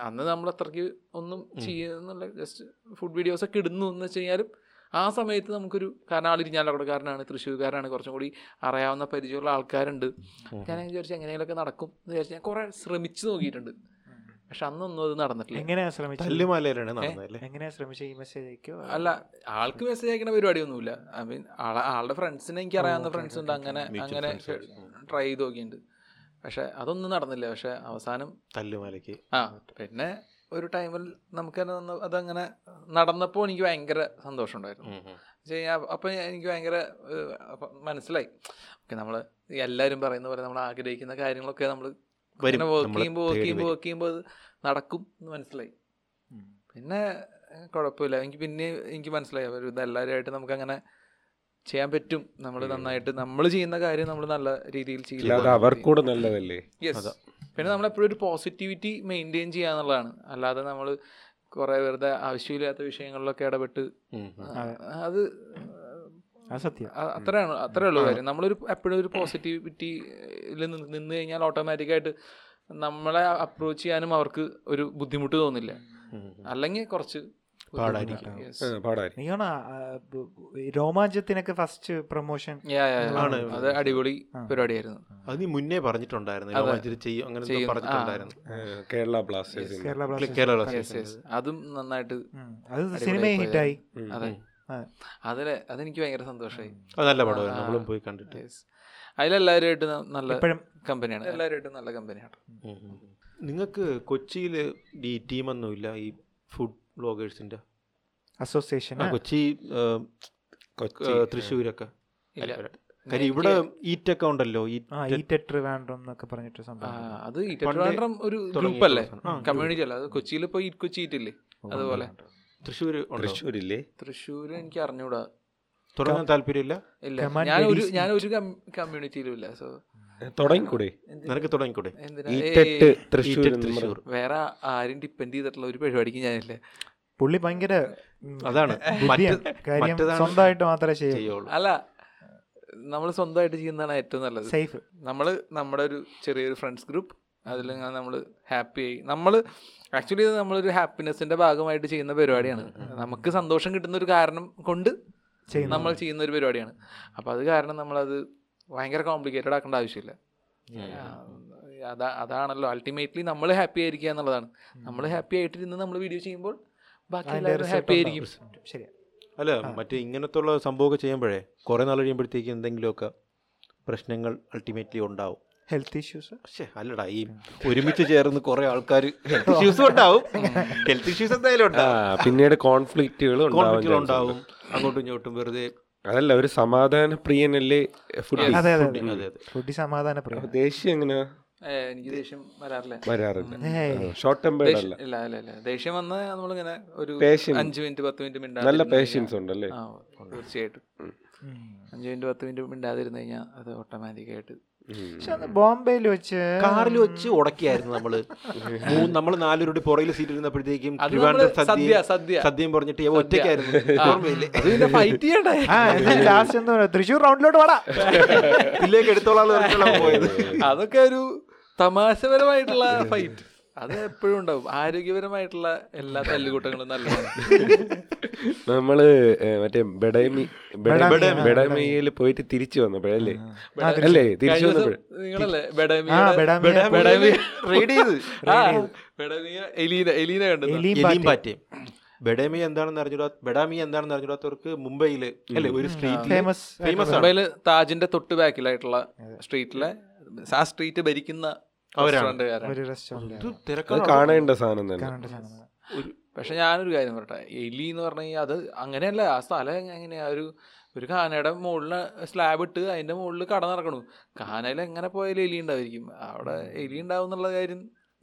അന്ന് നമ്മൾ അത്രയ്ക്ക് ഒന്നും ചെയ്യുന്നുള്ള ജസ്റ്റ് ഫുഡ് വീഡിയോസ് ഒക്കെ ഇടുന്നു എന്ന് വെച്ച് കഴിഞ്ഞാലും ആ സമയത്ത് നമുക്കൊരു കാരണം ആളിരിഞ്ഞാലക്കുടക്കാരനാണ് തൃശ്ശൂർക്കാരനാണ് കുറച്ചും കൂടി അറിയാവുന്ന പരിചയമുള്ള ആൾക്കാരുണ്ട് ഞാൻ വിചാരിച്ചു എങ്ങനെയെങ്കിലുമൊക്കെ നടക്കും എന്ന് വിചാരിച്ച് ഞാൻ കുറേ ശ്രമിച്ചു നോക്കിയിട്ടുണ്ട് പക്ഷെ അന്നൊന്നും അത് നടന്നിട്ടില്ല
എങ്ങനെയാ ശ്രമിച്ചത്
തല്ലുമാലയിലാണ് നടന്നതല്ലേ
എങ്ങനെയാ ശ്രമിച്ചത് ഈ മെസ്സേജ് അയക്കോ
അല്ല ആൾക്ക് മെസ്സേജ് അയക്കുന്ന പരിപാടിയൊന്നുമില്ല ഐ മീൻ ആളെ ആളുടെ ഫ്രണ്ട്സിനെ എനിക്ക് അറിയാവുന്ന ഫ്രണ്ട്സ് ഉണ്ട് അങ്ങനെ അങ്ങനെ ട്രൈ ചെയ്ത് നോക്കിയിട്ടുണ്ട് പക്ഷെ അതൊന്നും നടന്നില്ല പക്ഷെ അവസാനം
തല്ലുമലയ്ക്ക്
ആ പിന്നെ ഒരു ടൈമിൽ നമുക്ക് തന്നെ ഒന്ന് അതങ്ങനെ നടന്നപ്പോൾ എനിക്ക് ഭയങ്കര സന്തോഷമുണ്ടായിരുന്നു
ഉം, ഉം.
ചെയ്യാൻ അപ്പം എനിക്ക് ഭയങ്കര ഏഹ്, അപ്പം മനസ്സിലായി ഓക്കെ നമ്മൾ എല്ലാവരും പറയുന്ന പോലെ നമ്മൾ ആഗ്രഹിക്കുന്ന കാര്യങ്ങളൊക്കെ നമ്മൾ
വരും,
ഇങ്ങനെ വർക്ക്
നമ്മളെ
ചെയ്യുമ്പോൾ വർക്ക്
തേടി
ചെയ്യുമ്പോൾ
വരും.
വർക്ക് ചെയ്യുമ്പോൾ അത് നടക്കും എന്ന് മനസ്സിലായി പിന്നെ ഏഹ്, കുഴപ്പമില്ല എനിക്ക് പിന്നെ എനിക്ക് മനസ്സിലായി ഒരു ഇതെല്ലാവരുമായിട്ട് നമുക്ക് അങ്ങനെ ചെയ്യാൻ പറ്റും നമ്മൾ നന്നായിട്ട് നമ്മൾ ചെയ്യുന്ന കാര്യം നമ്മൾ നല്ല രീതിയിൽ
ഇല്ല അത്
ചെയ്യുക
അവർക്കൂടെ നല്ലതല്ലേ
യെസ് പിന്നെ നമ്മളെപ്പോഴും ഒരു പോസിറ്റിവിറ്റി മെയിൻറ്റെയിൻ ചെയ്യുക എന്നുള്ളതാണ് അല്ലാതെ നമ്മൾ കുറേ വെറുതെ ആവശ്യമില്ലാത്ത വിഷയങ്ങളിലൊക്കെ ഇടപെട്ട്
ഉം, ഉം.
അതെ.
അത്
അത് സത്യം
അ- അത്രയാണ് അത്രേ ഉള്ളൂ കാര്യം നമ്മളൊരു എപ്പോഴും ഒരു പോസിറ്റിവിറ്റിയിൽ നിന്ന് കഴിഞ്ഞാൽ ഓട്ടോമാറ്റിക്കായിട്ട് നമ്മളെ അപ്രോച്ച് ചെയ്യാനും അവർക്ക് ഒരു ബുദ്ധിമുട്ട് തോന്നില്ല
ഉം, ഉം.
അല്ലെങ്കിൽ കുറച്ച്
പാടായിരിക്കും.
ബുദ്ധിമുട്ടാണ്. Mm. Yes.
ആ, പാടാരി
നീയാണ് രോമാഞ്ചത്തിനൊക്കെ first promotion
Yeah, yeah, yeah.
ആണ്.
അത് അടിപൊളി പരിപാടിയായിരുന്നു
അത് നീ മുന്നേ പറഞ്ഞിട്ടുണ്ടായിരുന്നു
അതെ.
രോമാഞ്ചിരി ചെയ്യും അങ്ങനെ എന്തോ
ചെയ്യും. ആ.
പറഞ്ഞിട്ടുണ്ടായിരുന്നു
ആ, കേരള ബ്ലാസ്റ്റേഴ്സിന്
കേരള
ഇല്ല,
Blasters
Kerala
Yes,
Blasters.
yes. അതും നന്നായിട്ട്
ഉം. അത് സിനിമയെ
പോയി.
ഹിറ്റായി
അതെ
അതെ.
അതിലെ അതെനിക്ക് ഭയങ്കര സന്തോഷമായി
അത് നല്ല പടമായിരുന്നു
ആ.
നമ്മളും പോയി കണ്ടിട്ട്
Yes. അതിലെല്ലാവരുമായിട്ട് ന- നല്ല
ഇപ്പോഴും
കമ്പനിയാണ് എല്ലാവരുമായിട്ടും നല്ല കമ്പനിയാണ്
നിങ്ങൾക്ക് കൊച്ചിയിൽ ഈ ടീമൊന്നും ഇല്ല ഈ ഫുഡ് ബ്ലോഗേഴ്സിന്റെ
അസോസിയേഷൻ
കൊച്ചി ഏ,
കൊച്ചി
ഏ, തൃശ്ശൂരൊക്കെ
ഇല്ല.
കാര്യം ഇവിടെ ഈറ്റൊക്കെ ഉണ്ടല്ലോ ഈ
ആ ഈറ്റ ട്രിവാൻഡ്രം എന്നൊക്കെ പറഞ്ഞിട്ട്
ആ,
സംഭവം
അത് ഈ
പണ്ടേ
ട്രിവാൻഡ്രം ഒരു ഗ്രൂപ്പ് അല്ലേ കമ്മ്യൂണിറ്റി അല്ല അത് കൊച്ചിയിൽ ഇപ്പോൾ ഈ കൊച്ചി ഇറ്റില്ലേ അതുപോലെ
തൃശ്ശൂർ
തൃശ്ശൂരില്ലേ
തൃശ്ശൂർ എനിക്ക് അറിഞ്ഞൂടാ
തുടങ്ങാൻ താല്പര്യമില്ല
ഇല്ല
Command
ഞാൻ ഒരു
ladies.
ഞാൻ ഒരു കമ്മ്യൂണിറ്റിയിലും ഇല്ല സോ
തുടങ്ങിക്കൂടെ
നിനക്ക് തുടങ്ങിക്കൂടെ
എന്തിനാ ഏയ്,
ഈറ്റെട്ട് തൃശ്ശൂർ
ഈറ്റെട്ട്
എന്ന്
തൃശ്ശൂർ
വേറെ ആരും ഡിപ്പെൻഡ് ചെയ്തിട്ടുള്ള ഒരു പരിപാടിക്ക് ഞാനില്ല
പുള്ളി ഭയങ്കര ഉം,
അതാണ്
ബുദ്ധിയാ.
മറ്റ്-
കാര്യം
മറ്റേതാണ്
സ്വന്തമായിട്ട് മാത്രമേ ചെയ്യൂ
ചെയ്യുള്ളൂ
അല്ല നമ്മൾ സ്വന്തമായിട്ട് ചെയ്യുന്നതാണ് ഏറ്റവും നല്ലത്
സേഫ്
നമ്മൾ നമ്മുടെ ഒരു ചെറിയൊരു ഫ്രണ്ട്സ് ഗ്രൂപ്പ് അതിൽ നമ്മൾ ഹാപ്പി ആയി നമ്മൾ ആക്ച്വലി ഇത് നമ്മളൊരു ഹാപ്പിനെസ്സിൻ്റെ ഭാഗമായിട്ട് ചെയ്യുന്ന പരിപാടിയാണ് നമുക്ക് സന്തോഷം കിട്ടുന്ന ഒരു കാരണം കൊണ്ട്
ചെയ്യുന്നു.
നമ്മൾ ചെയ്യുന്ന ഒരു പരിപാടിയാണ് അപ്പോൾ അത് കാരണം നമ്മളത് ഭയങ്കര കോംപ്ലിക്കേറ്റഡ് ആക്കേണ്ട ആവശ്യമില്ല ആ, അതാ അതാണല്ലോ അൾട്ടിമേറ്റ്ലി നമ്മൾ ഹാപ്പി ആയിരിക്കുക എന്നുള്ളതാണ് നമ്മൾ ഹാപ്പി ആയിട്ടിരുന്ന് നമ്മൾ വീഡിയോ ചെയ്യുമ്പോൾ ബാക്കി
അതിന്റെ
എല്ലാവരും
result
ഹാപ്പി ആയിരിക്കും
ഉണ്ടാവും. ശരിയാ
അല്ല മറ്റേ ഇങ്ങനത്തെ സംഭവമൊക്കെ ചെയ്യുമ്പോഴേ കുറെ നാൾ കഴിയുമ്പോഴത്തേക്ക് എന്തെങ്കിലുമൊക്കെ പ്രശ്നങ്ങൾ അൾട്ടിമേറ്റ്ലി ഉണ്ടാവും
ഹെൽത്ത് ഇഷ്യൂസ്
പക്ഷേ അല്ലടാ ഈ ഒരുമിച്ച് ചേർന്ന് കുറെ ആൾക്കാർ ഹെൽത്ത് ഇഷ്യൂസ് ഉണ്ടാവും ഹെൽത്ത് ഇഷ്യൂസ് എന്തായാലും
ആ,
ഉണ്ടാവും
പിന്നീട് കോൺഫ്ലിക്റ്റുകൾ ഉണ്ടാവാൻ
കോൺഫ്ലിക്റ്റുകൾ
chance ഉണ്ട്.
ഉണ്ടാവും അങ്ങോട്ടും ഇങ്ങോട്ടും വെറുതെ
അതല്ല ഒരു സമാധാന പ്രിയനല്ലേ ഫുഡ്
അതെ അതെ
foodie, അതെ,
അതെ
അതെ.
ഫുഡി സമാധാന പ്രിയം
ദേഷ്യം എങ്ങനെ
ഏ, എനിക്ക് ദേഷ്യം വരാറില്ല
വരാറില്ല
ഏയ്.
ഷോർട്ട് ടെമ്പേർഡ്
ദേഷ്യം-
അല്ല
ഇല്ല ഇല്ല ഇല്ല ദേഷ്യം വന്നാൽ നമ്മളിങ്ങനെ ഒരു
Patient.
അഞ്ച് മിനിറ്റ് പത്ത് മിനിറ്റ്
നല്ല
മിണ്ടാതിരുന്ന്
പേഷ്യൻസ്
കഴിഞ്ഞാ-
ഉണ്ടല്ലേ
ആ, തീർച്ചയായിട്ടും
ഉം.
അഞ്ച് മിനിറ്റ് പത്ത് മിനിറ്റ് മിണ്ടാതിരുന്ന് കഴിഞ്ഞാൽ അത് ഓട്ടോമാറ്റിക്കായിട്ട്
പക്ഷെ അന്ന് ബോംബെയിൽ വെച്ച്
കാറിൽ വെച്ച് ഉടക്കിയായിരുന്നു നമ്മള് മൂന്ന് നമ്മള് നാലുപേരുടെ പുറകിൽ സീറ്റ് ഇരുന്നപ്പോഴത്തേക്കും
അത്
ട്രിവാൻഡ്രം
നമ്മള് സദ്യ, സദ്യ.
സദ്യ സദ്യം പറഞ്ഞിട്ട് ഇവ ഒറ്റയ്ക്കായിരുന്നു ഓർമ്മയില്ലേ
അത് പിന്നെ ഫൈറ്റ് ചെയ്യണ്ടേ
ആ ലാസ്റ്റ് എന്താ പറയാ തൃശ്ശൂർ റൗണ്ടിലോട്ട്
*laughs*
വാടാ
ഇതിലേക്ക് എടുത്തോളാന്ന് പറഞ്ഞിട്ടാണ് പോയത്
അതൊക്കെ ഒരു തമാശപരമായിട്ടുള്ള ഫൈറ്റ് അത് എപ്പോഴും ഉണ്ടാവും ആരോഗ്യപരമായിട്ടുള്ള എല്ലാ തല്ലുകൂട്ടങ്ങളും നല്ലതാണ്
നമ്മള് ഏ, മറ്റേ ബെഡമി ബെഡമിയിൽ പോയിട്ട് തിരിച്ചു വന്നപ്പോഴല്ലേ അല്ലേ തിരിച്ചു
കഴിഞ്ഞ ദിവസം
വന്നപ്പോഴേ
നിങ്ങളല്ലേ
ആ
ബെഡമിയുടെ-
ബെഡാമിയ
ബെഡാമിയ-
റെയ്ഡ് ചെയ്ത്
ആ, ബെഡമിയ എലീന എലീന കണ്ടത്
എലിയും
എലിയും
പാറ്റയും.
പാറ്റയും ബെഡാമി എന്താണെന്ന് അറിഞ്ഞൂടാ ബെഡാമി എന്താണെന്ന് അറിഞ്ഞൂടാത്തവർക്ക് മുംബൈയില് അല്ലെ ഒരു സ്ട്രീറ്റ്
ഫേമസ്
ഫേമസ് ആണ്
മുംബൈയില് താജിന്റെ തൊട്ട് ബാക്കിലായിട്ടുള്ള സ്ട്രീറ്റിലെ ആ സ്ട്രീറ്റ് ഭരിക്കുന്ന റെസ്റ്റോറൻറ്റുകാരാണ്
ഒരു റെസ്റ്റോറൻറ്റ്
ഇത്
അത്
തിരക്കാണ്
കാണേണ്ട സാധനം തന്നെ
കാണേണ്ട സാധനം
പക്ഷെ ഞാനൊരു കാര്യം പറയട്ടെ എലി എന്ന് പറഞ്ഞു കഴിഞ്ഞാൽ അത് അങ്ങനെയല്ല ആ സ്ഥലം എങ്ങനെയാ ഒരു ഒരു കാനയുടെ മുകളിൽ സ്ലാബ് ഇട്ട് അതിന്റെ മുകളിൽ കട നടക്കണു കാനയിൽ എങ്ങനെ പോയാലും എലി ഉണ്ടായിരിക്കും അവിടെ എലി ഉണ്ടാവും എന്നുള്ള കാര്യം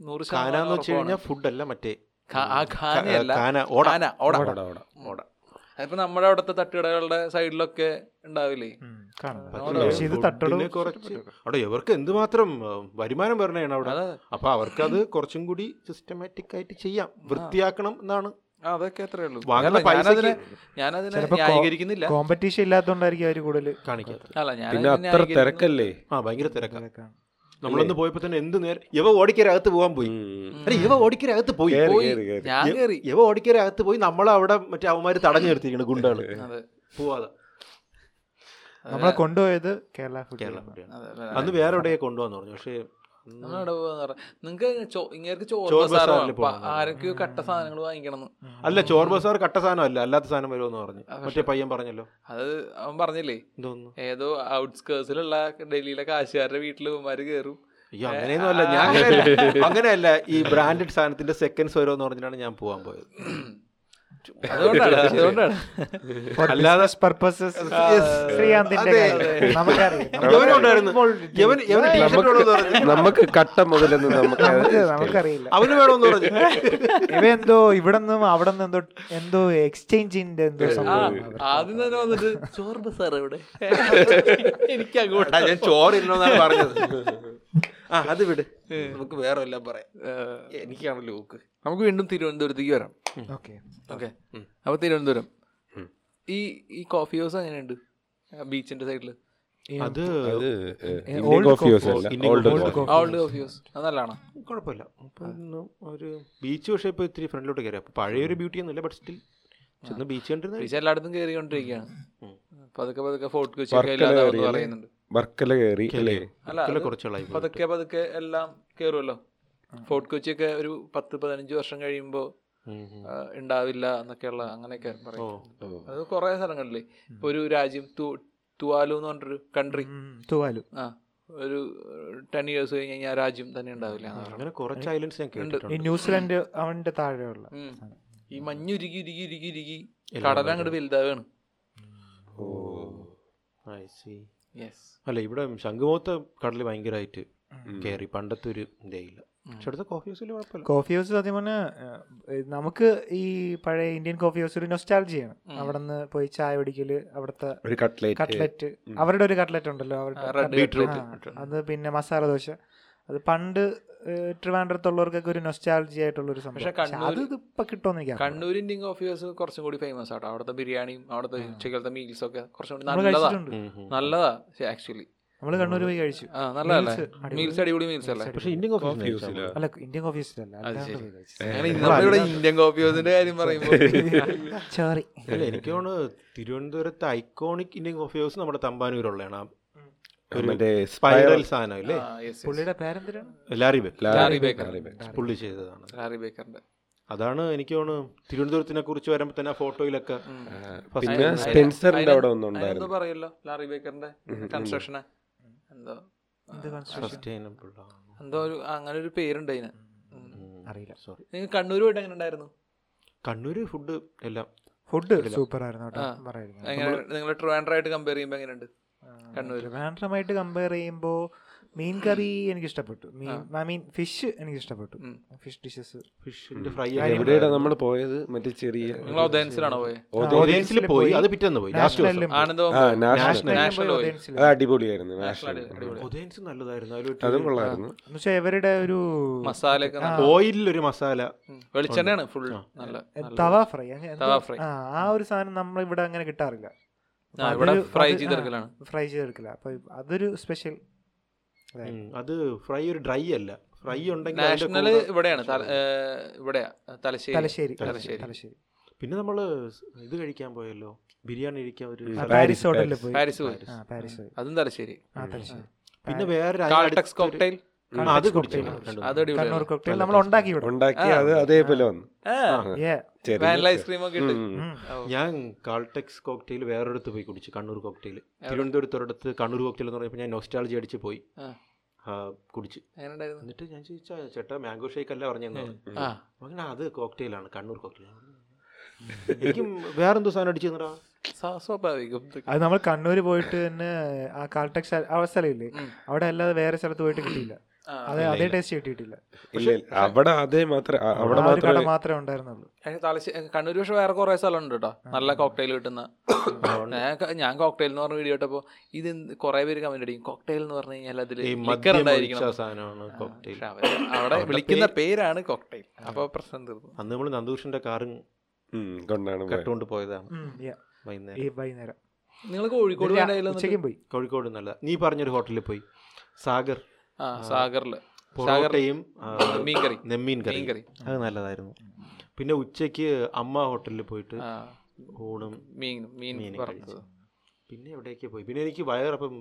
നൂറ് ശതമാനം
കാനാന്ന് വെച്ച് കഴിഞ്ഞാൽ
ഉറപ്പാണ്.
ഫുഡല്ല മറ്റേ
കാ- ആ കാനയല്ല
കാന, ഓട.
കാന, ഓട
ഓട, ഓട.
ഓട അതിപ്പോ നമ്മുടെ അവിടുത്തെ തട്ടുകടകളുടെ സൈഡിലൊക്കെ ഉണ്ടാവില്ലേ
കാണുന്നത് പക്ഷെ ഇത് തട്ടടും
പിന്നെ കുറച്ച് അവിടെ ഇവർക്ക് എന്തുമാത്രം ആ, വരുമാനം വരണേണ് അവിടെ
അതെ.
അപ്പൊ അവർക്കത് കുറച്ചും കൂടി സിസ്റ്റമാറ്റിക് ആയിട്ട് ചെയ്യാം വൃത്തിയാക്കണം എന്നാണ്
ആ, അതൊക്കെ അത്രേ ഉള്ളൂ
വാങ്ങുന്ന
അല്ല, ഞാനതിനെ
പൈസയ്ക്ക്
ഞാനതിനെ
ചിലപ്പോ കോ-
ന്യായീകരിക്കുന്നില്ല
കോമ്പറ്റീഷൻ ഇല്ലാത്തതുകൊണ്ടായിരിക്കും അവര് കൂടുതൽ
കാണിക്കാത്തത്
അല്ല ഞാൻ
പിന്നെ
അതിനെ
അത്ര
ന്യായീകരിക്കുന്നു.
തിരക്കല്ലേ
ആ ഭയങ്കര തിരക്കാണ് നമ്മളൊന്ന് പോയപ്പോ തന്നെ എന്ത് നേരം ഇവ ഓടിക്കരകത്ത് പോകാൻ പോയി
ഉം.
അല്ല ഇവ ഓടിക്കരകത്ത് പോയി
കേറി,
പോയി.
കേറി, കേറി.
ഞാൻ കയറി
ഇവ ഓടിക്കരകത്ത് പോയി നമ്മളവിടെ മറ്റേ അവന്മാര് തടഞ്ഞു നിർത്തിയിരിക്കണ ഗുണ്ടകള്
അതെ
പോവാതെ
നമ്മളെ കൊണ്ടുപോയത് കേരള ഫുഡ്
കേരള ഫുഡിയാണ്. അന്ന് വേറെ എവിടെയാ കൊണ്ടുപോകാന്ന് പറഞ്ഞു പക്ഷേ അന്ന്
നമ്മളവിടെ പോകാന്ന് പറഞ്ഞാ നിങ്ങക്ക് ചോ- ഇങ്ങേർക്ക് ചോറ്
ചോറ് ബസാറില്
ബസാറാണ്
പോകാൻ
ആരൊക്കെയോ കട്ട സാധനങ്ങൾ വാങ്ങിക്കണം എന്ന്.
അല്ല ചോർ ബസാർ കട്ട സാധനം അല്ല അല്ലാത്ത സാധനം വരുമെന്ന് പറഞ്ഞു മറ്റേ പയ്യൻ പറഞ്ഞല്ലോ
അത് അവൻ പറഞ്ഞില്ലേ
എന്തോന്നു
ഏതോ ഔട്ട്സ്കേഴ്സിലുള്ള ഡൽഹിയിലെ കാശുകാരുടെ വീട്ടിൽ ഇവന്മാര് കയറും
അയ്യോ അങ്ങനെയൊന്നും അല്ല ഞാൻ അങ്ങനെയല്ല. അങ്ങനെയല്ല ഈ ബ്രാൻഡഡ് സാധനത്തിന്റെ സെക്കൻഡ്സ് ഓരോന്ന് പറഞ്ഞിട്ടാണ് ഞാൻ പോവാൻ പോയത്
അതുകൊണ്ടാണ് അതുകൊണ്ടാണ്
അല്ലാതെ പർപ്പസസ് ശ്രീകാന്തിന്റെ
അതെ.
കാര്യം. നമുക്കറിയാം
ഇവനും ഉണ്ടായിരുന്നു. ഇവൻ- ഇവന് t-shirt വേണമെന്ന് പറഞ്ഞു.
നമുക്ക് കട്ട മുതലൊന്നും നമുക്ക്
നമുക്ക് നമുക്കറിയില്ല
അവന് വേണമെന്ന് പറഞ്ഞു
ഇവയെന്തോ ഇവിടെ നിന്നും അവിടെ നിന്ന് എന്തോ എന്തോ എക്സ്ചേഞ്ചിന്റെ എന്തോ
ആ,
സംഭവം
ആദ്യം തന്നെ വന്നിട്ട് ചോർബ് സാർ ഇവിടെ എനിക്ക്
എടാ,
അങ്ങോട്ട്
ഞാൻ ചോറിരുന്നോന്നാണ് പറഞ്ഞത് ആ അത് വിട് നമുക്ക് വേറെ എല്ലാം പറയാം
ഏഹ്,
എനിക്കാണ് ലൂക്ക്
നമുക്ക് വീണ്ടും തിരുവനന്തപുരത്തേക്ക് വരാം
ഓക്കെ
ഓക്കെ അപ്പൊ തിരുവനന്തപുരം ഈ ഈ കോഫി ഹൗസ് എങ്ങനെയുണ്ട് ബീച്ചിന്റെ സൈഡിൽ
അത്
Old
കോഫി ഹൗസ്
coffee.
അല്ല
Indian
old
coffee.
Coffee
old coffee house അത് നല്ലതാണ്
കുഴപ്പമില്ല അപ്പോൾ ഇന്ന് ഒരു ബീച്ച് പക്ഷേ ഇപ്പോൾ ഇത്തിരി ഫ്രണ്ടിലോട്ട് കയറി അപ്പോൾ പഴയൊരു ബ്യൂട്ടി ഒന്നുമില്ല ബട്ട് സ്റ്റിൽ ചെന്ന് ബീച്ച് കണ്ടിരുന്ന
ബീച്ച് എല്ലായിടത്തും കയറിക്കൊണ്ടിരിക്കുകയാണ് പതുക്കെ പതുക്കെ ഫോർട്ട് കൊച്ചി
വർക്കല
ഇല്ലാതാവെന്ന്
കയറിയല്ലേ?
പറയുന്നുണ്ട്
വർക്കല കയറി അല്ലേ
അല്ല,
അല്ല
അത്
കുറച്ചാളായി പോയി.
പതുക്കെ പതുക്കെ എല്ലാം കയറുമല്ലോ ഫോർട്ട് കൊച്ചിയൊക്കെ ഒരു പത്ത് പതിനഞ്ച് വർഷം കഴിയുമ്പോൾ
ഉം, ഉം.
ഉണ്ടാവില്ല എന്നൊക്കെയുള്ള അങ്ങനെയൊക്കെ
ഓ
പറയും അത് കുറേ സ്ഥലങ്ങളില്ലേ ഇപ്പൊ ഒരു രാജ്യം തു- തുവാലു എന്ന് പറഞ്ഞൊരു കൺട്രി
തൂവാലു
ആ ഒരു ടെൻ ഇയേഴ്സ് കഴിഞ്ഞ് കഴിഞ്ഞാൽ ആ രാജ്യം തന്നെ ഉണ്ടാവില്ല എന്ന് പറഞ്ഞു.
അങ്ങനെ കുറച്ച് ഐലൻഡ്സ് ഞാൻ
ഈ
കേട്ടിട്ടുണ്ട്
ന്യൂസിലൻഡ് അവന്റെ താഴെയുള്ള
ഉം. ഈ മഞ്ഞുരുകി ഉരുകി ഉരുകി ഉരുകി കടല അങ്ങോട്ട് വലുതാവാണ്
I see.
യെസ്
അല്ല ഇവിടെ ശംഖുമുഖത്ത് കടൽ ഭയങ്കരമായിട്ട് കയറി പണ്ടത്തെ ഒരു ഇതേയില്ല പക്ഷെ അടുത്ത കോഫി ഹൗസിൽ കുഴപ്പമില്ല
കോഫി ഹൗസ് സത്യം പറഞ്ഞാൽ നമുക്ക് ഈ പഴയ ഇന്ത്യൻ കോഫി ഹൗസ് ഒരു നൊസ്റ്റാൾജിയാണ് അവിടെ നിന്ന് പോയി ചായ പിടിക്കല് അവിടുത്തെ
ഒരു കട്ട്ലേറ്റ്
കട്ട്ലറ്റ് അവരുടെ ഒരു കട്ട്ലറ്റ് ഉണ്ടല്ലോ അവരുടെ
റെഡ്
കട്ട്ലറ്റ്.
ബീറ്റ്റൂട്ട്.
ആ, അത് പിന്നെ മസാല ദോശ അത് പണ്ട് ഏഹ്, ട്രിവാൻഡ്രത്തുള്ളവർക്കൊക്കെ ഒരു നൊസ്റ്റാൾജി ആയിട്ടുള്ള ഒരു സംഭവം പക്ഷെ അത് ഇതിപ്പോ കിട്ടുമെന്ന് എനിക്ക് അറിയില്ല.
കണ്ണൂർ ഇന്ത്യൻ കോഫി ഹൗസ് കുറച്ചും കൂടി ഫേമസ് ആട്ടോ അവിടുത്തെ ബിരിയാണിയും അവിടുത്തെ ഉച്ചക്കലത്തെ മീൽസ് ഒക്കെ കുറച്ചും കൂടി
നമ്മള്
നല്ലതാ
കഴിച്ചിട്ടുണ്ട്
നല്ലതാ ആക്ച്വലി
നമ്മള് കണ്ണൂർ പോയി കഴിച്ചു
ആ നല്ലതല്ലേ
Meals അടിപൊളി.
മീൽസ് അടിപൊളി മീൽസ് അല്ലേ
പക്ഷെ ഇന്ത്യൻ കോഫി ഹൗസിൽ
അല്ല ഇന്ത്യൻ കോഫി ഹൗസിലല്ല അല്ലാണ്ട് പോയി കഴിച്ചു
അങ്ങനെ ഇന്ന് നമ്മളിവിടെ ഇന്ത്യൻ കോഫി ഹൗസിന്റെ കാര്യം
*laughs*
പറയുമ്പോൾ
സോറി
*laughs*
അല്ല എനിക്ക് തോന്നുന്നു തിരുവനന്തപുരത്തെ ഐക്കോണിക് ഇന്ത്യൻ കോഫി ഹൗസ് നമ്മുടെ തമ്പാനൂരുള്ളതാണ് ആ ഒരു
മറ്റേ
സ്പൈറൽ സാധനം ഇല്ലേ
പുള്ളിയുടെ പേരെന്തിനാണ്
ലാരി ബെക്ക്
ലാറി ബേക്കർ
പുള്ളി ചെയ്തതാണ്
ലാറി ബേക്കറിന്റെ
അതാണ് എനിക്ക് തോന്നുന്നു തിരുവനന്തപുരത്തിനെ കുറിച്ച് വരുമ്പോൾ തന്നെ ആ ഫോട്ടോയിലൊക്കെ
പിന്നെ
അതിന്
സ്പെൻസറിന്റെ
അതിന്
അവിടെ ഒന്നുണ്ടായിരുന്നു
അതിനെന്തോ പറയല്ലോ ലാറി ബേക്കറിന്റെ കൺസ്ട്രക്ഷനെ എന്തോ
എന്ത് construction?
സസ്റ്റൈനബിൾ
എന്തോ ഒരു അങ്ങനെ ഒരു പേരുണ്ട് അതിന് ഉം.
അറിയില്ല
സോറി
നിങ്ങൾ കണ്ണൂർ പോയിട്ട് എങ്ങനെ ഉണ്ടായിരുന്നു
കണ്ണൂര് ഫുഡ് എല്ലാം
ഫുഡ് സൂപ്പർ ആയിരുന്നു കേട്ടോ
ആ.
പറയായിരുന്നു
എങ്ങനെ നിങ്ങൾ ട്രിവാൻഡ്രായിട്ട് കമ്പയർ ചെയ്യുമ്പോൾ എങ്ങനെയുണ്ട് കണ്ണൂര്
ട്രിവാൻഡ്രമായിട്ട് കമ്പയർ ചെയ്യുമ്പോൾ മീൻ കറി എനിക്ക് ഇഷ്ടപ്പെട്ടു മീൻ ഐ മീൻ ഫിഷ് എനിക്ക് ഇഷ്ടപ്പെട്ടു
ഉം.
ഫിഷ് ഡിഷസ്
ഫിഷിന്റെ ഫ്രൈ
എവിടെയാണ് നമ്മൾ പോയത് മറ്റേ ചെറിയ
നിങ്ങൾ ഒതേൻസിലാണോ പോയത്
ഓഡിയൻസിൽ പോയി അത് പിറ്റേന്ന് പോയി ലാസ്റ്റ്
നാഷണലിലും
ആനന്ദ
ആ നാഷണൽ
നാഷണൽ പോയി
അത് അടിപൊളിയായിരുന്നു നാഷണൽ
അടിപൊളി
ഒതേൻസ് നല്ലതായിരുന്നു
അതും
അതിലൊരു
കൊള്ളായിരുന്നു
എന്നുവെച്ചാൽ ഇവരുടെ ഒരു
മസാല ഒക്കെ
ഓയിലൊരു മസാല
വെളിച്ചെണ്ണയാണ് ഫുൾ നല്ല
തവ ഫ്രൈ
തവ ഫ്രൈ
ആ ആ ഒരു സാധനം നമ്മൾ ഇവിടെ അങ്ങനെ കിട്ടാറില്ല
ആ, ഇവിടെ ഫ്രൈ ചെയ്തെടുക്കലാണ്
ഫ്രൈ ചെയ്തെടുക്കില്ല അപ്പൊ അതൊരു സ്പെഷ്യൽ
ഉം. അത് ഫ്രൈ ഒരു ഡ്രൈ അല്ല ഫ്രൈ ഉണ്ടെങ്കിൽ അതിന്റെ
നാഷണൽ
കൂടെ-
ഇവിടെയാണ് തല- ഏ, ഇവിടെയാ തലശ്ശേരി
തലശ്ശേരി
തലശ്ശേരി.
തലശ്ശേരി
പിന്നെ നമ്മള് ഇത് കഴിക്കാൻ പോയല്ലോ ബിരിയാണി കഴിക്കാൻ ഒരു
ആ, പാരീസ് ഹോട്ടലിൽ പോയി
പാരീസ് പോയി
ആ പാരീസ് പോയി
അതും തലശ്ശേരി
ആ തലശ്ശേരി
പിന്നെ വേറെ
കാൾട്ടക്സ് കോക്ടൈൽ
അത് കുടിച്ചില്ല
അത് അടിപൊളിയാണ്.
കണ്ണൂർ കോക്ടെയിൽ നമ്മൾ ഉണ്ടാക്കി ഇവിടെ
ഉണ്ടാക്കി അത് അതേപോലെ വന്നു
ആ,
Yeah.
ചെറിയ
വാനില ഐസ്ക്രീം ഒക്കെ ഇട്ട്
ഞാൻ കാൾടെക്സ് കോക്ടെയിൽ വേറൊരിടത്ത് പോയി കുടിച്ചു കണ്ണൂർ കോക്ടെയിൽ തിരുവനന്തപുരത്ത് ഒരിടത്ത് കണ്ണൂർ കോക്ടെയിൽ എന്ന് പറഞ്ഞപ്പോൾ ഞാൻ നൊസ്റ്റാളജി അടിച്ച് പോയി
ആ.
ആ, കുടിച്ച്
എങ്ങനെ ഉണ്ടായിരുന്നു
എന്നിട്ട് ഞാൻ ചോദിച്ചാ ചേട്ടാ മാംഗോ ഷേക്ക് അല്ല പറഞ്ഞു തന്നെ
ആ
അങ്ങനെ അത് കോക്ടെയിലാണ് കണ്ണൂർ കോക്ടെയിൽ എനിക്കും വേറെന്തോ സാധനം അടിച്ചു തന്നടാ
സ്വാ- സ്വാഭാവികം
അത് നമ്മൾ കണ്ണൂർ പോയിട്ട് തന്നെ ആ കാൾടെക്സ് അവസ്ഥയില്ലേ അവിടെ അല്ലാതെ വേറെ സ്ഥലത്ത് പോയിട്ട് കിട്ടിയില്ല
ആ.
അത് അതേ ടേസ്റ്റ് കിട്ടിയിട്ടില്ല
ഇല്ല ഇല്ല. അവിടെ അതേ മാത്രം ആ, അവിടെ
ആ ഒരു കട
മാത്രമേ
മാത്രമേ ഉണ്ടായിരുന്നുള്ളൂ
അതിന് തലശ്ശേരി കണ്ണൂർ പക്ഷെ വേറെ കുറേ സ്ഥലമുണ്ട് കേട്ടോ നല്ല കോക്ടെയിൽ കിട്ടുന്ന ഞാൻ ക- ഞാൻ കോക്ടെയിൽ എന്ന് പറഞ്ഞ വീഡിയോ ഇട്ടപ്പോൾ ഇത് കുറേ പേര് കമന്റ് അടിക്കും കോക്ടെയിൽ എന്ന് പറഞ്ഞു കഴിഞ്ഞാൽ അതിൽ
ഈ
ലിക്കർ
മദ്യം
ഉണ്ടായിരിക്കണം
ഒഴിച്ച സാധനമാണ് കോക്ടെയിൽ
പക്ഷെ അവര് അവിടെ വിളിക്കുന്ന പേരാണ് കോക്ടെയിൽ അപ്പോൾ പ്രശ്നം തീർന്നു
അന്ന് നമ്മൾ നന്ദൂഷന്റെ കാറും
ഉം, കൊണ്ടാണ് പോയത്.
കട്ടുകൊണ്ട് പോയതാണ്
ഉം, yeah.
വൈകുന്നേരം
ഈ വൈകുന്നേരം
നിങ്ങൾ കോഴിക്കോട്
രാ-
പോയിട്ടുണ്ടായില്ല എന്നിട്ട്?
ഉച്ചയ്ക്കും പോയി
കോഴിക്കോട് നല്ല നീ പറഞ്ഞൊരു ഹോട്ടലിൽ പോയി സാഗർ
ആ സാഗറിൽ
പൊറോട്ടയും ആ,
മീൻകറി
നെമ്മീൻ കറി
മീൻകറി.
അത് നല്ലതായിരുന്നു പിന്നെ ഉച്ചയ്ക്ക് അമ്മ ഹോട്ടലിൽ പോയിട്ട്
ആ,
ഊണും
മീൻ മീൻ
മീനും
വറുത്തത്
പിന്നെ എവിടെയൊക്കെ പോയി പിന്നെ എനിക്ക് വയറപ്പം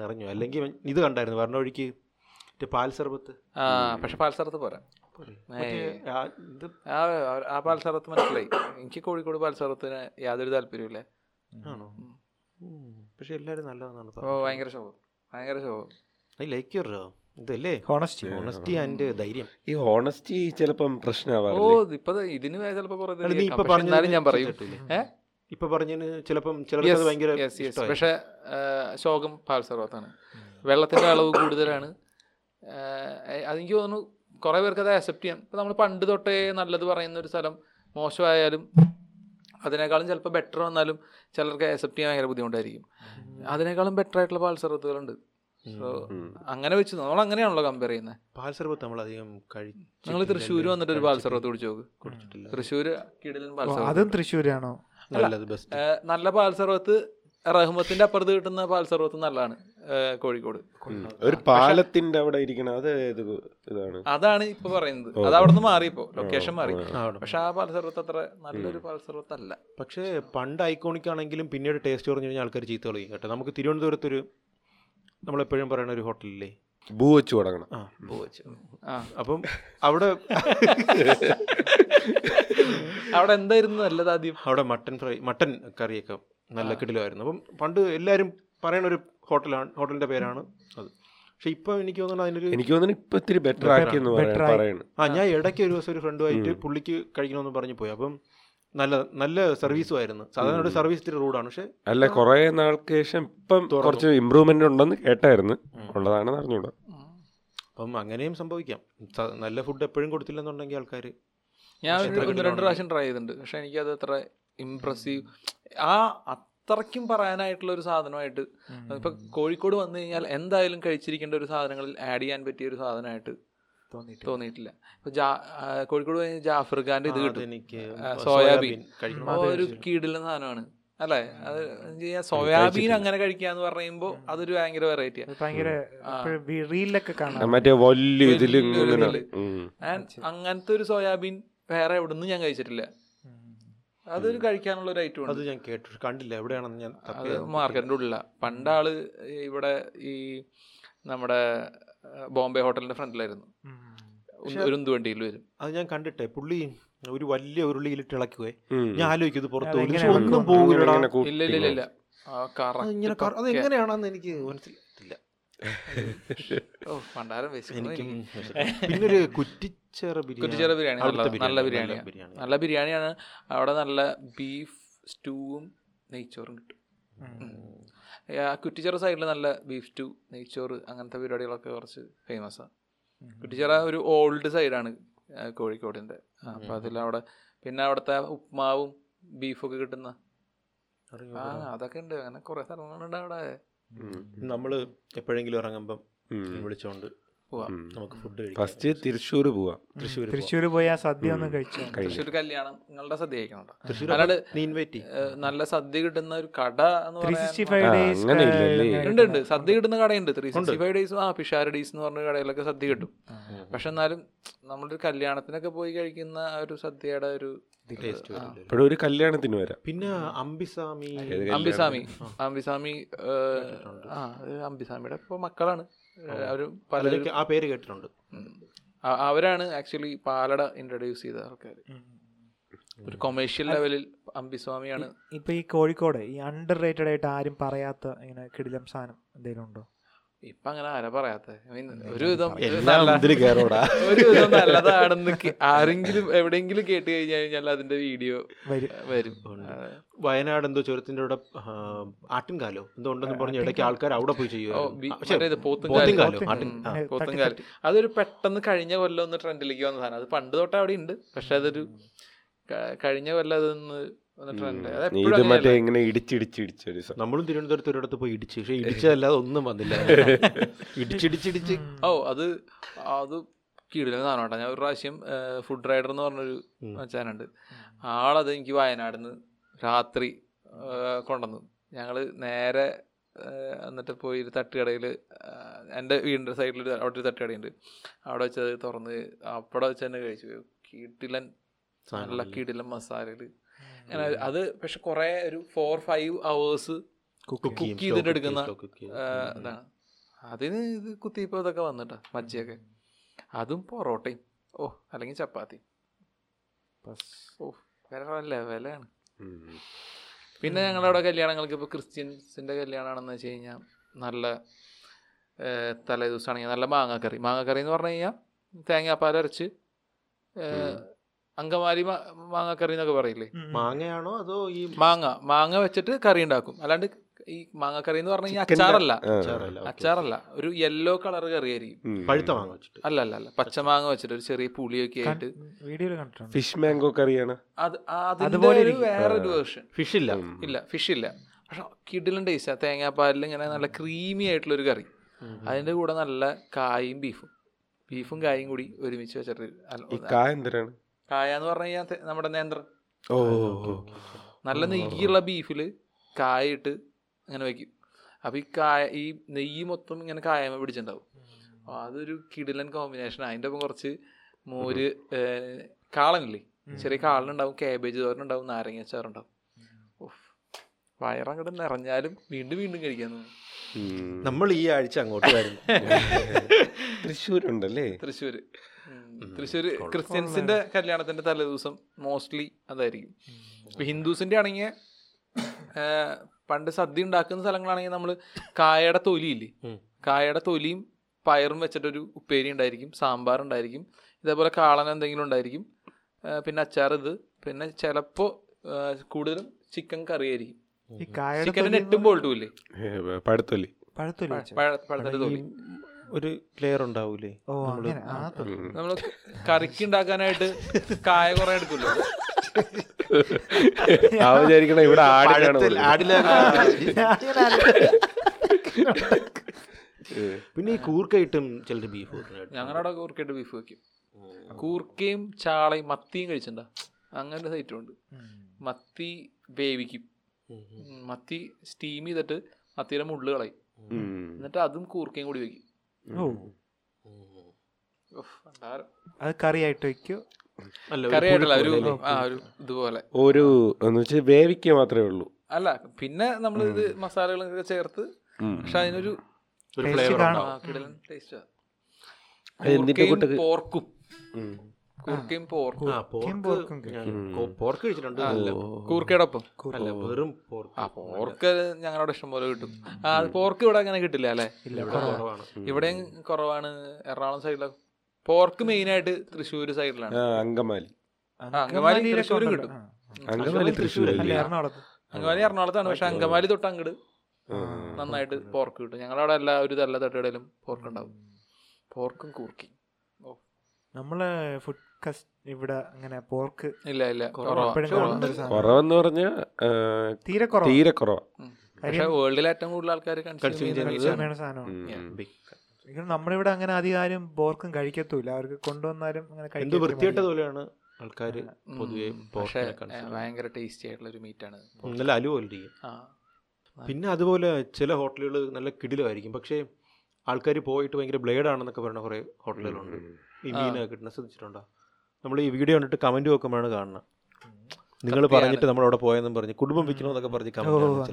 നിറഞ്ഞു അല്ലെങ്കിൽ ഇത് കണ്ടായിരുന്നു വരണ വഴിക്ക് മറ്റേ പാൽ സർബത്ത്
ആ പക്ഷെ പാൽസറത്ത് പോരാ
മറ്റേ ആ ഇത്
ആ ആ പാൽസറത്ത് മനസ്സിലായി എനിക്ക് കോഴിക്കോട് പാൽസറത്തിന് യാതൊരു താല്പര്യമില്ല
ആണോ ഉം. പക്ഷെ എല്ലാവരും നല്ലതാണെന്നാണ്
ഓ ഭയങ്കര ശോഭം ഭയങ്കര ശോഭം
ഐ ലൈക്ക് യുവർ ഇതല്ലേ
ഹോണസ്റ്റ്
ഓണസ്റ്റി ആൻഡ് ധൈര്യം
ഈ ഹോണസ്റ്റി ചിലപ്പം
ഓ
പ്രശ്നമാവാറില്ല
ഇപ്പൊ ഇതിന് ചിലപ്പോ കുറേ
അല്ല, നീ
ഇതായിരിക്കാം.
ഇപ്പൊ
പക്ഷെ
പറഞ്ഞത്
എന്നാലും ഞാൻ പറയും
കേട്ടില്ലേ?
ഏ?
ഇപ്പൊ പറഞ്ഞതിന് ചിലപ്പം ചിലർക്ക്
Yes,
അത് ഭയങ്കര
yes, yes.
ഇഷ്ടമായി.
പക്ഷെ ആ, ശോകം പാൽ സർവത്താണ് വെള്ളത്തിന്റെ അളവ് കൂടുതലാണ് ആ, അതെനിക്ക് തോന്നുന്നു കുറെ പേർക്ക് അത് അക്സെപ്റ്റ് ചെയ്യാം ഇപ്പൊ നമ്മൾ പണ്ട് തൊട്ടേ നല്ലത് പറയുന്ന ഒരു സ്ഥലം മോശമായാലും അതിനേക്കാളും ചിലപ്പോൾ ബെറ്റർ വന്നാലും ചിലർക്ക് അക്സെപ്റ്റ് ചെയ്യാൻ ഭയങ്കര ബുദ്ധിമുട്ടായിരിക്കും അതിനേക്കാളും ബെറ്റർ ആയിട്ടുള്ള പാൽ സർവത്തുകളുണ്ട് So, അങ്ങനെ വെച്ച് നമ്മൾ അങ്ങനെയാണല്ലോ കമ്പയർ ചെയ്യുന്നത്
പാൽ സർബത്ത് നമ്മൾ അധികം കഴിച്ചു
നിങ്ങൾ തൃശ്ശൂർ വന്നിട്ട് ഒരു പാൽ സർവത്ത് കുടിച്ചു നോക്ക്
കുടിച്ചിട്ടില്ല
തൃശ്ശൂർ കിടലും പാൽ സർവത്ത്
അതും തൃശ്ശൂരാണോ
നല്ലത് ബെസ്റ്റ്
ഏ, നല്ല പാൽ സർവത്ത് റഹ്മത്തിന്റെ അപ്പുറത്ത് കിട്ടുന്ന പാൽ സർവത്ത് നല്ലതാണ് ഏ, കോഴിക്കോട്
ഒരു പാലത്തിന്റെ അവിടെ ഇരിക്കണം അത് ഏത് ഇതാണ്
അതാണ് ഇപ്പൊ പറയുന്നത് അത് അവിടെ നിന്ന് മാറി ഇപ്പോ ലൊക്കേഷൻ മാറി പക്ഷെ ആ പാൽ സർവത്ത് അത്ര നല്ലൊരു പാൽ സർവത്ത് അല്ല
പക്ഷേ പണ്ട് ഐക്കോണിക് ആണെങ്കിലും പിന്നീട് ടേസ്റ്റ് കുറഞ്ഞു കഴിഞ്ഞാൽ ആൾക്കാർ ചീത്ത കളയും കേട്ടോ നമുക്ക് തിരുവനന്തപുരത്തൊരു നമ്മളെപ്പോഴും പറയുന്ന ഒരു ഹോട്ടലില്ലേ
ഭൂ വെച്ച് തുടങ്ങണം
ആ
ആ.
അപ്പം അവിടെ *laughs*
അവിടെ എന്തായിരുന്നു നല്ലത് ആദ്യം
അവിടെ മട്ടൻ ഫ്രൈ മട്ടൻ കറിയൊക്കെ നല്ല കിടിലമായിരുന്നു അപ്പം പണ്ട് എല്ലാവരും പറയണ ഒരു ഹോട്ടലാണ് ഹോട്ടലിൻ്റെ പേരാണ് അത് പക്ഷെ ഇപ്പം എനിക്ക് തോന്നുന്നു അതിനൊരു
എനിക്ക് തോന്നുന്നു ഇപ്പൊ ഇത്തിരി ബെറ്റർ ആക്കി എന്ന്
Better ആയി.
പറയണം
ആ ഞാൻ ഇടയ്ക്ക് ഒരു ദിവസം ഒരു ഫ്രണ്ടുമായിട്ട് പുള്ളിക്ക് കഴിക്കണമെന്ന് പറഞ്ഞു പോയി അപ്പം നല്ല നല്ല സർവീസും ആയിരുന്നു സാധാരണ ഒരു സർവീസ് ഇത്തിരി റൂഡാണ് പക്ഷെ
അല്ല കുറെ നാൾക്ക് ശേഷം ഇപ്പം കുറച്ച് ഇമ്പ്രൂവ്മെന്റ് ഉണ്ടെന്ന് കേട്ടായിരുന്നു ഉള്ളതാണ് അറിഞ്ഞൂടാ
അപ്പം അങ്ങനെയും സംഭവിക്കാം സ- നല്ല ഫുഡ് എപ്പോഴും കൊടുത്തില്ലെന്നുണ്ടെങ്കിൽ ആൾക്കാർ
ഞാൻ ഒരു ഒന്ന് രണ്ട് പ്രാവശ്യം ട്രൈ ചെയ്തിട്ടുണ്ട് പക്ഷെ എനിക്കത് അത്ര ഇംപ്രസീവ് ആ അത്രയ്ക്കും പറയാനായിട്ടുള്ള ഒരു സാധനമായിട്ട് ഇപ്പൊ കോഴിക്കോട് വന്നു കഴിഞ്ഞാൽ എന്തായാലും കഴിച്ചിരിക്കേണ്ട ഒരു സാധനങ്ങളിൽ ആഡ് ചെയ്യാൻ പറ്റിയ ഒരു സാധനമായിട്ട് തോന്നിയിട്ടില്ല ഇപ്പൊ ജാ- ആ, കോഴിക്കോട് പോയി ജാഫർ ഖാന്റെ ഇത് കിട്ടും
എനിക്ക്
ആ, സോയാബീൻ.
കഴിക്കണം
ആ ഒരു കീടിലുള്ള സാധനമാണ് അല്ലേ അത് ചെയ്യാ സോയാബീൻ അങ്ങനെ കഴിക്കാന്ന് പറയുമ്പോ അതൊരു ഭയങ്കര വെറൈറ്റിയാ
ഭയങ്കര റീലൊക്കെ കാണാം
മറ്റേ വലിയ ഇതില്
വലിയൊരു
ഇങ്ങനെ
ഇതില്.
ഉം.
ആൻഡ് അങ്ങനത്തെ ഒരു സോയാബീൻ വേറെ എവിടുന്നും ഞാൻ കഴിച്ചിട്ടില്ല അതൊരു കഴിക്കാനുള്ള ഒരു ഐറ്റം
അത്
ഉണ്ട്
ഞാൻ കേട്ടു പക്ഷെ കണ്ടില്ല എവിടെയാണെന്ന് ഞാൻ തപ്പി
അത്
നോക്കി.
മാർക്കറ്റിൻ്റെ ഉള്ളിലാണ് പണ്ടാള് ഇവിടെ ഈ നമ്മുടെ ആ, ബോംബെ ഹോട്ടലിന്റെ ഫ്രണ്ടിലായിരുന്നു ഉ- ഒരു ഉന്തുവണ്ടിയിൽ വരും
അത് ഞാൻ കണ്ടിട്ടെ പുള്ളി ഒരു വലിയ ഉരുളിയിലിട്ട് ഇളക്കുവേ
ഉം.
ഞാൻ ആലോചിക്കും ഇത് പുറത്ത്
അത്
പോകില്ല.
എങ്ങനെയാണ്
ഒന്നും
ഇങ്ങനെ
പോകില്ലടാ
ഇങ്ങനെ കൂട്ടി
ഇല്ല ഇല്ല ഇല്ല ഇല്ല ആ, correct
അത് ഇങ്ങനെ കറ- അത്
പക്ക.
എങ്ങനെയാണെന്ന് എനിക്ക് മനസ്സിലായിട്ടില്ല
ഓ, പണ്ടാരം വിശക്കുന്നു
എനിക്കും
എനിക്ക്
പിന്നെ ഒരു കുറ്റിച്ചേറ ബിരിയാണി
കുറ്റിച്ചേറ ബിരിയാണി
അവിടുത്തെ
നല്ല- നല്ല
ബിരിയാണി,
ബിരിയാണിയാ. നല്ല ബിരിയാണിയാണ് അവിടെ നല്ല ബീഫ് സ്റ്റൂവും നെയ്ച്ചോറും കിട്ടും ആ, കുറ്റിച്ചിറ സൈഡിൽ നല്ല ബീഫ് സ്റ്റൂ നെയ്ച്ചോറ് അങ്ങനത്തെ പരിപാടികളൊക്കെ കുറച്ച് ഫേമസ് ആണ് കുറ്റിച്ചിറ ഒരു ഓൾഡ് സൈഡാണ് കോഴിക്കോടിൻ്റെ അപ്പം അതിലവിടെ പിന്നെ അവിടുത്തെ ഉപ്മാവും ബീഫൊക്കെ കിട്ടുന്ന ആ അതൊക്കെ ഉണ്ട് അങ്ങനെ കുറേ സ്ഥലങ്ങളുണ്ട് അവിടെ
ഉം.
നമ്മള് എപ്പോഴെങ്കിലും ഇറങ്ങുമ്പം
ഉം.
വിളിച്ചോണ്ട്
പോവാം
ഉം.
നമുക്ക് ഫുഡ് കഴിക്കാം
ഫസ്റ്റ് തൃശ്ശൂർ പോവാം
തൃശ്ശൂർ
തൃശ്ശൂർ പോയി ആ സദ്യ ഒന്നും കഴിച്ചു
കഴിഞ്ഞു
തൃശ്ശൂർ കല്യാണം നിങ്ങളുടെ സദ്യ കഴിക്കണം
തൃശ്ശൂർ
അല്ലാണ്ട്
നീ ഇൻവൈറ്റ്
ഏ, നല്ല സദ്യ കിട്ടുന്ന ഒരു കട എന്ന്
ത്രീ സിക്സ്റ്റി
പറയാൻ
ഫൈവ്
ആ,
ഡേയ്സ്
അങ്ങനെ ഇല്ലല്ലേ?
ഉണ്ട് ഉണ്ട് സദ്യ കിട്ടുന്ന കടയുണ്ട് ത്രീ സിക്സ്റ്റി ഫൈവ് ഡേയ്സ് ആ പിഷാര ഡേയ്സ് എന്ന് പറഞ്ഞ കടയിലൊക്കെ സദ്യ കിട്ടും പക്ഷെ എന്നാലും നമ്മളൊരു കല്യാണത്തിനൊക്കെ പോയി കഴിക്കുന്ന ആ ഒരു സദ്യയുടെ ഒരു ആ.
ഇപ്പോഴും ഒരു കല്യാണത്തിന് വരാം
പിന്നെ അംബിസാമി
അംബിസ്വാമി അംബിസ്വാമി ഏ, ആ അത് അംബിസ്വാമിയുടെ ഇപ്പോൾ മക്കളാണ് ഏ, അവര് പലരും
അതിലൊക്കെ ആ പേര് കേട്ടിട്ടുണ്ട്
ഉം. അ- അവരാണ് ആക്ച്വലി പാലട ഇൻട്രൊഡ്യൂസ് ചെയ്ത ആൾക്കാർ ഒരു കൊമേഴ്ഷ്യൽ ലെവലിൽ അംബിസ്വാമിയാണ്
ഇപ്പൊ ഈ കോഴിക്കോട് ഈ അണ്ടർ റേറ്റഡ് ആയിട്ട് ആരും പറയാത്ത ഇങ്ങനെ കിടിലം സാധനം എന്തെങ്കിലും ഉണ്ടോ
ഇപ്പൊ അങ്ങനെ ആരാ പറയാത്ത ഒരു വിധം ഒരു
എല്ലാം
നല്ല-
ഇതില് കേറോടാ.
ഒരു വിധം നല്ലതാണെന്ന് കേ- ആരെങ്കിലും എവിടെയെങ്കിലും കേട്ട് കഴിഞ്ഞു കഴിഞ്ഞാൽ അതിന്റെ വീഡിയോ
വരും
വരും
വയനാട് എന്തോ ചുരത്തിന്റെ അവിടെ ആ, ആട്ടിൻകാലോ എന്തോ ഉണ്ടെന്ന് പറഞ്ഞ് ഇടയ്ക്ക് ആൾക്കാർ അവിടെ പോയി
ഓ,
ചെയ്യുമായിരുന്നു.
ബി-
ആ, പക്ഷേ,
മറ്റേത് പോത്തുംകാല്.
പോത്തുംകാലോ ആട്ടിൻ
ഉം,
ആ.
പോത്തുംകാല്. അതൊരു പെട്ടെന്ന് കഴിഞ്ഞ കൊല്ലം ഒന്ന് ട്രെൻഡിലേക്ക് വന്ന സാധനം അത് പണ്ട് തൊട്ട് അവിടെ ഉണ്ട് പക്ഷെ അതൊരു ക- കഴിഞ്ഞ കൊല്ലം അതൊന്ന് ഒന്ന് ട്രെൻഡ് അത് എപ്പോഴും
ഇത് മറ്റേ
അങ്ങനെയല്ല.
ഇങ്ങനെ ഇടിച്ചിടിച്ച് ഇടിച്ചൊരു സ-
നമ്മളും തിരുവനന്തപുരത്ത് ഒരിടത്ത് പോയി ഇടിച്ച് പക്ഷെ ഇടിച്ചതല്ലാതെ ഒന്നും വന്നില്ല ഇടിച്ചിടിച്ചിടിച്ച്
ഓ അത് അത് കീഴിലെ സാധനം കേട്ടോ ഞാൻ ഒരു പ്രാവശ്യം ഫുഡ് റൈഡർ എന്ന് പറഞ്ഞൊരു മച്ചാനുണ്ട് ആളത് എനിക്ക് വയനാടിന്ന് രാത്രി ആ, കൊണ്ടുവന്നു ഞങ്ങള് നേരെ ആ, എന്നിട്ട് പോയി ഒരു തട്ടുകടയിൽ എൻ്റെ വീടിൻ്റെ സൈഡിൽ അവിടെ ഒരു തട്ടുകടയുണ്ട് അവിടെ വെച്ചത് തുറന്ന് അവിടെ വെച്ച് തന്നെ കഴിച്ചു കീട്ടിലൻ നല്ല കീടിലൻ മസാലയിൽ അങ്ങനെ അത് പക്ഷെ കുറേ ഒരു ഫോർ ഫൈവ് അവേഴ്സ് കുക്ക് ചെയ്തിട്ട് എടുക്കുന്ന ആ, ഇതാണ് അതിന് ഇത് കുത്തിയപ്പോൾ ഇതൊക്കെ വന്നിട്ടാ മജ്ജിയൊക്കെ അതും പൊറോട്ടയും ഓ അല്ലെങ്കിൽ ചപ്പാത്തി ഓ വേറെ ലെവലാണ്
ഉം.
പിന്നെ ഞങ്ങളവിടെ കല്യാണങ്ങൾക്ക് ഇപ്പോൾ ക്രിസ്ത്യൻസിൻ്റെ കല്യാണമാണെന്ന് വെച്ച് കഴിഞ്ഞാൽ നല്ല ഏഹ്, തലേദിവസമാണെങ്കിൽ നല്ല മാങ്ങാക്കറി മാങ്ങാക്കറി എന്ന് പറഞ്ഞു കഴിഞ്ഞാൽ തേങ്ങാപ്പാലരച്ച് ഏഹ്, അങ്കമാലി മാ- മാങ്ങാക്കറി എന്നൊക്കെ പറയില്ലേ
മാങ്ങയാണോ അതോ ഈ
മാങ്ങ മാങ്ങ വെച്ചിട്ട് കറി ഉണ്ടാക്കും അല്ലാണ്ട് ഈ മാങ്ങാക്കറി എന്ന് പറഞ്ഞു കഴിഞ്ഞാൽ അച്ചാറല്ല
അച്ചാറല്ല, okay.
അച്ചാറല്ല ഒരു യെല്ലോ കളർ കറി ആയിരിക്കും
പഴുത്ത മാങ്ങ വെച്ചിട്ട്
അല്ല അല്ല അല്ല പച്ച മാങ്ങ വെച്ചിട്ട് ഒരു ചെറിയ പുളിയൊക്കെ ആയിട്ട്
വീഡിയോയിൽ കണ്ടിട്ടുണ്ട്
ഫിഷ് മാംഗോ കറിയാണ്
അത് ആ- അതിന്റെ
അതുപോലെ
ഒരു
ഇരിക്കും.
വേറൊരു വേർഷൻ
ഫിഷ് ഇല്ല
ഇല്ല ഫിഷ് ഇല്ല പക്ഷെ കിടിലും ടേസ്റ്റ് തേങ്ങാപ്പാലിൽ ഇങ്ങനെ നല്ല ക്രീമി ആയിട്ടുള്ള ഒരു കറി അതിന്റെ കൂടെ നല്ല കായും ബീഫും ബീഫും കായും കൂടി ഒരുമിച്ച് വെച്ചിട്ട് അല്ല,
ഈ കാ എന്തിനാണ്
കായ എന്ന് പറഞ്ഞു കഴിഞ്ഞാൽ തെ- നമ്മുടെ നേന്ത്രൻ
ഓ
നല്ല നെയ്യുള്ള ബീഫിൽ കായിട്ട് അങ്ങനെ വെക്കും അപ്പൊ ഈ കായ ഈ നെയ്യ് മൊത്തം ഇങ്ങനെ കായമ പിടിച്ചിട്ടുണ്ടാവും അപ്പൊ അതൊരു കിടിലൻ കോമ്പിനേഷൻ അതിന്റെ ഒപ്പം കുറച്ച് മോര് ഏഹ്, കാളനില്ലേ ചെറിയ കാളനുണ്ടാവും കാബേജ് തോരനുണ്ടാവും നാരങ്ങ അച്ചാറുണ്ടാവും ഉഫ്. വയറങ്ങോട്ട് നിറഞ്ഞാലും വീണ്ടും വീണ്ടും കഴിക്കാൻ തോന്നും
നമ്മൾ ഈ ആഴ്ച അങ്ങോട്ട്
*laughs*
വരുന്നു
തൃശ്ശൂരുണ്ടല്ലേ
തൃശ്ശൂര് തൃശ്ശൂര് ക്രിസ്ത്യൻസിന്റെ കല്യാണത്തിന്റെ തലേദിവസം മോസ്റ്റ്ലി അതായിരിക്കും ഇപ്പൊ ഹിന്ദുസിന്റെ ആണെങ്കിൽ പണ്ട് സദ്യ ഉണ്ടാക്കുന്ന സ്ഥലങ്ങളാണെങ്കിൽ നമ്മൾ കായയുടെ തൊലിയില്ലേ കായയുടെ തൊലിയും പയറും വെച്ചിട്ടൊരു ഉപ്പേരി ഉണ്ടായിരിക്കും സാമ്പാർ ഉണ്ടായിരിക്കും ഇതേപോലെ കാളൻ എന്തെങ്കിലും ഉണ്ടായിരിക്കും ആ, പിന്നെ അച്ചാർ ഇത് പിന്നെ ചിലപ്പോൾ കൂടുതലും ചിക്കൻ കറി ആയിരിക്കും
ഈ കായയുടെ
ചിക്കനിന് എട്ടും ബോൾട്ടും ഇല്ലേ
പഴത്തൊല്ലി
പഴുത്തൊലി വെച്ച്.
പഴ- പഴത്തിന്റെ തൊലി
ഒരു ക്ലിയർ ഉണ്ടാവൂലേ
ഓ അങ്ങനെ ആ തൊലി.
നമ്മൾ കറിക്ക് ഉണ്ടാക്കാനായിട്ട് കായ കുറെ എടുക്കുമല്ലോ
ആ വിചാരിക്കണ ഇവിടെ ആടിനാണ്
പഴത്തിൽ
ഉള്ളത്.
ആടില
*laughs*
അങ്ങനെ ആലോചിച്ചു.
പിന്നെ ഈ കൂർക്കയിട്ടും ചിലർ ബീഫ്
ഞങ്ങളുടെ കൂർക്കയായിട്ട് ബീഫ് വെക്കും കൂർക്കയും ചാളയും മത്തിയും കഴിച്ചിട്ടുണ്ടാ അങ്ങനെ സൈറ്റും ഉണ്ട് മത്തി വേവിക്കും ഉം, മത്തി സ്റ്റീം ചെയ്തിട്ട് മത്തിയുടെ മുള്ളു കളയും
ഉം.
എന്നിട്ട് അതും കൂർക്കയും കൂടി വെക്കും
ഓ
ഉഫ്, ഭണ്ഡാരം.
അത് കറിയായിട്ട് വെക്കൂ
കറിയായിട്ടല്ല ഒരു ആ ഒരു ഇതുപോലെ
ഒരു എന്ന് വെച്ചാൽ വേവിക്കുക മാത്രമേ ഉള്ളൂ
അല്ല പിന്നെ നമ്മൾ ഇത് മസാലകളൊക്കെ ചേർത്ത് പക്ഷെ അതിനൊരു
ടേസ്റ്റ് കാണാം
ആ, കിടിലൻ taste ആ.
അതെന്തിന്റെ
കൂർക്കയും
കൂട്ടത്തിൽ?
പോർക്കും കൂർക്കയും പോർക്കും
പോർക്ക് കഴിച്ചിട്ടുണ്ട്
അല്ല കൂർക്കയുടെ ഒപ്പം
അല്ല വെറും പോർക്ക്
ആ പോർക്ക് ഞങ്ങളുടെ ഇഷ്ടം പോലെ കിട്ടും ആ പോർക്ക് ഇവിടെ അങ്ങനെ കിട്ടില്ല അല്ലേ
കുറവാണ്
ഇവിടെയും കുറവാണ് എറണാകുളം സൈഡിലൊക്കെ പോർക്ക് മെയിനായിട്ട് തൃശ്ശൂർ സൈഡിലാണ്
ആ, അങ്കമാലി
ആ, അങ്കമാലി തൃശ്ശൂർ കിട്ടും
ആ.
അങ്കമാലി
അല്ല
തൃശ്ശൂരല്ലേ
എറണാകുളത്ത്
അങ്കമാലി എറണാകുളത്താണ് പക്ഷെ അങ്കമാലി തൊട്ട് അങ്ങട് നന്നായിട്ട് പോർക്ക് കിട്ടും ഞങ്ങളവിടെ എല്ലാ ഒരു തല്ല തട്ടുകടയിലും പോർക്ക് ഉണ്ടാവും പോർക്കും കൂർക്കി ഓ
നമ്മള് ഫുഡ് കസ്റ്റ് ഇവിടെ അങ്ങനെ പോർക്ക്
ഇല്ല ഇല്ല കുറവാ
എപ്പോഴും കാണുന്ന ഒരു സാധനം.
കുറവെന്ന് പറഞ്ഞാൽ
തീരെ കുറവ്
തീരെ കുറവാ
ഉം. പക്ഷെ വേൾഡിൽ ഏറ്റവും കൂടുതൽ ആൾക്കാർ കൺസ്യൂം ചെയ്യുന്ന ഒരു സാധനം.
ചെയ്യുന്ന സാധനമാണ്
ബിഗ്.
എങ്കിലും നമ്മുടെ ഇവിടെ അങ്ങനെ അധികം ആരും പോർക്കും കഴിക്കത്തൂല അവർക്ക് കൊണ്ടുവന്നാലും അങ്ങനെ
എന്ത്
കഴിക്കത്തില്ല.
വൃത്തികെട്ട പോലെയാണ് ആൾക്കാർ
ഉം.
പൊതുവെ
പക്ഷെ
പോർക്കിനെ consume
ഭയങ്കര ടേസ്റ്റി ആയിട്ടുള്ള ഒരു മീറ്റാണ്
ചെയ്യുന്നത്. നല്ല അലുവല്ലിരിക്കും
ആ
പിന്നെ അതുപോലെ ചില ഹോട്ടലുകൾ നല്ല കിടിലമായിരിക്കും പക്ഷേ ആൾക്കാർ പോയിട്ട് ഭയങ്കര ബ്ലേഡ് ആണെന്നൊക്കെ പറയുന്ന കുറേ ഹോട്ടലുകളുണ്ട് ഈ മീനൊക്കെ കിട്ടുന്ന ശ്രദ്ധിച്ചിട്ടുണ്ടോ നമ്മൾ ഈ വീഡിയോ കണ്ടിട്ട് കമൻറ്റ് നോക്കുമ്പോഴാണ് കാണുന്നത് നിങ്ങൾ പറഞ്ഞിട്ട് നമ്മൾ അവിടെ പോയെന്നും പറഞ്ഞ് കുടുംബം വിൽക്കണോ എന്നൊക്കെ പറഞ്ഞ്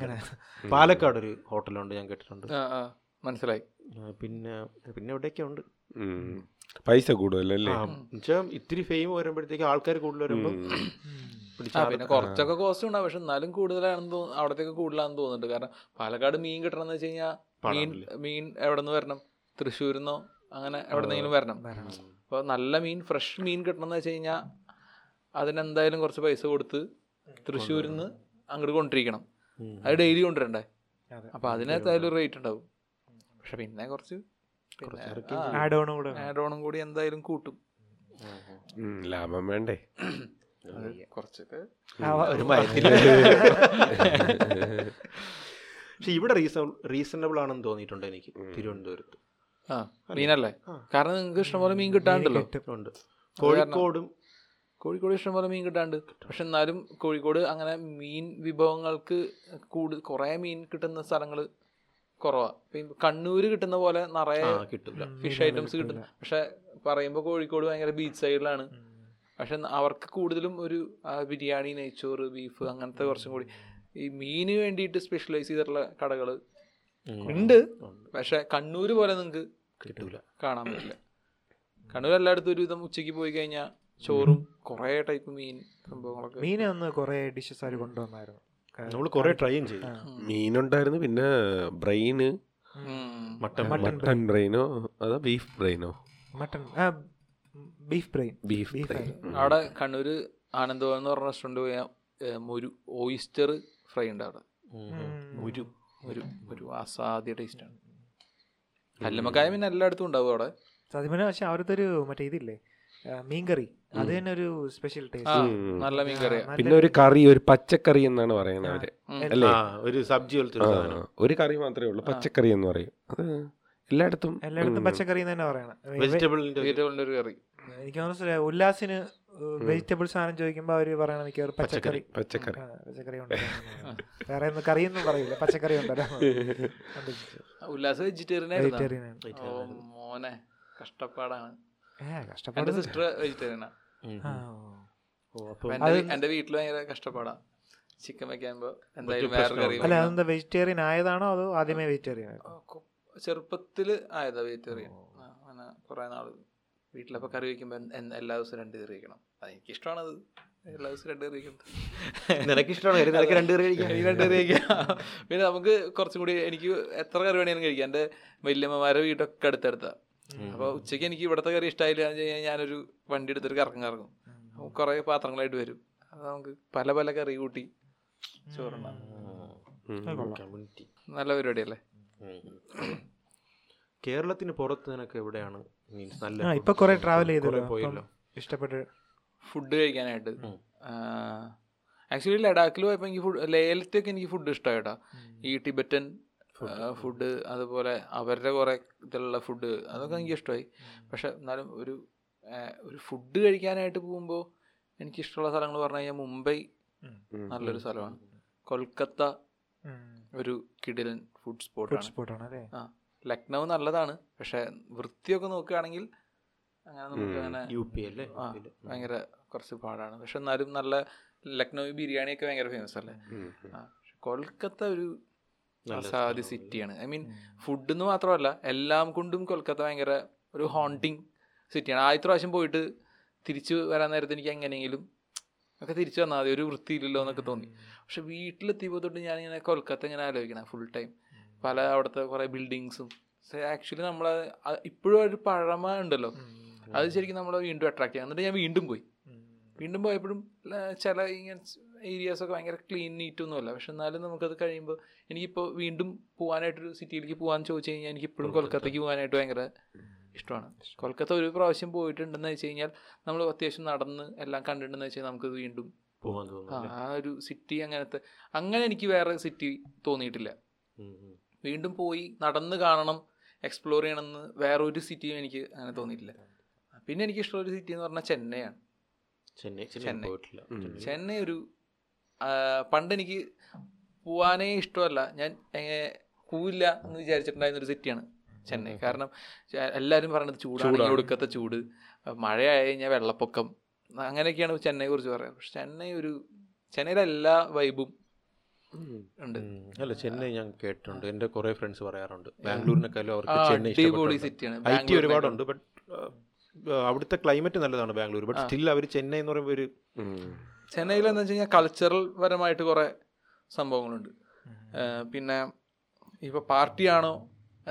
കമൻറ്റ് പാലക്കാട് ഒരു ഹോട്ടലുണ്ട് ഞാൻ കേട്ടിട്ടുണ്ട്
ആ, ആ മനസ്സിലായി
ആ, പിന്നെ പിന്നെ എവിടെയൊക്കെ ഉണ്ട്
ഉം. പൈസ കൂടുതലല്ലേ
ആ, എന്നുവെച്ചാൽ ഇത്തിരി ഫെയിം വരുമ്പോഴത്തേക്ക് ആൾക്കാർ കൂടുതൽ വരുമ്പോൾ
ആ
പിടിച്ച
പിന്നെ കുറച്ചൊക്കെ കോസ്റ്റ് ഉണ്ടാവും പക്ഷെ എന്നാലും കൂടുതലാണെന്ന് തോന്നുന്നു അവിടത്തേക്ക് കൂടുതലാണെന്ന് തോന്നുന്നുണ്ട് കാരണം പാലക്കാട് മീൻ കിട്ടണമെന്ന് വെച്ച് കഴിഞ്ഞാൽ മീൻ മീൻ എവിടെ നിന്ന് വരണം തൃശ്ശൂരിൽ നിന്നോ അങ്ങനെ എവിടെന്നെങ്കിലും വരണം അപ്പോൾ നല്ല മീൻ ഫ്രഷ് മീൻ കിട്ടണമെന്ന് വെച്ച് കഴിഞ്ഞാൽ അതിനെന്തായാലും കുറച്ച് പൈസ കൊടുത്ത് തൃശ്ശൂരിൽ നിന്ന് അങ്ങോട്ട് കൊണ്ടിരിക്കണം അത് ഡെയിലി കൊണ്ടുവരണ്ടേ
അതെ.
അപ്പോൾ അതിനകത്തായാലും റേറ്റ് ഉണ്ടാവും പക്ഷെ പിന്നെ കുറച്ച്
Add on കൂടെ വേണം.
ആഡ് ഓണും കൂടി എന്തായാലും കൂട്ടും
ഉം, ലാഭം വേണ്ടേ
അത് കുറച്ചൊക്കെ
ഒരു മരത്തില് പക്ഷെ ഇവിടെ റീസൺ റീസണബിൾ ആണെന്ന് തോന്നിയിട്ടുണ്ട് എനിക്ക് തിരുവനന്തപുരത്ത്
ആ *laughs* മീനല്ലേ കാരണം നിങ്ങൾക്ക് ഇഷ്ടംപോലെ മീൻ കിട്ടാണ്ടല്ലോ
ഉണ്ട് കോഴിക്കോടും
കോഴിക്കോട് ഇഷ്ടംപോലെ മീൻ കിട്ടാണ്ട് പക്ഷെ എന്നാലും കോഴിക്കോട് അങ്ങനെ മീൻ വിഭവങ്ങൾക്ക് കൂടുതൽ കുറേ മീൻ കിട്ടുന്ന സ്ഥലങ്ങൾ കുറവാണ് ഇപ്പം കണ്ണൂർ കിട്ടുന്ന പോലെ നിറയെ
ആ കിട്ടില്ല
ഫിഷ് ഐറ്റംസ് കിട്ടുന്ന പക്ഷെ പറയുമ്പോൾ കോഴിക്കോട് ഭയങ്കര ബീച്ച് സൈഡിലാണ് പക്ഷെ ന- അവർക്ക് കൂടുതലും ഒരു ആ, ബിരിയാണി നെയ്ച്ചോറ് ബീഫ് അങ്ങനത്തെ കുറച്ചും കൂടി ഈ മീന് വേണ്ടിയിട്ട് സ്പെഷ്യലൈസ് ചെയ്തിട്ടുള്ള കടകൾ ഉണ്ട് പക്ഷെ കണ്ണൂർ പോലെ നിങ്ങൾക്ക്
കിട്ടൂല
കാണാൻ പറ്റില്ല കണ്ണൂർ എല്ലായിടത്തും ഒരുവിധം ഉച്ചയ്ക്ക് പോയി കഴിഞ്ഞാൽ ചോറും കുറേ ടൈപ്പ് മീൻ സംഭവങ്ങളൊക്കെ
മീനെ ഒന്ന് കുറെ ഡിഷസ് അവർ കൊണ്ടുവന്നായിരുന്നു
നമ്മൾ കുറെ ട്രൈയും ചെയ്തു
മീനുണ്ടായിരുന്നു പിന്നെ ബ്രെയിന്
ഉം.
മട്ടൻ
മട്ടൺ ബ്രെയിനോ അതോ ബീഫ് ബ്രെയിനോ
mutton beef brain
beef
Beef
brain
അവിടെ കണ്ണൂര് ആനന്ദഭവൻ എന്ന് പറഞ്ഞ റെസ്റ്റോറൻറ്റ് പോയ ഒരു ഓയിസ്റ്റർ ഫ്രൈ ഉണ്ട് അവിടെ ഒരു ഒരു ഒരു അസാധ്യ ടേസ്റ്റാണ് കല്ലുമ്മക്കായ പിന്നെ എല്ലായിടത്തും ഉണ്ടാവും അവിടെ
സത്യമന പക്ഷെ അവിടുത്തെ ഒരു മറ്റേ ഇതില്ലേ ആ, മീൻകറി അത് തന്നെ ഒരു സ്പെഷ്യൽ
ആ
ടേസ്റ്റ്
നല്ല മീൻ കറിയാ
പിന്നെ ഒരു കറി ഒരു പച്ചക്കറി എന്നാണ് പറയുന്നത് അവര് അല്ലേ
ആ ഒരു സബ്ജി പോലത്തെ ഒരു
ആ,
സാധനം
ഒരു കറി മാത്രമേ ഉള്ളൂ പച്ചക്കറി എന്ന് പറയും അത് എല്ലായിടത്തും
എല്ലായിടത്തും
ഉം.
പച്ചക്കറി എന്ന് തന്നെ പറയണം
വെജിറ്റബിളിന്റെ
വീട്ടിലുള്ള ഒരു കറി
എനിക്ക് മനസ്സിലായി ഉല്ലാസിന് വെജിറ്റബിൾ സാധനം ചോദിക്കുമ്പോ അവര് പറയണ മിക്കവാറും പച്ചക്കറി
പച്ചക്കറി
ആ, പച്ചക്കറി ഉണ്ടല്ലോ വേറെ ഒന്നും കറിയൊന്നും പറയില്ല പച്ചക്കറി
*laughs*
ഉണ്ടല്ലോ
ഉല്ലാസ് വെജിറ്റേറിയൻ ആയിരുന്നു
വെജിറ്റേറിയൻ ആണ്
ഓ മോനെ കഷ്ടപ്പാടാണ്
ഏ,
എന്റെ
കഷ്ടപ്പാട്
സിസ്റ്റർ വെജിറ്റേറിയനാ
ആ,
ഓ അപ്പൊ
എന്റെ വീ- എന്റെ വീട്ടിൽ ഭയങ്കര കഷ്ടപ്പാടാ ചിക്കൻ വെക്കുമ്പോ എന്തായാലും
മറ്റു
വേറെ കറി
അല്ല
വേണം.
അതെന്താ വെജിറ്റേറിയൻ ആയതാണോ അതോ ആദ്യമേ വെജിറ്റേറിയൻ ആയിരുന്നു
ആ, കു- ചെറുപ്പത്തില് ആയതാ വെജിറ്റേറിയൻ അങ്ങനെ കുറെ നാള് വീട്ടിലപ്പോ കറി വെക്കുമ്പോ എൻ- എൻ- എല്ലാ ദിവസവും രണ്ട് കറി വെക്കണം അത് എനിക്കിഷ്ടമാണ് അത് എല്ലാ ദിവസവും രണ്ട് കറി *laughs* വെക്കുന്നത്
നിനക്ക് ഇഷ്ടമാണ് നിനക്ക് രണ്ട് കറി കഴിക്കാം
എനിക്ക് രണ്ട് കറി കഴിക്കാം *laughs* പിന്നെ നമുക്ക് കുറച്ചും കൂടി എനിക്ക് എത്ര കറി വേണമെങ്കിലും കഴിക്കാം എൻ്റെ വല്യമ്മമാരെ വീടൊക്കെ അടുത്തടുത്താ അപ്പോൾ ഉച്ചയ്ക്ക് എനിക്ക് ഇവിടുത്തെ കറി ഇഷ്ടമായില്ല എന്ന് വെച്ച് കഴിഞ്ഞാൽ ഞാനൊരു വണ്ടി എടുത്തൊരു കറക്കം കറങ്ങും അപ്പോൾ കുറേ പാത്രങ്ങളായിട്ട് വരും അത് നമുക്ക് പല പല കറി കൂട്ടി ചോറുണ്ടാകും
Community.
നല്ല പരിപാടിയല്ലേ
കേരളത്തിന് പുറത്ത് നിനക്ക് എവിടെയാണ് മീൻസ് നല്ല
ആ ഇപ്പൊ കൊറേ ട്രാവൽ
കുറേ
ചെയ്തല്ലോ
പോയല്ലോ
അപ്പം ഇഷ്ടപ്പെട്ട് ഫുഡ്
ഫുഡ് കഴിക്കാനായിട്ട് ആക്ച്വലി ലഡാക്കിൽ പോയപ്പോൾ എനിക്ക് ഫുഡ് ലേലത്തെയൊക്കെ എനിക്ക് ഫുഡ് ഇഷ്ടമായിട്ടാ ഈ ടിബറ്റൻ ഫുഡ് അതുപോലെ അവരുടെ കുറേ ഇതിലുള്ള ഫുഡ് അതൊക്കെ എനിക്ക് ഇഷ്ടമായി പക്ഷെ എന്നാലും ഒരു ആ, ഒരു ഫുഡ് കഴിക്കാനായിട്ട് പോകുമ്പോൾ എനിക്ക് ഇഷ്ടമുള്ള സ്ഥലങ്ങൾ പറഞ്ഞു കഴിഞ്ഞാൽ മുംബൈ നല്ലൊരു സ്ഥലമാണ് കൊൽക്കത്ത ഒരു കിടിലൻ ഫുഡ് സ്പോട്ടാണ്
സ്പോട്ടാണ് അല്ലേ
ലക്നൗ നല്ലതാണ് പക്ഷെ വൃത്തിയൊക്കെ നോക്കുകയാണെങ്കിൽ അങ്ങനെ നമുക്ക് അങ്ങനെ
യു പി അല്ലേ
ആ, ഭയങ്കര കുറച്ച് പാടാണ് പക്ഷെ എന്നാലും നല്ല ലക്നൗ ബിരിയാണിയൊക്കെ ഭയങ്കര ഫേമസ് അല്ലേ ആ, പക്ഷെ കൊൽക്കത്ത ഒരു അസാധ്യ സിറ്റിയാണ് ഐ മീൻ ഫുഡ് എന്ന് മാത്രമല്ല എല്ലാം കൊണ്ടും കൊൽക്കത്ത ഭയങ്കര ഒരു ഹോണ്ടിങ് സിറ്റിയാണ് ആദ്യത്തെ പ്രാവശ്യം പോയിട്ട് തിരിച്ചു വരാൻ നേരത്തെ എനിക്ക് എങ്ങനെയെങ്കിലും ഒക്കെ തിരിച്ചു വന്നാൽ മതി ഒരു വൃത്തിയില്ലല്ലോ എന്നൊക്കെ തോന്നി പക്ഷെ വീട്ടിലെത്തിയപ്പോൾ തൊട്ട് ഞാനിങ്ങനെ കൊൽക്കത്ത ഇങ്ങനെ ആലോചിക്കണം ഫുൾ ടൈം പല അവിടുത്തെ കുറേ ബിൽഡിങ്സും ആക്ച്വലി നമ്മൾ ഇപ്പോഴും ഒരു പഴമ ഉണ്ടല്ലോ അത് ശരിക്കും നമ്മളെ വീണ്ടും അട്രാക്ട് ചെയ്യാം എന്നിട്ട് ഞാൻ വീണ്ടും പോയി വീണ്ടും പോയപ്പോഴും ആ, ചില ഇങ്ങനെ ഏരിയാസ് ഒക്കെ ഭയങ്കര ക്ലീൻ നീറ്റ് ഒന്നുമല്ല പക്ഷെ എന്നാലും നമുക്കത് കഴിയുമ്പോൾ എനിക്കിപ്പോൾ വീണ്ടും പോകാനായിട്ടൊരു സിറ്റിയിലേക്ക് പോകാൻ ചോദിച്ചു കഴിഞ്ഞാൽ എനിക്ക് ഇപ്പോഴും കൊൽക്കത്തയ്ക്ക് പോകാനായിട്ട് ഭയങ്കര ഇഷ്ടമാണ് കൊൽക്കത്ത ഒരു പ്രാവശ്യം പോയിട്ടുണ്ടെന്ന് വെച്ച് കഴിഞ്ഞാൽ നമ്മൾ അത്യാവശ്യം നടന്ന് എല്ലാം കണ്ടിട്ടുണ്ടെന്ന് വെച്ചാൽ നമുക്കത് വീണ്ടും
പോകാൻ
ആ,
തോന്നുന്നു
ആ ഒരു സിറ്റി അങ്ങനത്തെ അങ്ങനെ എനിക്ക് വേറെ സിറ്റി തോന്നിയിട്ടില്ല വീണ്ടും പോയി നടന്ന് കാണണം എക്സ്പ്ലോർ ചെയ്യണമെന്ന് വേറെ ഒരു സിറ്റിയും എനിക്ക് അങ്ങനെ തോന്നിയിട്ടില്ല പിന്നെ എനിക്ക് ഇഷ്ടമുള്ള ഒരു സിറ്റി എന്ന് പറഞ്ഞാൽ ചെന്നൈയാണ്
ചെന്നൈ ചെന്നൈ
ചെന്നൈ.
പോയിട്ടില്ല
ഉം.
ചെന്നൈ.
ചെന്നൈ ഒരു ആ, പണ്ട് എനിക്ക് പോവാനേ ഇഷ്ടമല്ല ഞാൻ ഏ, പോവില്ല എന്ന് വിചാരിച്ചിട്ടുണ്ടായിരുന്ന ഒരു സിറ്റിയാണ് ചെന്നൈ കാരണം ചെ- എല്ലാവരും പറയുന്നത് ചൂടാണ് ഒടുക്കത്തെ ചൂട് മഴയായി കഴിഞ്ഞാൽ വെള്ളപ്പൊക്കം അങ്ങനെയൊക്കെയാണ് ചെന്നൈയെ കുറിച്ച് പറയുന്നത് പക്ഷെ ചെന്നൈ ഒരു ചെന്നൈയിലെ എല്ലാ വൈബും ഉണ്ട്
ഉം. അല്ല ചെന്നൈ ഞാൻ കേട്ടിട്ടുണ്ട് എന്റെ കുറെ ഫ്രണ്ട്സ് പറയാറുണ്ട് ബാംഗ്ലൂരിനെക്കാളും അവർക്ക് ചെന്നൈ
അടിപൊളി
ഇഷ്ടപ്പെട്ടു
സിറ്റിയാണ്
ഐ ടി ഒരുപാടുണ്ട് ബട്ട് അവിടുത്തെ ക്ലൈമറ്റ് നല്ലതാണ് ബാംഗ്ലൂർ ബട്ട് സ്റ്റിൽ അവർ ചെന്നൈ എന്ന് പറയുമ്പോൾ ഒരു
ചെന്നൈയിൽ എന്ന് വെച്ച് കഴിഞ്ഞാൽ കൾച്ചറൽ പരമായിട്ട് കുറേ സംഭവങ്ങളുണ്ട് ഏഹ് പിന്നെ ഇപ്പോൾ പാർട്ടിയാണോ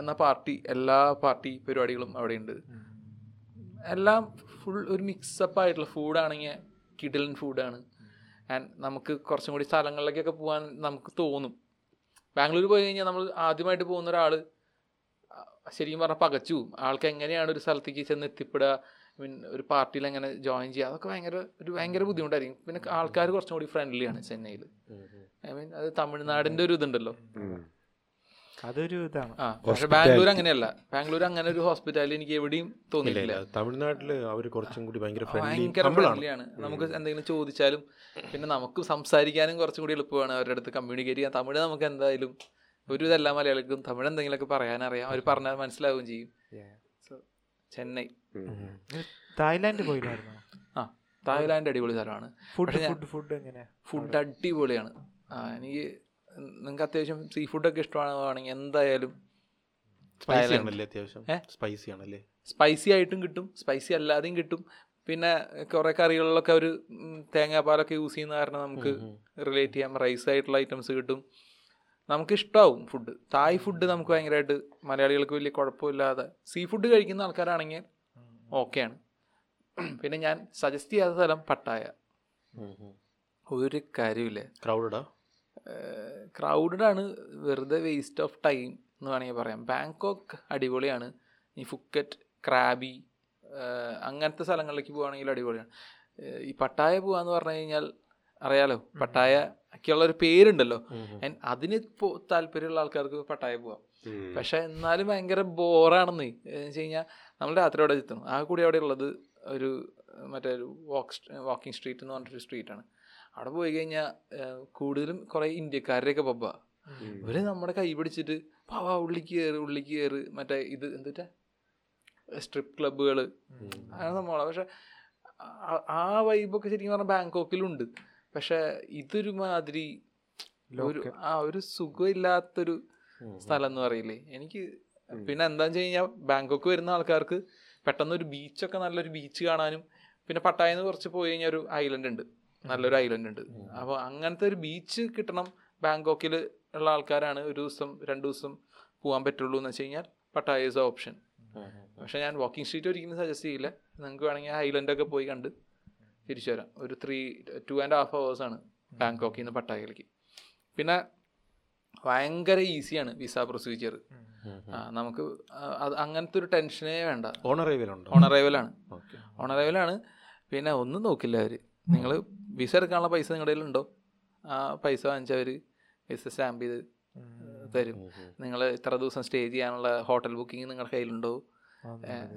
എന്ന പാർട്ടി എല്ലാ പാർട്ടി പരിപാടികളും അവിടെയുണ്ട് എല്ലാം ഫുൾ ഒരു മിക്സപ്പ് ആയിട്ടുള്ള ഫുഡാണെങ്കിൽ കിടിലൻ ഫുഡാണ് ആൻഡ് നമുക്ക് കുറച്ചും കൂടി സ്ഥലങ്ങളിലേക്കൊക്കെ പോകാൻ നമുക്ക് തോന്നും ബാംഗ്ലൂർ പോയി കഴിഞ്ഞാൽ നമ്മൾ ആദ്യമായിട്ട് പോകുന്ന ഒരാൾ ശരിക്കും പറഞ്ഞാൽ പകച്ചു പോകും. ആൾക്ക് എങ്ങനെയാണ് ഒരു സ്ഥലത്തേക്ക് ചെന്ന് എത്തിപ്പെടുക ഐ മീൻ ഒരു പാർട്ടിയിൽ എങ്ങനെ ജോയിൻ ചെയ്യുക അതൊക്കെ ഭയങ്കര ഒരു ഭയങ്കര ബുദ്ധിമുട്ടായിരിക്കും പിന്നെ ആൾക്കാർ കുറച്ചും കൂടി ഫ്രണ്ട്ലിയാണ് ചെന്നൈയിൽ ഐ മീൻ അത് തമിഴ്നാടിൻ്റെ ഒരു ഇതുണ്ടല്ലോ
അതൊരു ഇതാണ്
ആ പക്ഷെ ബാംഗ്ലൂർ അങ്ങനെയല്ല ബാംഗ്ലൂർ അങ്ങനെ ഒരു ഹോസ്പിറ്റാലിറ്റി എനിക്ക് എവിടെയും തോന്നിയിട്ടില്ല
തമിഴ്നാട്ടിൽ അവർ കുറച്ചും കൂടി ഭയങ്കര ഫ്രണ്ട്ലി
ഭയങ്കര ഫ്രണ്ട്ലിയാണ് നമുക്ക് എന്തെങ്കിലും ചോദിച്ചാലും പിന്നെ നമുക്ക് സംസാരിക്കാനും കുറച്ചും കൂടി എളുപ്പമാണ് അവരുടെ അടുത്ത് കമ്മ്യൂണിക്കേറ്റ് ചെയ്യാൻ തമിഴ് നമുക്ക് എന്തായാലും ഒരു ഇതല്ല മലയാളിക്കും തമിഴ് എന്തെങ്കിലുമൊക്കെ പറയാനറിയാം അവർ പറഞ്ഞാൽ മനസ്സിലാവുകയും ചെയ്യും So, ചെന്നൈ
തായ്ലാന്റ് പോയില്ലായിരുന്നു
ആ തായ്ലാൻഡ് അടിപൊളി സ്ഥലമാണ്
ഫുഡ്
പക്ഷെ ഞാൻ-
ഫുഡ് ഫുഡ് എങ്ങനെ
ഫുഡ് അടിപൊളിയാണ് ആ എനിക്ക് നിങ്ങൾക്ക് അത്യാവശ്യം സീ ഫുഡൊക്കെ ഇഷ്ടമാണെങ്കിൽ എന്തായാലും
സ്പൈസി ആണല്ലേ അത്യാവശ്യം
ഏ?
സ്പൈസി ആണല്ലേ
സ്പൈസി ആയിട്ടും കിട്ടും സ്പൈസി അല്ലാതെയും കിട്ടും പിന്നെ കുറേ കറികളിലൊക്കെ അവർ തേങ്ങാപ്പാലൊക്കെ യൂസ് ചെയ്യുന്ന കാരണം നമുക്ക് റിലേറ്റ് ചെയ്യാം റൈസ് ആയിട്ടുള്ള ഐറ്റംസ് കിട്ടും നമുക്ക് ഇഷ്ടമാവും ഫുഡ് തായ് ഫുഡ് നമുക്ക് ഭയങ്കരമായിട്ട് മലയാളികൾക്ക് വലിയ കുഴപ്പമില്ലാതെ സീ ഫുഡ് കഴിക്കുന്ന ആൾക്കാരാണെങ്കിൽ ഓക്കെയാണ് പിന്നെ ഞാൻ സജസ്റ്റ് ചെയ്യാത്ത സ്ഥലം പട്ടായ ഒരു കാര്യമില്ല
ക്രൗഡഡാ
ക്രൗഡഡ് ആണ് വെറുതെ വേസ്റ്റ് ഓഫ് ടൈം എന്ന് വേണമെങ്കിൽ പറയാം ബാങ്കോക്ക് അടിപൊളിയാണ് ഈ ഫുക്കറ്റ് ക്രാബി ഏഹ് അങ്ങനത്തെ സ്ഥലങ്ങളിലേക്ക് പോവുകയാണെങ്കിൽ അടിപൊളിയാണ് ഏഹ് ഈ പട്ടായ പോവാന്ന് പറഞ്ഞു കഴിഞ്ഞാൽ അറിയാലോ പട്ടായ ഒക്കെയുള്ള ഒരു പേരുണ്ടല്ലോ And അതിന് പോ- താല്പര്യമുള്ള ആൾക്കാർക്ക് പട്ടായ പോവാം പക്ഷെ എന്നാലും ഭയങ്കര ബോറാണെന്ന് എന്ന് വെച്ച് കഴിഞ്ഞാൽ നമ്മൾ രാത്രി അവിടെ എത്തും ആ കൂടി അവിടെ ഉള്ളത് ഒരു ഏഹ്, മറ്റേ ഒരു വാക്ക് വാക്കിംഗ് സ്ട്രീറ്റ് എന്ന് പറഞ്ഞിട്ടൊരു സ്ട്രീറ്റാണ് അവിടെ പോയി കഴിഞ്ഞാൽ കൂടുതലും കുറേ ഇന്ത്യക്കാരുടെയൊക്കെ പബ്ബാ ഇവര് നമ്മുടെ കൈ പിടിച്ചിട്ട് വാ വാ ഉള്ളിക്ക് കയറ് ഉള്ളിക്ക് കയറ് മറ്റേ ഇത് എന്തുട്ടാ സ്ട്രിപ്പ് ക്ലബ്ബുകൾ അങ്ങനെ സംഭവമാണ് പക്ഷെ ആ- ആ വൈബൊക്കെ ശരിക്കും പറഞ്ഞാൽ ബാങ്കോക്കിലുണ്ട് പക്ഷെ ഇതൊരു മാതിരി ഒരു ആ ഒരു സുഖമില്ലാത്തൊരു സ്ഥലം എന്ന് പറയില്ലേ എനിക്ക് പിന്നെ എന്താന്ന് വെച്ച് കഴിഞ്ഞാൽ ബാങ്കോക്ക് വരുന്ന ആൾക്കാർക്ക് പെട്ടെന്ന് ഒരു ബീച്ചൊക്കെ നല്ലൊരു ബീച്ച് കാണാനും പിന്നെ പട്ടായെന്ന് കുറച്ച് പോയി കഴിഞ്ഞാൽ ഒരു ഐലൻഡ് ഉണ്ട് നല്ലൊരു ഐലൻഡ് ഉണ്ട് അപ്പോൾ അങ്ങനത്തെ ഒരു ബീച്ച് കിട്ടണം ബാങ്കോക്കിൽ ഉള്ള ആൾക്കാരാണ് ഒരു ദിവസം രണ്ട് ദിവസം പോകാൻ പറ്റുള്ളൂ എന്ന് വെച്ച് കഴിഞ്ഞാൽ പട്ടായ ഇസ് ഓപ്ഷൻ പക്ഷെ ഞാൻ വാക്കിംഗ് സ്ട്രീറ്റ് ഒരിക്കലും സജസ്റ്റ് ചെയ്യില്ല നിങ്ങൾക്ക് വേണമെങ്കിൽ ഐലൻഡൊക്കെ പോയി കണ്ട് തിരിച്ചു വരാം ഒരു ത്രീ ടു ആൻഡ് ഹാഫ് ഹവേഴ്സാണ് ബാങ്കോക്കിൽ നിന്ന് പട്ടായയിലേക്ക് പിന്നെ ഭയങ്കര ഈസിയാണ് വിസ പ്രൊസീജിയർ നമുക്ക് അ- അത് അങ്ങനത്തെ ഒരു ടെൻഷനേ വേണ്ട
ഓണറൈവലുണ്ടോ
ഓൺ അറൈവലാണ് ഓൺ അറൈവലാണ് പിന്നെ ഒന്നും നോക്കില്ല അവർ നിങ്ങൾ വിസ എടുക്കാനുള്ള പൈസ നിങ്ങളുടെ കയ്യിലുണ്ടോ ആ പൈസ വാങ്ങിച്ചാൽ അവർ വിസ സ്റ്റാമ്പ് ചെയ്ത് തരും നിങ്ങൾ ഇത്ര ദിവസം സ്റ്റേ ചെയ്യാനുള്ള ഹോട്ടൽ ബുക്കിംഗ് നിങ്ങളുടെ കയ്യിലുണ്ടോ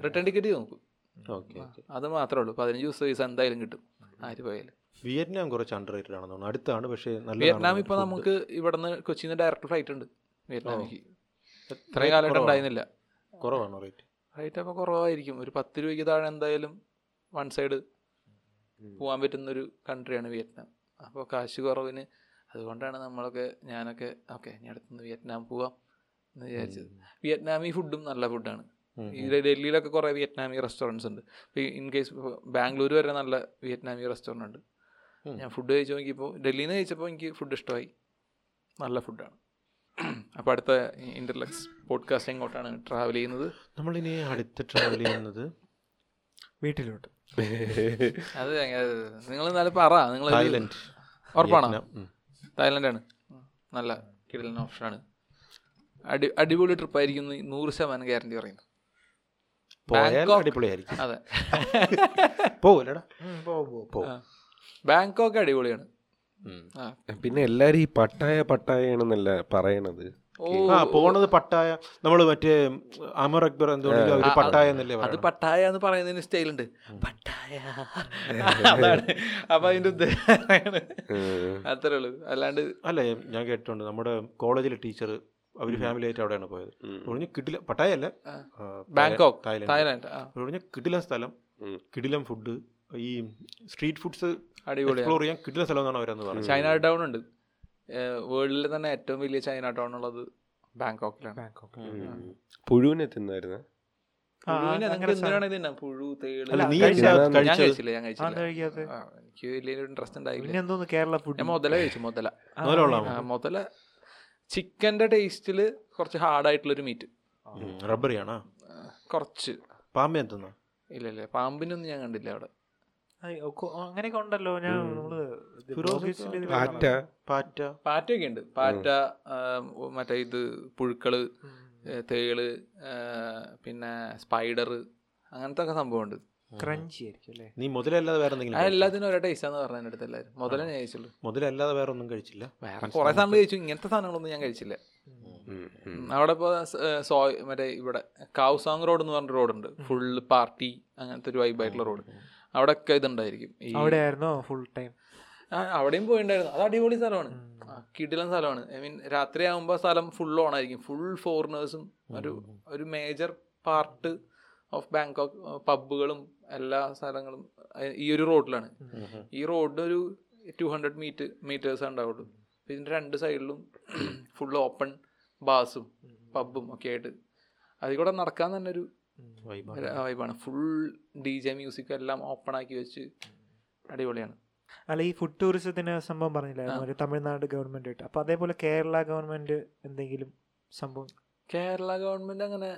റിട്ടേൺ ടിക്കറ്റ് നോക്കും
ഓക്കെ
അത് മാത്രമേ ഉള്ളൂ പതിനഞ്ച് ദിവസം വിസ എന്തായാലും കിട്ടും ആര് പോയാലും
വിയറ്റ്നാം കുറച്ച് അണ്ടർ റേറ്റഡ് ആണെന്ന് തോന്നുന്നു അടുത്താണ് പക്ഷേ നല്ല
വിയറ്റ്നാം ഇപ്പോൾ നമുക്ക് ഇവിടുന്ന് കൊച്ചിയിൽ നിന്ന് ഡയറക്റ്റ് ഫ്ലൈറ്റ് ഉണ്ട് വിയറ്റ്നാമിലേക്ക് ഇത്രയും കാലമായിട്ട് ഉണ്ടായിരുന്നില്ല
കുറവാണോ റേറ്റ്
റേറ്റ് അപ്പോൾ കുറവായിരിക്കും ഒരു പത്ത് രൂപയ്ക്ക് താഴെ എന്തായാലും വൺ സൈഡ് പോകാൻ പറ്റുന്നൊരു കൺട്രിയാണ് വിയറ്റ്നാം അപ്പോൾ കാശ് കുറവിന് അതുകൊണ്ടാണ് നമ്മളൊക്കെ ഞാനൊക്കെ ഓക്കെ ഇനി അടുത്തുനിന്ന് വിയറ്റ്നാം പോവാം എന്ന് വിചാരിച്ചത് വിയറ്റ്നാമി ഫുഡും നല്ല ഫുഡാണ് ഈ ഡൽഹിയിലൊക്കെ കുറേ വിയറ്റ്നാമി റെസ്റ്റോറൻറ്റ്സ് ഉണ്ട് ഇപ്പോൾ ഇൻ കേസ് ബാംഗ്ലൂർ വരെ നല്ല വിയറ്റ്നാമി റെസ്റ്റോറൻ്റ് ഉണ്ട് ഞാൻ ഫുഡ് കഴിച്ച് നോക്കിയപ്പോൾ ഡൽഹിയിൽ നിന്ന് കഴിച്ചപ്പോൾ എനിക്ക് ഫുഡ് ഇഷ്ടമായി നല്ല ഫുഡാണ് *clears throat* അപ്പോൾ അടുത്ത ഇൻ്റർലക്സ് പോഡ്കാസ്റ്റ് എങ്ങോട്ടാണ് ട്രാവൽ ചെയ്യുന്നത്
നമ്മളിനി അടുത്ത ട്രാവൽ ചെയ്യുന്നത്
വീട്ടിലോട്ട്
അത് നിങ്ങൾ എന്നാലും പറ നിങ്ങൾ
തായ്ലൻഡ്
ഉറപ്പാണോ
വിയറ്റ്നാം. ഉം.
തായ്ലൻഡാണ് ഉം. നല്ല കിടലിന് ഓപ്ഷനാണ് അടി അടിപൊളി ട്രിപ്പായിരിക്കും എന്ന് നൂറ് ശതമാനം ഗ്യാരണ്ടി പറയുന്നു
പോയാൽ
ബാങ്കോക്ക്.
അടിപൊളിയായിരിക്കും *laughs*
അതെ
പോവില്ലടാ
ആ. ബാങ്കോക്ക് അടിപൊളിയാണ് ആ.
പിന്നെ എല്ലാരും ഈ പട്ടായ പട്ടായാണെന്നല്ല പറയണത്
ഓ
ആ പോണത് പട്ടായ നമ്മൾ മറ്റേ അമർ അക്ബർ എന്തുകൊണ്ടെങ്കിലും അവര് പട്ടായ എന്നല്ലേ
അത്
പറയുന്നത്
പട്ടായ എന്ന് പറയുന്നതിന് സ്റ്റൈലുണ്ട് പട്ടായ
*laughs*
അതാണ് അപ്പൊ അതിന്റെ ഉദ്ദേശം അത്രേ ഉള്ളൂ അല്ലാണ്ട്
അല്ലേ ഞാൻ കേട്ടിട്ടുണ്ട് നമ്മുടെ കോളേജിലെ ടീച്ചർ അവര് ഫാമിലി ആയിട്ട് അവിടെയാണ് പോയത് ഒഴിഞ്ഞ് കിടില പട്ടായ അല്ല
ബാങ്കോക്ക്
തായ്ലൻഡ്
തായ്ലാൻഡ് ആ
ഒഴിഞ്ഞ കിടിലം സ്ഥലം
ഉം.
കിടിലം ഫുഡ് ഈ സ്ട്രീറ്റ് ഫുഡ്സ്
അടിപൊളിയാണ്.
എക്സ്പ്ലോർ ചെയ്യാൻ കിടിലം സ്ഥലം എന്നാണ് അവരെന്ന് പറഞ്ഞത്
ചൈന ടൗൺ ഉണ്ട് വേൾഡിൽ തന്നെ ഏറ്റവും വലിയ ചൈന ടൗൺ ഉള്ളത് ബാങ്കോക്കിലാണ്
പുഴുവിനെ തിന്നായിരുന്ന
പുഴുവിനെ നിങ്ങൾക്ക് എന്തിനാണെങ്കിലും തിന്നാം. പുഴു, തേള്.
അല്ല,
നീ
ഞാൻ
എന്താ
ഞാൻ
കഴിച്ചത്
കഴിച്ചില്ല ഞാൻ
ആ, എന്താ
കഴിച്ചില്ല
കഴിക്കാത്തത്?
ആ, എനിക്ക് വലിയ ഇൻട്രസ്റ്റ് ഉണ്ടായില്ല
പിന്നെ എന്തോന്ന് കേരള ഫുഡ്
ഞാൻ മുതല കഴിച്ചു മുതല
മുതലുള്ളതാണോ?
ആ, മുതല ചിക്കന്റെ ടേസ്റ്റിൽ കുറച്ച് ഹാർഡായിട്ടുള്ളൊരു മീറ്റ്
റബ്ബറിയാണോ
കുറച്ച്
പാമ്പ് എന്തെന്നാ
ഇല്ല ഇല്ല പാമ്പിനൊന്നും ഞാൻ കണ്ടില്ല അവിടെ
അങ്ങനെയൊക്കെ ഉണ്ടല്ലോ ഞാൻ നമ്മള് ഇത് ബ്ലോഗേഴ്സിന്റെ ഇതില്
പാറ്റ
പാറ്റ
പാറ്റയൊക്കെ ഉണ്ട് പാറ്റ ആ, മറ്റേ ഇത് പുഴുക്കള് ഏ, തേള് ആ, പിന്നെ സ്പൈഡർ അങ്ങനത്തെ ഒക്കെ സംഭവമുണ്ട്
ക്രഞ്ചി ആയിരിക്കും അല്ലേ
നീ മുതലല്ലാതെ വേറെ
ആ
എന്തെങ്കിലും
എല്ലാത്തിനും ഒരേ ടേസ്റ്റാന്ന് പറഞ്ഞ എൻ്റെ അടുത്ത് എല്ലാവരും മുതലേ ഞാൻ കഴിച്ചുള്ളൂ
മുതലല്ലാതെ വേറെ ഒന്നും കഴിച്ചില്ല
വേറെ കുറേ സാധനങ്ങൾ കഴിച്ചു ഇങ്ങനത്തെ സാധനങ്ങളൊന്നും ഞാൻ കഴിച്ചില്ല ഉം, അവിടെ ഇപ്പോൾ സോയ് മറ്റേ ഇവിടെ കാവ്സാങ് റോഡ് എന്ന് പറഞ്ഞ റോഡുണ്ട് ഫുള്ള് പാർട്ടി അങ്ങനത്തെ ഒരു വൈബായിട്ടുള്ള റോഡ് അവിടെ ഒക്കെ ഇതുണ്ടായിരിക്കും ഈ
അവിടെ ആയിരുന്നോ ഫുൾ ടൈം
ആ, അവിടെയും പോയിണ്ടായിരുന്നു അത് അടിപൊളി സ്ഥലമാണ് ആ, കിടിലൻ സ്ഥലമാണ് ഐ മീൻ രാത്രി ആകുമ്പോൾ സ്ഥലം ഫുൾ ഓൺ ആയിരിക്കും ഫുൾ ഫോറിനേഴ്സും ഒരു ഒരു മേജർ പാർട്ട് ഓഫ് ബാങ്കോക്ക് പബ്ബുകളും എല്ലാ സ്ഥലങ്ങളും അഹ് ഈ ഒരു റോഡിലാണ് ഈ റോഡിന് ഒരു ടു ഹൺഡ്രഡ് മീറ്റ് മീറ്റേഴ്സ് ഉണ്ടാവുള്ളൂ അപ്പൊ ഇതിന്റെ രണ്ട് സൈഡിലും ഫുൾ ഓപ്പൺ ബാസും പബ്ബും ഒക്കെ ആയിട്ട് അതിൽ കൂടെ നടക്കാൻ തന്നെ ഒരു
വൈബാ
വൈബാണ് ഫുൾ ഡി ജെ മ്യൂസിക് എല്ലാം ഓപ്പൺ ആക്കി വെച്ച് അടിപൊളിയാണ്
അല്ല ഈ ഫുഡ് ടൂറിസത്തിന് സംഭവം പറഞ്ഞില്ലായിരുന്നു ഒരു തമിഴ്നാട് ഗവൺമെന്റ് ആയിട്ട് അപ്പൊ അതേപോലെ കേരള ഗവൺമെന്റ് എന്തെങ്കിലും സംഭവം
കേരള ഗവൺമെന്റ് അങ്ങനെ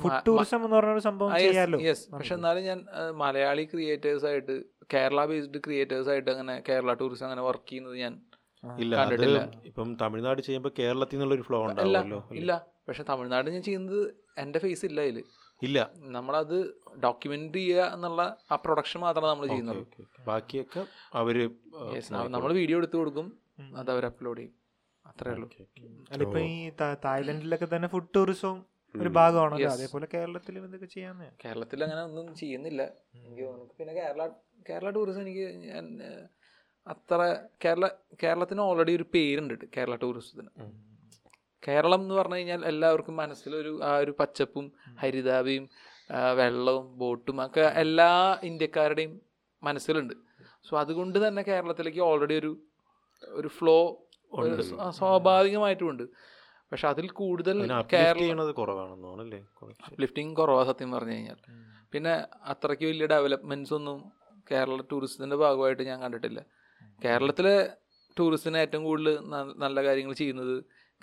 ഫുഡ് ടൂറിസം എന്ന് പറഞ്ഞ ഒരു സംഭവം ചെയ്യാമല്ലോ
യെസ് പക്ഷെ എന്നാലും ഞാൻ ആ, മലയാളി ക്രിയേറ്റേഴ്സ് ആയിട്ട് കേരള ബേസ്ഡ് ക്രിയേറ്റേഴ്സ് ആയിട്ട് അങ്ങനെ കേരള ടൂറിസം അങ്ങനെ വർക്ക് ചെയ്യുന്നത് ഞാൻ
ഇല്ല അത്
കണ്ടിട്ടില്ല.
ഇപ്പം തമിഴ്നാട് ചെയ്യുമ്പോൾ കേരളത്തിൽ നിന്നുള്ളൊരു ഫ്ലോ
ഇല്ല
ഉണ്ടാവുമല്ലോ
ഇല്ല പക്ഷെ തമിഴ്നാട് ഞാൻ ചെയ്യുന്നത് എൻ്റെ ഫേസ് ഇല്ല അതിൽ
ഇല്ല
നമ്മളത് ഡോക്യുമെന്റ് ചെയ്യുക എന്നുള്ള ആ പ്രൊഡക്ഷൻ മാത്രമേ നമ്മൾ ചെയ്യുന്നുള്ളൂ
Okay, okay. ബാക്കിയൊക്കെ അവര് ആ,
നമ്മൾ വീഡിയോ എടുത്തു കൊടുക്കും അത് അവർ അപ്ലോഡ് ചെയ്യും അത്രേ ഉള്ളൂ
Okay, okay.
അതിപ്പോ ഈ താ- തായ്ലൻഡിലൊക്കെ തന്നെ ഫുഡ് ടൂറിസവും ഒരു ഭാഗമാണല്ലോ
Yes.
അതേപോലെ കേരളത്തിലും ഇതൊക്കെ ചെയ്യാന്ന്
കേരളത്തിൽ അങ്ങനെ ഒന്നും ചെയ്യുന്നില്ല എനിക്ക് തോന്നുന്നു പിന്നെ കേരള കേരള ടൂറിസം എനിക്ക് ഞാൻ ഏഹ്, അത്ര കേരള കേരളത്തിന് ഓൾറെഡി ഒരു പേരുണ്ട് ട്ടോ, കേരള ടൂറിസത്തിന് കേരളം എന്ന് പറഞ്ഞു കഴിഞ്ഞാൽ എല്ലാവർക്കും മനസ്സിലൊരു ആ ഒരു പച്ചപ്പും ഹരിതാപയും ആ, വെള്ളവും ബോട്ടും ഒക്കെ എല്ലാ ഇന്ത്യക്കാരുടെയും മനസ്സിലുണ്ട് സോ അതുകൊണ്ട് തന്നെ കേരളത്തിലേക്ക് ഓൾറെഡി ഒരു ഒരു ഫ്ലോ സ്വാഭാവികമായിട്ടുമുണ്ട് പക്ഷെ അതിൽ കൂടുതൽ
അതിനെ uplift
കേരള
ചെയ്യണത് കുറവാണെന്ന് തോന്നുന്നല്ലേ കുറച്ച്
ലിഫ്റ്റിംഗ് കുറവാ സത്യം പറഞ്ഞു കഴിഞ്ഞാൽ പിന്നെ അത്രയ്ക്ക് വലിയ ഡെവലപ്മെന്റ്സ് ഒന്നും കേരള ടൂറിസത്തിന്റെ ഭാഗമായിട്ട് ഞാൻ കണ്ടിട്ടില്ല കേരളത്തിലെ ടൂറിസ്റ്റിന് ഏറ്റവും കൂടുതൽ ന- നല്ല കാര്യങ്ങൾ ചെയ്യുന്നത്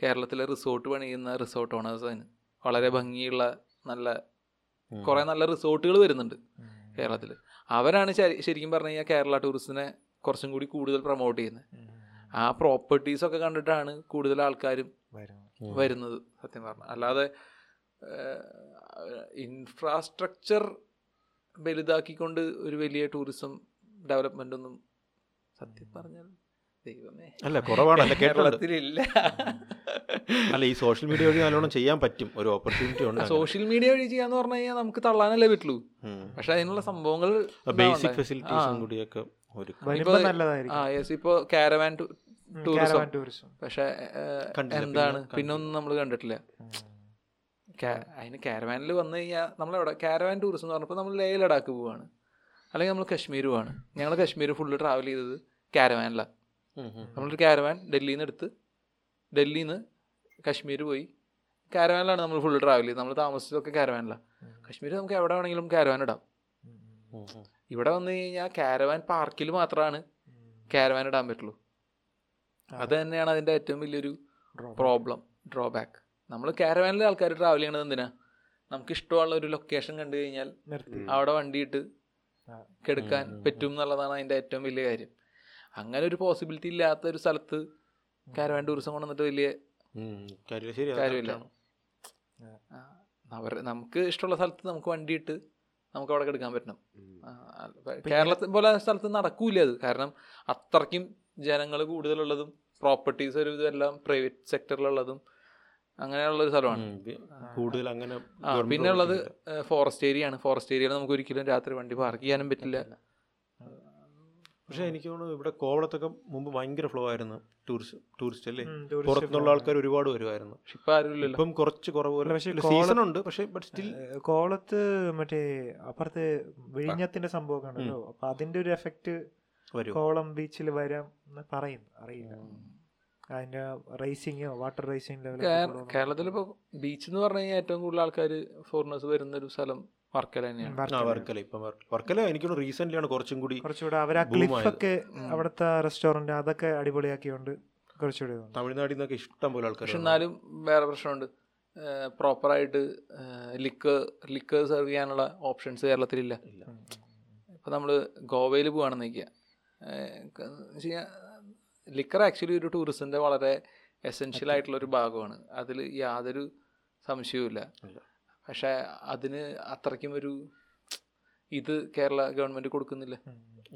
കേരളത്തിലെ റിസോർട്ട് പണിയുന്ന റിസോർട്ട് ഓണേഴ്സാണ് വളരെ ഭംഗിയുള്ള നല്ല
ഉം.
കുറേ നല്ല റിസോർട്ടുകൾ വരുന്നുണ്ട് കേരളത്തിൽ അവരാണ് ശരി- ശരിക്കും പറഞ്ഞു കഴിഞ്ഞാൽ കേരള ടൂറിസ്റ്റിനെ കുറച്ചും കൂടി കൂടുതൽ പ്രൊമോട്ട് ചെയ്യുന്നത് ആ പ്രോപ്പർട്ടീസ് ഒക്കെ കണ്ടിട്ടാണ് കൂടുതൽ ആൾക്കാരും വരുന്നത് സത്യം പറഞ്ഞാൽ അല്ലാതെ ഇൻഫ്രാസ്ട്രക്ചർ വലുതാക്കിക്കൊണ്ട് ഒരു വലിയ ടൂറിസം ഡെവലപ്മെന്റ് ഒന്നും സത്യം പറഞ്ഞാൽ ദൈവമേ
അല്ല കുറവാണ് അല്ല കേരളത്തിൽ
കേരളത്തിലില്ല
അല്ല ഈ സോഷ്യൽ മീഡിയ വഴി നല്ലോണം ചെയ്യാൻ പറ്റും ഒരു ഓപ്പർച്യൂണിറ്റി ഉണ്ട്
സോഷ്യൽ മീഡിയ വഴി ചെയ്യാന്ന് പറഞ്ഞു കഴിഞ്ഞാൽ നമുക്ക് തള്ളാനല്ലേ പറ്റുള്ളൂ പക്ഷെ അതിനുള്ള സംഭവങ്ങൾ
ബേസിക്
ആ.
ഫെസിലിറ്റീസും കൂടിയൊക്കെ ഒരു
വരുമ്പോ
ഇപ്പൊ-
നല്ലതായിരിക്കും
ആ യെസ് ഇപ്പോ കാരവാൻ ടൂറിസം
കേരള ടൂറിസം
പക്ഷെ ഏഹ്,
കണ്ടില്ല,
എന്താണ്
പിന്നെ
പിന്നെ ഒന്നും നമ്മൾ കണ്ടിട്ടില്ല കാ- അതിന് കാരവാനിൽ വന്നു കഴിഞ്ഞാൽ നമ്മളെവിടെ കാരവാൻ ടൂറിസം എന്ന് പറഞ്ഞപ്പോൾ നമ്മൾ ലേ ലഡാക്ക് പോവാണ് അല്ലെങ്കിൽ നമ്മൾ കാശ്മീർ പോവാണ് ഞങ്ങൾ കാശ്മീർ ഫുള്ള് ട്രാവൽ ചെയ്തത് കാരവാനിലാണ് നമ്മളൊരു കാരവാൻ ഡൽഹിയിൽ നിന്ന് എടുത്ത് ഡൽഹിയിൽ നിന്ന് കാശ്മീർ പോയി കാരവാനിലാണ് നമ്മൾ ഫുള്ള് ട്രാവൽ ചെയ്തത് നമ്മൾ താമസിച്ചതൊക്കെ കാരവാനിലാണ് കാശ്മീർ നമുക്ക് എവിടെ വേണമെങ്കിലും കാരവാൻ ഇടാം ഇവിടെ വന്നു കഴിഞ്ഞാൽ കാരവാൻ പാർക്കിൽ മാത്രമാണ് കാരവാൻ ഇടാൻ പറ്റുള്ളൂ അത് തന്നെയാണ് അതിൻ്റെ ഏറ്റവും വലിയൊരു പ്രോബ്ലം ഡ്രോബാക്ക് നമ്മൾ കാരവാനിൽ ആൾക്കാർ ട്രാവൽ ചെയ്യണത് എന്തിനാ നമുക്ക് ഇഷ്ടമുള്ള ഒരു ലൊക്കേഷൻ കണ്ടു കഴിഞ്ഞാൽ
നിർത്തി
അവിടെ വണ്ടിയിട്ട്
ആ.
കെടുക്കാൻ
ഉം, ഉം, ഉം.
പറ്റും എന്നുള്ളതാണ് അതിൻ്റെ ഏറ്റവും വലിയ കാര്യം അങ്ങനെ ഒരു പോസിബിലിറ്റി ഇല്ലാത്ത ഒരു സ്ഥലത്ത് കാരവാൻ ടൂറിസം കൊണ്ടുവന്നിട്ട് വലിയ കാര്യമില്ല ആ, അവർ നമുക്ക് ഇഷ്ടമുള്ള സ്ഥലത്ത് നമുക്ക് വണ്ടിയിട്ട് നമുക്ക് അവിടെ കെടുക്കാൻ പറ്റണം ആ, അപ്പൊ കേരളത്തെ പോലെ സ്ഥലത്ത് നടക്കൂല അത് കാരണം അത്രയ്ക്കും ജനങ്ങൾ കൂടുതലുള്ളതും പ്രോപ്പർട്ടീസ് ഒരു ഇതെല്ലാം പ്രൈവറ്റ് സെക്ടറിലുള്ളതും അങ്ങനെയുള്ള ഒരു സ്ഥലമാണ്
കൂടുതൽ അങ്ങനെ
ആ, പിന്നെ ഉള്ളത് ഫോറസ്റ്റ് ഏരിയയാണ് ഫോറസ്റ്റ് ഏരിയയിൽ നമുക്ക് ഒരിക്കലും രാത്രി വണ്ടി പാർക്ക് ചെയ്യാനും പറ്റില്ല
പക്ഷെ എനിക്ക് തോന്നുന്നു ഇവിടെ കോവളത്തൊക്കെ മുമ്പ് ഭയങ്കര ഫ്ലോ ആയിരുന്നു ടൂറിസ്റ്റ് ടൂറിസ്റ്റ് അല്ലേ
ഉം, tourist
പുറത്തുനിന്നുള്ള
flow.
ആൾക്കാർ ഒരുപാട് വരുമായിരുന്നു
പക്ഷെ ഇപ്പം ആരുമില്ലല്ലോ
ഇപ്പം കുറച്ച് കുറവ് പോലെ
പക്ഷേ
സീസൺ ഉണ്ട് പക്ഷേ ബട്ട് സ്റ്റിൽ
ഏഹ് കോളത്ത് മറ്റേ അപ്പുറത്ത് വിഴിഞ്ഞത്തിന്റെ സംഭവമൊക്കെ ഉണ്ടല്ലോ അപ്പൊ അതിന്റെ ഒരു എഫക്റ്റ്
വരും
കോളം ബീച്ചിൽ വരാം എന്ന് പറയുന്നു അറിയില്ല അതിന്റെ റേസിങ്ങോ വാട്ടർ റേസിംഗ്
കേര-
ലെവൽ
കേരളത്തിൽ ഇപ്പോൾ ബീച്ച് എന്ന് പറഞ്ഞു കഴിഞ്ഞാൽ ഏറ്റവും കൂടുതൽ ആൾക്കാർ ഫോറിനേഴ്സ് വരുന്ന ഒരു സ്ഥലം വർക്കല തന്നെയാണ്
ആ വർക്കല ഇപ്പം വർക്കല വർക്കല എനിക്ക് തോന്നുന്നു റീസെന്റ് ആണ് കുറച്ചും കൂടി
കുറച്ചുകൂടെ അവർ ആ
Boom
ക്ലിഫ്
ആയത്.
ഒക്കെ അവിടുത്തെ റെസ്റ്റോറന്റ് അതൊക്കെ അടിപൊളിയാക്കിയോണ്ട് കുറച്ചുകൂടി ഇതുണ്ട്.
തമിഴ്നാട്ടിൽ നിന്നൊക്കെ ഇഷ്ടം പോലെ ആൾക്കാർ
പക്ഷെ എന്നാലും വേറെ പ്രശ്നമുണ്ട് പ്രോപ്പറായിട്ട് ലിക്ക് ലിക്ക് സെർവ് ചെയ്യാനുള്ള ഓപ്ഷൻസ് കേരളത്തിലില്ല
ഉം.
ഇപ്പോൾ നമ്മൾ ഗോവയിൽ പോവാണെന്ന് വയ്ക്കുക വെച്ചാൽ ലിക്കർ ആക്ച്വലി ഒരു ടൂറിസത്തിൻ്റെ വളരെ എസെൻഷ്യൽ ആയിട്ടുള്ള ഒരു ഭാഗമാണ് അതിൽ യാതൊരു സംശയവുമില്ല
ഇല്ല.
പക്ഷേ അതിന് അത്രയ്ക്കും ഒരു ഇത് കേരള ഗവൺമെൻറ് കൊടുക്കുന്നില്ല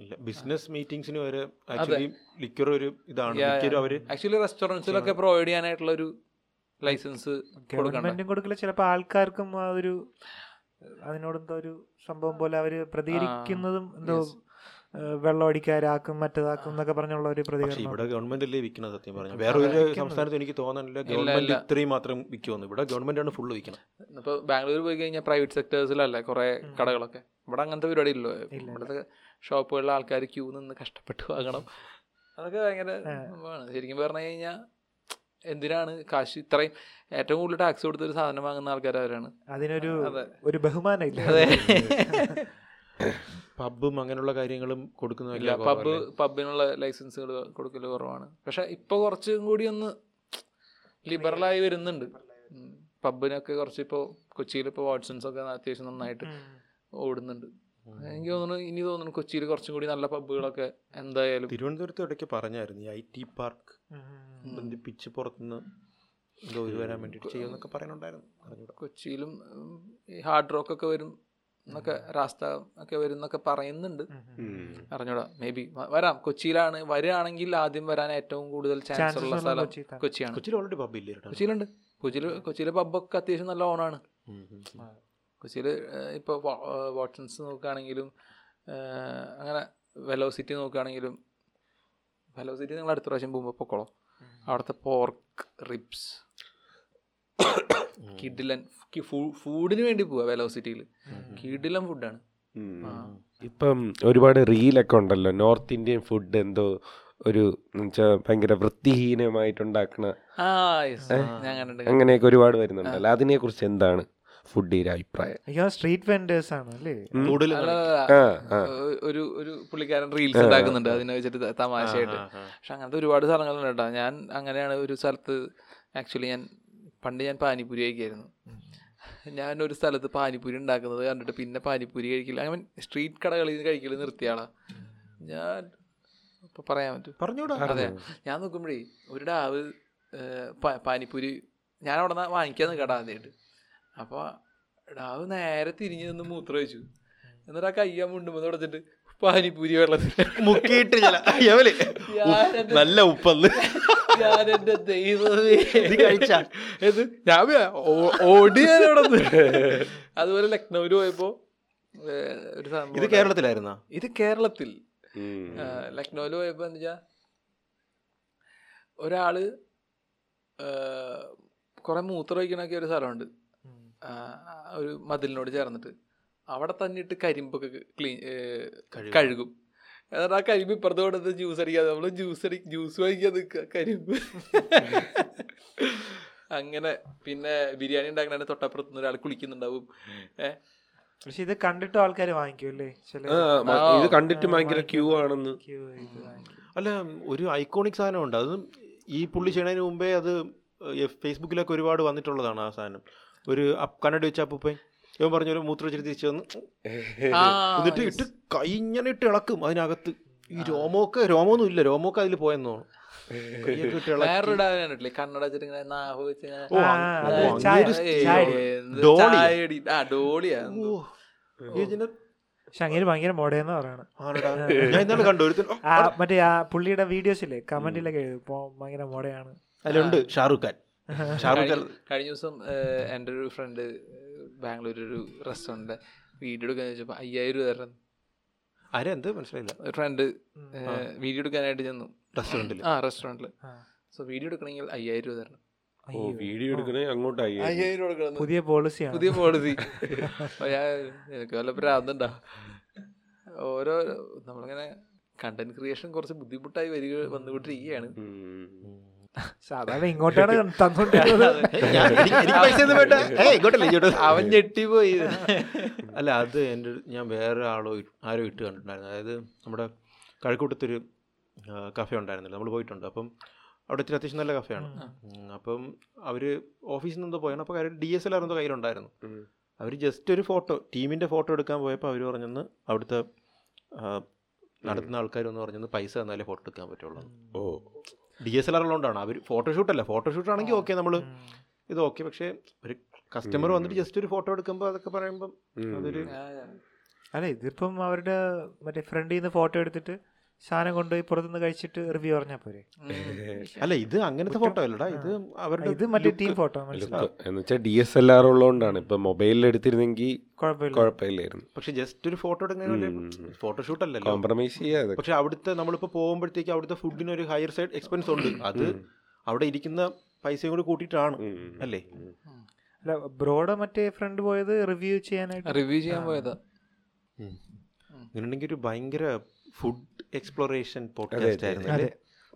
ഇല്ല ബിസിനസ് മീറ്റിംഗ്സിന് വരെ ആക്ച്വലി ലിക്വർ ഒരു ഇതാണ്
Yeah,
ലിക്വർ അവര്
ആക്ച്വലി റെസ്റ്റോറൻറ്റ്സിലൊക്കെ പ്രൊവൈഡ് ചെയ്യാനായിട്ടുള്ള ഒരു ലൈസൻസ് കൊടുക്കണ്ട
ഗവൺമെന്റും കൊടുക്കില്ല ചിലപ്പോൾ ആൾക്കാർക്കും ആ ഒരു അതിനോടെന്തോ ഒരു സംഭവം പോലെ അവര് പ്രതികരിക്കുന്നതും എന്തോ
yes.
ഏഹ് വെള്ളം അടിക്കാരാക്കും മറ്റേതാക്കും എന്നൊക്കെ പറഞ്ഞുള്ള ഒരു
പക്ഷെ
പ്രതികരണം
ഇവിടെ ഗവൺമെന്റ് അല്ലേ വിൽക്കുന്നത് സത്യം പറഞ്ഞു വേറെ ഒരു സംസ്ഥാനത്ത് എനിക്ക് തോന്നുന്നില്ല ഗവൺമെന്റ്
ഇല്ല.
ഇത്രയും മാത്രം വിൽക്കുമെന്ന് ഇവിടെ ഗവൺമെന്റ് ആണ് ഫുള്ള് വിൽക്കുന്നത്
ഇപ്പോൾ ബാംഗ്ലൂർ പോയി കഴിഞ്ഞാൽ പ്രൈവറ്റ് സെക്ടേഴ്സിലല്ലേ കുറേ കടകളൊക്കെ ഇവിടെ അങ്ങനത്തെ പരിപാടി ഇല്ലോ
ഇല്ല.
ഇവിടുത്തെ ഷോപ്പുകളിലെ ആൾക്കാർ ക്യൂ നിന്ന് കഷ്ടപ്പെട്ട് വാങ്ങണം അതൊക്കെ ഭയങ്കര സംഭവമാണ്. ശരിക്കും പറഞ്ഞു കഴിഞ്ഞാൽ എന്തിനാണ് കാശ് ഇത്രയും ഏറ്റവും കൂടുതൽ ടാക്സ് കൊടുത്ത് ഒരു സാധനം
*laughs*
വാങ്ങുന്ന ആൾക്കാർ അവരാണ്
അതിനൊരു *laughs*
അതെ.
ഒരു ബഹുമാനം ഇല്ല
അതെ
പബ്ബും അങ്ങനെയുള്ള കാര്യങ്ങളും
ഇല്ല
കൊടുക്കുന്ന
പബ് പബിനുള്ള ലൈസൻസുകൾ കൊടുക്കൽ കുറവാണ് പക്ഷെ ഇപ്പൊ കുറച്ചും കൂടി ഒന്ന് ലിബറലായി വരുന്നുണ്ട് പബിനൊക്കെ കുറച്ച് ഇപ്പോൾ കൊച്ചിയിൽ ഇപ്പോൾ വാട്സൺസ് ഒക്കെ അത്യാവശ്യം നന്നായിട്ട് ഓടുന്നുണ്ട് എനിക്ക് തോന്നുന്നു ഇനി തോന്നുന്നു കൊച്ചിയിൽ കുറച്ചും കൂടി നല്ല പബ്ബുകളൊക്കെ എന്തായാലും
തിരുവനന്തപുരത്ത് ഇടയ്ക്ക് പറഞ്ഞായിരുന്നു ഈ ഐ ടി പാർക്ക്
ഉം.
ബന്ധിപ്പിച്ച് പുറത്തുനിന്ന് എന്തോ ഇത് വരാൻ വേണ്ടിയിട്ട് ചെയ്യുമെന്നൊക്കെ പറയുന്നുണ്ടായിരുന്നു അറിഞ്ഞൂടാ.
കൊച്ചിയിലും ഉം, ഈ ഹാർഡ് റോക്ക് ഒക്കെ വരും എന്നൊക്കെ രാസ്ത ഒക്കെ വരും എന്നൊക്കെ പറയുന്നുണ്ട് അറിഞ്ഞൂടാ മേ ബി വരാം കൊച്ചിയിലാണ് വരികയാണെങ്കിൽ ആദ്യം വരാൻ ഏറ്റവും കൂടുതൽ ചാൻസ് ഉള്ള സ്ഥലം കൊച്ചിയാണ്
കൊച്ചിയിൽ ഓൾറെഡി പബ് ഇല്ലേ ചേട്ടാ?
കൊച്ചിയിലുണ്ട് കൊച്ചിയിൽ കൊച്ചിയിലെ പബ്ബൊക്കെ അത്യാവശ്യം നല്ല ഓണാണ്
ഉം, ഉം, ഉം.
കൊച്ചിയിൽ ഇപ്പോൾ വാട്സൺസ് നോക്കുകയാണെങ്കിലും ഏഹ്, അങ്ങനെ വെലോസിറ്റി നോക്കുകയാണെങ്കിലും വെലോസിറ്റി നിങ്ങൾ അടുത്ത പ്രാവശ്യം പോകുമ്പോൾ പൊക്കോളോ അവിടുത്തെ പോർക്ക് റിബ്സ് കിഡിലൻ ഫുഡിന് വേണ്ടി പോവാ വെലോസിറ്റിയിൽ കിഡിലൻ ഫുഡാണ്
ഇപ്പം ഒരുപാട് റീലൊക്കെ ഉണ്ടല്ലോ നോർത്ത് ഇന്ത്യൻ ഫുഡ് എന്തോ ഒരു എന്നുവെച്ചാൽ ഭയങ്കര വൃത്തിഹീനമായിട്ടുണ്ടാക്കണ
ആ yes. ഞാൻ കണ്ടിട്ടുണ്ട്
അങ്ങനെയൊക്കെ ഒരുപാട് വരുന്നുണ്ടല്ലോ അതിനെ കുറിച്ച് എന്താണ് ഫുഡിയുടെ അഭിപ്രായം
സ്ട്രീറ്റ് വെൻഡേഴ്സ് ആണ് അല്ലേ
കൂടുതൽ
അല്ല,
കാണിക്കും.
അല്ല,
ആ ആ
ഒ- ഒരു ഒരു പുള്ളിക്കാരൻ റീൽസ് ഉണ്ടാക്കുന്നുണ്ട് അതിനെ വെച്ചിട്ട് ത- തമാശയായിട്ട്
ആ, ആ.
പക്ഷെ അങ്ങനത്തെ ഒരുപാട് സ്ഥലങ്ങളുണ്ട് കേട്ടോ ഞാൻ അങ്ങനെയാണ് ഒരു സ്ഥലത്ത് ആക്ച്വലി ഞാൻ പണ്ട് ഞാൻ പാനിപൂരി കഴിക്കായിരുന്നു ഞാൻ ഒരു സ്ഥലത്ത് പാനിപൂരി ഉണ്ടാക്കുന്നത് കണ്ടിട്ട് പിന്നെ പാനിപൂരി കഴിക്കില്ല അങ്ങനെ സ്ട്രീറ്റ് കടകളിൽ നിന്ന് കഴിക്കൽ നിർത്തിയാളാ ഞാൻ ഇപ്പം പറയാൻ പറ്റും
പറഞ്ഞൂടാ
അതെ ഞാൻ നോക്കുമ്പോഴേ ഒരു ഡാവ് ഏ, പ- പാനിപ്പൂരി ഞാൻ അവിടെ നിന്ന് വാങ്ങിക്കാൻ നിൽക്കട ആദ്യമായിട്ട് അപ്പോൾ ഡാവ് നേരെ തിരിഞ്ഞ് നിന്ന് മൂത്രം വെച്ചു എന്നിട്ട് ആ കയ്യാൻ മുണ്ടുമ്പോൾ തുടച്ചിട്ട് പാനിപ്പൂരി വെള്ളത്തിൽ
മുക്കിയിട്ട് ചില എവല്
ഞാനെന്റെ-
നല്ല ഉപ്പന്ന്
ഞാൻ എൻ്റെ ദൈവമേ
ഇത് കഴിച്ചാ?
എന്ത് ഞാൻ വേ- ഓ- ഓടി ഞാൻ അവിടെ നിന്ന്. അതുപോലെ ലക്നൗവിൽ പോയപ്പോൾ ഒരു സംഭവം
ഇത്
ഉണ്ടായി.
കേരളത്തിലായിരുന്നാ
ഇത് കേരളത്തിൽ
ഉം.
ലക്നോയിൽ പോയപ്പോൾ എന്താ വെച്ചാൽ ഒരാള് കുറെ മൂത്രം ഒഴിക്കണൊക്കെ ഒരു സ്ഥലമുണ്ട് ആ, ഒരു മതിലിനോട് ചേർന്നിട്ട് അവിടെ തന്നിട്ട് കരിമ്പൊക്കെ ക്ലീൻ
കഴുകും.
കഴുകും എന്നിട്ട് ആ കരിമ്പ് ഇപ്പുറത്ത് കൊടുത്ത് ജ്യൂസ് അടിക്കാതെ നമ്മൾ ജ്യൂസ് അടി ജ്യൂസ് വാങ്ങിക്കാൻ നിൽക്കുക കരിമ്പ് അങ്ങനെ പിന്നെ ബിരിയാണി ഉണ്ടാക്കണ തൊട്ടപ്പുറത്ത് നിന്ന് ഒരാൾ കുളിക്കുന്നുണ്ടാവും ഏഹ്
പക്ഷെ ഇത് കണ്ടിട്ട് ആൾക്കാർ വാങ്ങിക്കും അല്ലേ ചില
ആ, മ- ഇത് കണ്ടിട്ട് ഭയങ്കര ക്യൂ ആണെന്ന്
അല്ല ഒരു ഐക്കോണിക് സാധനമുണ്ട് അത് ഈ പുള്ളി ചെയ്യണതിന് മുമ്പേ അത് എഫ്- ഫേസ്ബുക്കിലൊക്കെ ഒരുപാട് വന്നിട്ടുള്ളതാണ് ആ സാധനം ഒരു അപ്പ് കണ്ണട വെച്ച അപ്പൂപ്പൻ ഇവൻ പറഞ്ഞു ഒരു മൂത്ര വെച്ചിട്ട് തിരിച്ചു വന്ന്
ആ,
എന്നിട്ട് ഇട്ട് കൈ ഇങ്ങനെ ഇട്ട് ഇളക്കും അതിനകത്ത് ഈ രോമമൊക്കെ രോമമൊന്നും ഇല്ല രോമമൊക്കെ അതിൽ പോയെന്നോ കൈയൊക്കെ ഇട്ട് ഇളക്കി.
വേറൊരു ഡാവിനെ കണ്ടിട്ടില്ലേ കണ്ണട വെച്ചിട്ട് ഇങ്ങനെ നാവ് വെച്ച് ഇങ്ങനെ
ഓ,
ആ,
അത്
അത്
അങ്ങനെ
ചായ-
ഒരു
ഏയ്
ചായ
സ്റ്റീരിയോ.
എന്ത്
ഡോളി.
ചായടി. ആ, ഡോളിയാ.
ഓ, ഈ ഇതിനെ
പക്ഷെ അങ്ങനെ ഭയങ്കര മോഡേന്ന് പറയണ
ആണെടാ. ഞാൻ ഇന്നാള് കണ്ടു ഒരുത്തൻ ഓ,
ആ മറ്റേ ആ പുള്ളിയുടെ വീഡിയോസില്ലേ കമന്റിലൊക്കെ എഴുതും ഇപ്പൊ ഭയങ്കര മോഡയാണ്
അതിലുണ്ട് ഷാറുഖ് ഖാൻ ഷാറുഖ് ഖാൻ
കഴിഞ്ഞ- കഴിഞ്ഞ ദിവസം ഏഹ്, എൻ്റെ ഒരു ഫ്രണ്ട് ബാംഗ്ലൂർ ഒരു റെസ്റ്റോറൻറ്റ് വീഡിയോ എടുക്കാൻ ചോദിച്ചപ്പോൾ അയ്യായിരം രൂപ തരണം
ആരെന്ത് മനസ്സിലായില്ല
ഒരു ഫ്രണ്ട് വീഡിയോ എടുക്കാനായിട്ട് ചെന്നു
റെസ്റ്റോറൻറ്റിൽ
ആ റെസ്റ്റോറൻറ്റിൽ സോ വീഡിയോ എടുക്കണമെങ്കിൽ അയ്യായിരം രൂപ തരണം
ഓ വീഡിയോ എടുക്കണേ അങ്ങോട്ടായി
അയ്യായിരം കൊടുക്കണം
പുതിയ പോളിസിയാണ്
പുതിയ
*laughs*
പോളിസി ഞാൻ എനിക്ക് വല്ല പ്രാന്തണ്ടാ ഓരോ നമ്മളിങ്ങനെ കണ്ടന്റ് ക്രിയേഷൻ കുറച്ച് ബുദ്ധിമുട്ടായി വരിക *laughs* വന്നുകൊണ്ടിരിക്കുകയാണ്
സാധാരണ ഇങ്ങോട്ടാണ് തന്നോണ്ടിരുന്നത്
ഞാൻ- എനിക്ക്- എനിക്ക് പൈസ ഒന്നും വേണ്ട. ഏയ്, ഇങ്ങോട്ടല്ലേ ഇങ്ങോട്ട്.
അവൻ ഞെട്ടിപ്പോയി
അല്ല അത് എൻ്റെ ഒരു- ഞാൻ വേറെ ആളോ ഇ- ആരോ ഇട്ട് കണ്ടിട്ടുണ്ടായിരുന്നു അതായത് നമ്മുടെ കഴക്കൂട്ടത്തൊരു കഫേ ഉണ്ടായിരുന്നില്ല നമ്മൾ പോയിട്ടുണ്ട് അപ്പം അവിടെ ഇത്തിരി അത്യാവശ്യം നല്ല കഫേയാണ് ഉം, അപ്പം അവർ ഓഫീസിൽ നിന്ന് പോയാണ് അപ്പോൾ കാര്യം ഡി എസ് എൽ ആർ എന്തോ കയ്യിലുണ്ടായിരുന്നു അവർ ജസ്റ്റ് ഒരു ഫോട്ടോ ടീമിൻ്റെ ഫോട്ടോ എടുക്കാൻ പോയപ്പോൾ അവർ പറഞ്ഞെന്ന് അവിടുത്തെ ആ, നടത്തുന്ന ആൾക്കാരൊന്ന് പറഞ്ഞെന്ന് പൈസ തന്നാലേ ഫോട്ടോ എടുക്കാൻ പറ്റുള്ളൂ
ഓ
ഡി എസ് എൽ ആർ ഉള്ളതുകൊണ്ടാണ് അവർ ഫോട്ടോഷൂട്ടല്ല ഫോട്ടോഷൂട്ട് ആണെങ്കിൽ ഓക്കെ നമ്മൾ ഇത് ഓക്കെ പക്ഷേ ഒരു കസ്റ്റമർ വന്നിട്ട് ജസ്റ്റ് ഒരു ഫോട്ടോ എടുക്കുമ്പോൾ അതൊക്കെ പറയുമ്പം
ഉം.
അതൊരു
അല്ല ഇതിപ്പം അവരുടെ മറ്റേ ഫ്രണ്ടിൽ നിന്ന് ഫോട്ടോ എടുത്തിട്ട് സാധനം കൊണ്ടുപോയി പുറത്തുനിന്ന് കഴിച്ചിട്ട് റിവ്യൂ പറഞ്ഞാൽ പോരെ
അല്ല ഇത് അങ്ങനത്തെ ഫോട്ടോ അല്ലടാ ഇത് അവരുടെ
ഇത് മറ്റേ ടീം
look.
ഫോട്ടോ മനസ്സിലായി
എന്ന് വെച്ചാൽ ഡി എസ് എൽ ആർ ഉള്ളതുകൊണ്ടാണ് ഇപ്പൊ മൊബൈലിൽ എടുത്തിരുന്നെങ്കിൽ
കുഴപ്പമില്ല
കുഴപ്പമില്ലായിരുന്നു
പക്ഷെ ജസ്റ്റ് ഒരു ഫോട്ടോ എടുക്കുന്ന ഫോട്ടോഷൂട്ട് അല്ലല്ലോ
കോംപ്രമൈസ് ചെയ്യാതെ
പക്ഷെ അവിടുത്തെ നമ്മളിപ്പോ പോകുമ്പോഴത്തേക്ക് അവിടുത്തെ ഫുഡിന് ഒരു ഹയർ സൈഡ് എക്സ്പെൻസ് ഉണ്ട് അത് അവിടെ ഇരിക്കുന്ന പൈസയും കൂടി കൂട്ടിയിട്ടാണ് അല്ലേ
അല്ല ബ്രോഡ് മറ്റേ ഫ്രണ്ട് പോയത് റിവ്യൂ ചെയ്യാനായിട്ട്
റിവ്യൂ ചെയ്യാൻ പോയതാ
അങ്ങനെയുണ്ടെങ്കിൽ ഒരു ഭയങ്കര ഫുഡ് എക്സ്പ്ലോറേഷൻ പോഡ്കാസ്റ്റ് ആയിരുന്നു
അതെ
അല്ലേ?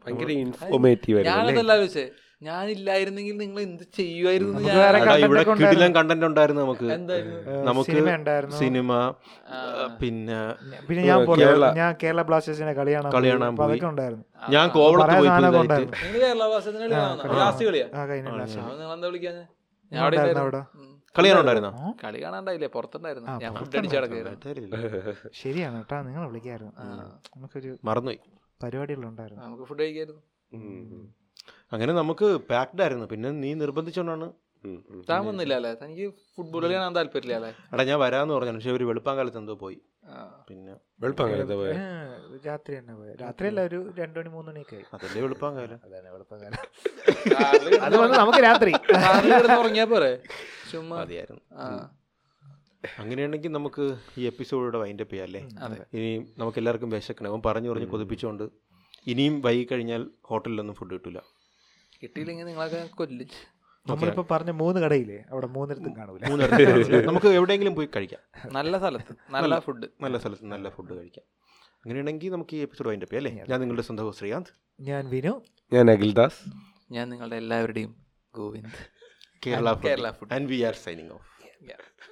ഭയങ്കര ഇൻഫോർമേറ്റീവ് ആയിരുന്നു
ഞാനതല്ല ആലോചിച്ചേ ഞാനില്ലായിരുന്നെങ്കിൽ നിങ്ങൾ എന്ത് ചെയ്യുമായിരുന്നു
നമുക്ക് വേറെ
എടാ, ഇവിടെ
content ഒക്കെ
കിടിലം കണ്ടന്റ് ഉണ്ടായിരുന്നു നമുക്ക്
എന്തായിരുന്നു
നമുക്ക്
സിനിമ ഉണ്ടായിരുന്നു
സിനിമ
ആ.
ഏഹ്, പിന്നെ
പിന്നെ ഞാൻ പോയി.
കേരള.
ഞാൻ കേരള ബ്ലാസ്റ്റേഴ്സിനെ കളി കാണാൻ
കളി
പോയി.
കാണാൻ
അപ്പൊ
പോയി.
അതൊക്കെ ഉണ്ടായിരുന്നു
ഞാൻ കോവളത്ത്
പറയാൻ
പോയി
സാധനമൊക്കെ
പുതുതായിട്ട്.
ഉണ്ടായിരുന്നു.
നിങ്ങൾ കേരള ബ്ലാസ്റ്റേഴ്സിന് കളിയാണോ ലാസ്റ്റ് കളിയാ
ആ കഴിഞ്ഞ പ്രാവശ്യം.
അവൻ നിങ്ങളെന്താ വിളിക്കാഞ്ഞെ? ഞാൻ അവിടെ
ഉണ്ടായിരുന്നു
ഇല്ലായിരുന്നു. ഉം.
കളി കാണുന്നുണ്ടായിരുന്നോ
കളി കാണാണ്ടായില്ലേ പുറത്തുണ്ടായിരുന്നു
ആ,
ഞാൻ ഫുഡ് അടിച്ച് കിടക്കായിരുന്നു
ശരിയാണ് കേട്ടാ നിങ്ങൾ വിളിക്കായിരുന്നു നമുക്കൊരു
മറന്നുപോയി
പരിപാടികളുണ്ടായിരുന്നു
നമുക്ക് ഫുഡ് കഴിക്കായിരുന്നു
അങ്ങനെ നമുക്ക് പാക്ഡ് ആയിരുന്നു പിന്നെ നീ നിർബന്ധിച്ചോണ്ടാണ്
താൻ വന്നില്ല അല്ലേ തനിക്ക് ഫുട്ബോൾ കളി കാണാൻ താല്പര്യമില്ല അല്ലേ
എടാ ഞാൻ വരാന്ന് പറഞ്ഞു പക്ഷെ ഒരു വെളുപ്പാൻ കാലത്ത് എന്തോ പോയി
ആ.
പിന്നെ
വെളുപ്പം കാലത്ത് പോയ
ഏഹ്, രാത്രി തന്നെ പോയത് രാത്രിയല്ല ഒരു രണ്ടു മണി മൂന്ന് മണിയൊക്കെ ആയി
അതല്ലേ വെളുപ്പാൻ കാലം
അതന്നെ എളുപ്പക്കാലം
കാറില് കിടന്ന്
അത് പറഞ്ഞു നമുക്ക് രാത്രി
കാറില് കിടന്ന് ഉറങ്ങിയാ പോരെ ചുമ്മാ
മതിയായിരുന്നു
ആ.
അങ്ങനെയാണെങ്കിൽ നമുക്ക് ഈ എപ്പിസോഡോടെ വൈൻഡ് അപ്പ് ചെയ്യാം അല്ലേ
അതെ
ഇനിയും നമുക്ക് എല്ലാവർക്കും വിശക്കണം അവൻ പറഞ്ഞു പറഞ്ഞ് കൊതിപ്പിച്ചുകൊണ്ട് ഇനിയും വൈകി കഴിഞ്ഞാൽ ഹോട്ടലിലൊന്നും ഫുഡ് കിട്ടില്ല
കിട്ടിയില്ലെങ്കിൽ നിങ്ങളൊക്കെ കൊല്ലും
നമ്മളിപ്പോ പറഞ്ഞ മൂന്ന് കടയില്ലേ അവിടെ മൂന്നിടത്തും കാണൂല
മൂന്നിടത്ത് നമുക്ക് എവിടെയെങ്കിലും പോയി കഴിക്കാം
നല്ല സ്ഥലത്ത് നല്ല ഫുഡ്
നല്ല സ്ഥലത്ത് നല്ല ഫുഡ് കഴിക്കാം അങ്ങനെയാണെങ്കിൽ നമുക്ക് ഈ എപ്പിസോഡ് വൈൻഡ് അപ്പ് ചെയ്യാം അല്ലേ ഞാൻ നിങ്ങളുടെ സ്വന്തം host ശ്രീകാന്ത്
ഞാൻ വിനു
ഞാൻ അഖിൽദാസ്
ഞാൻ നിങ്ങളുടെ എല്ലാവരുടെയും Govind
Kerala
Kerala
food and we are signing off
Yeah.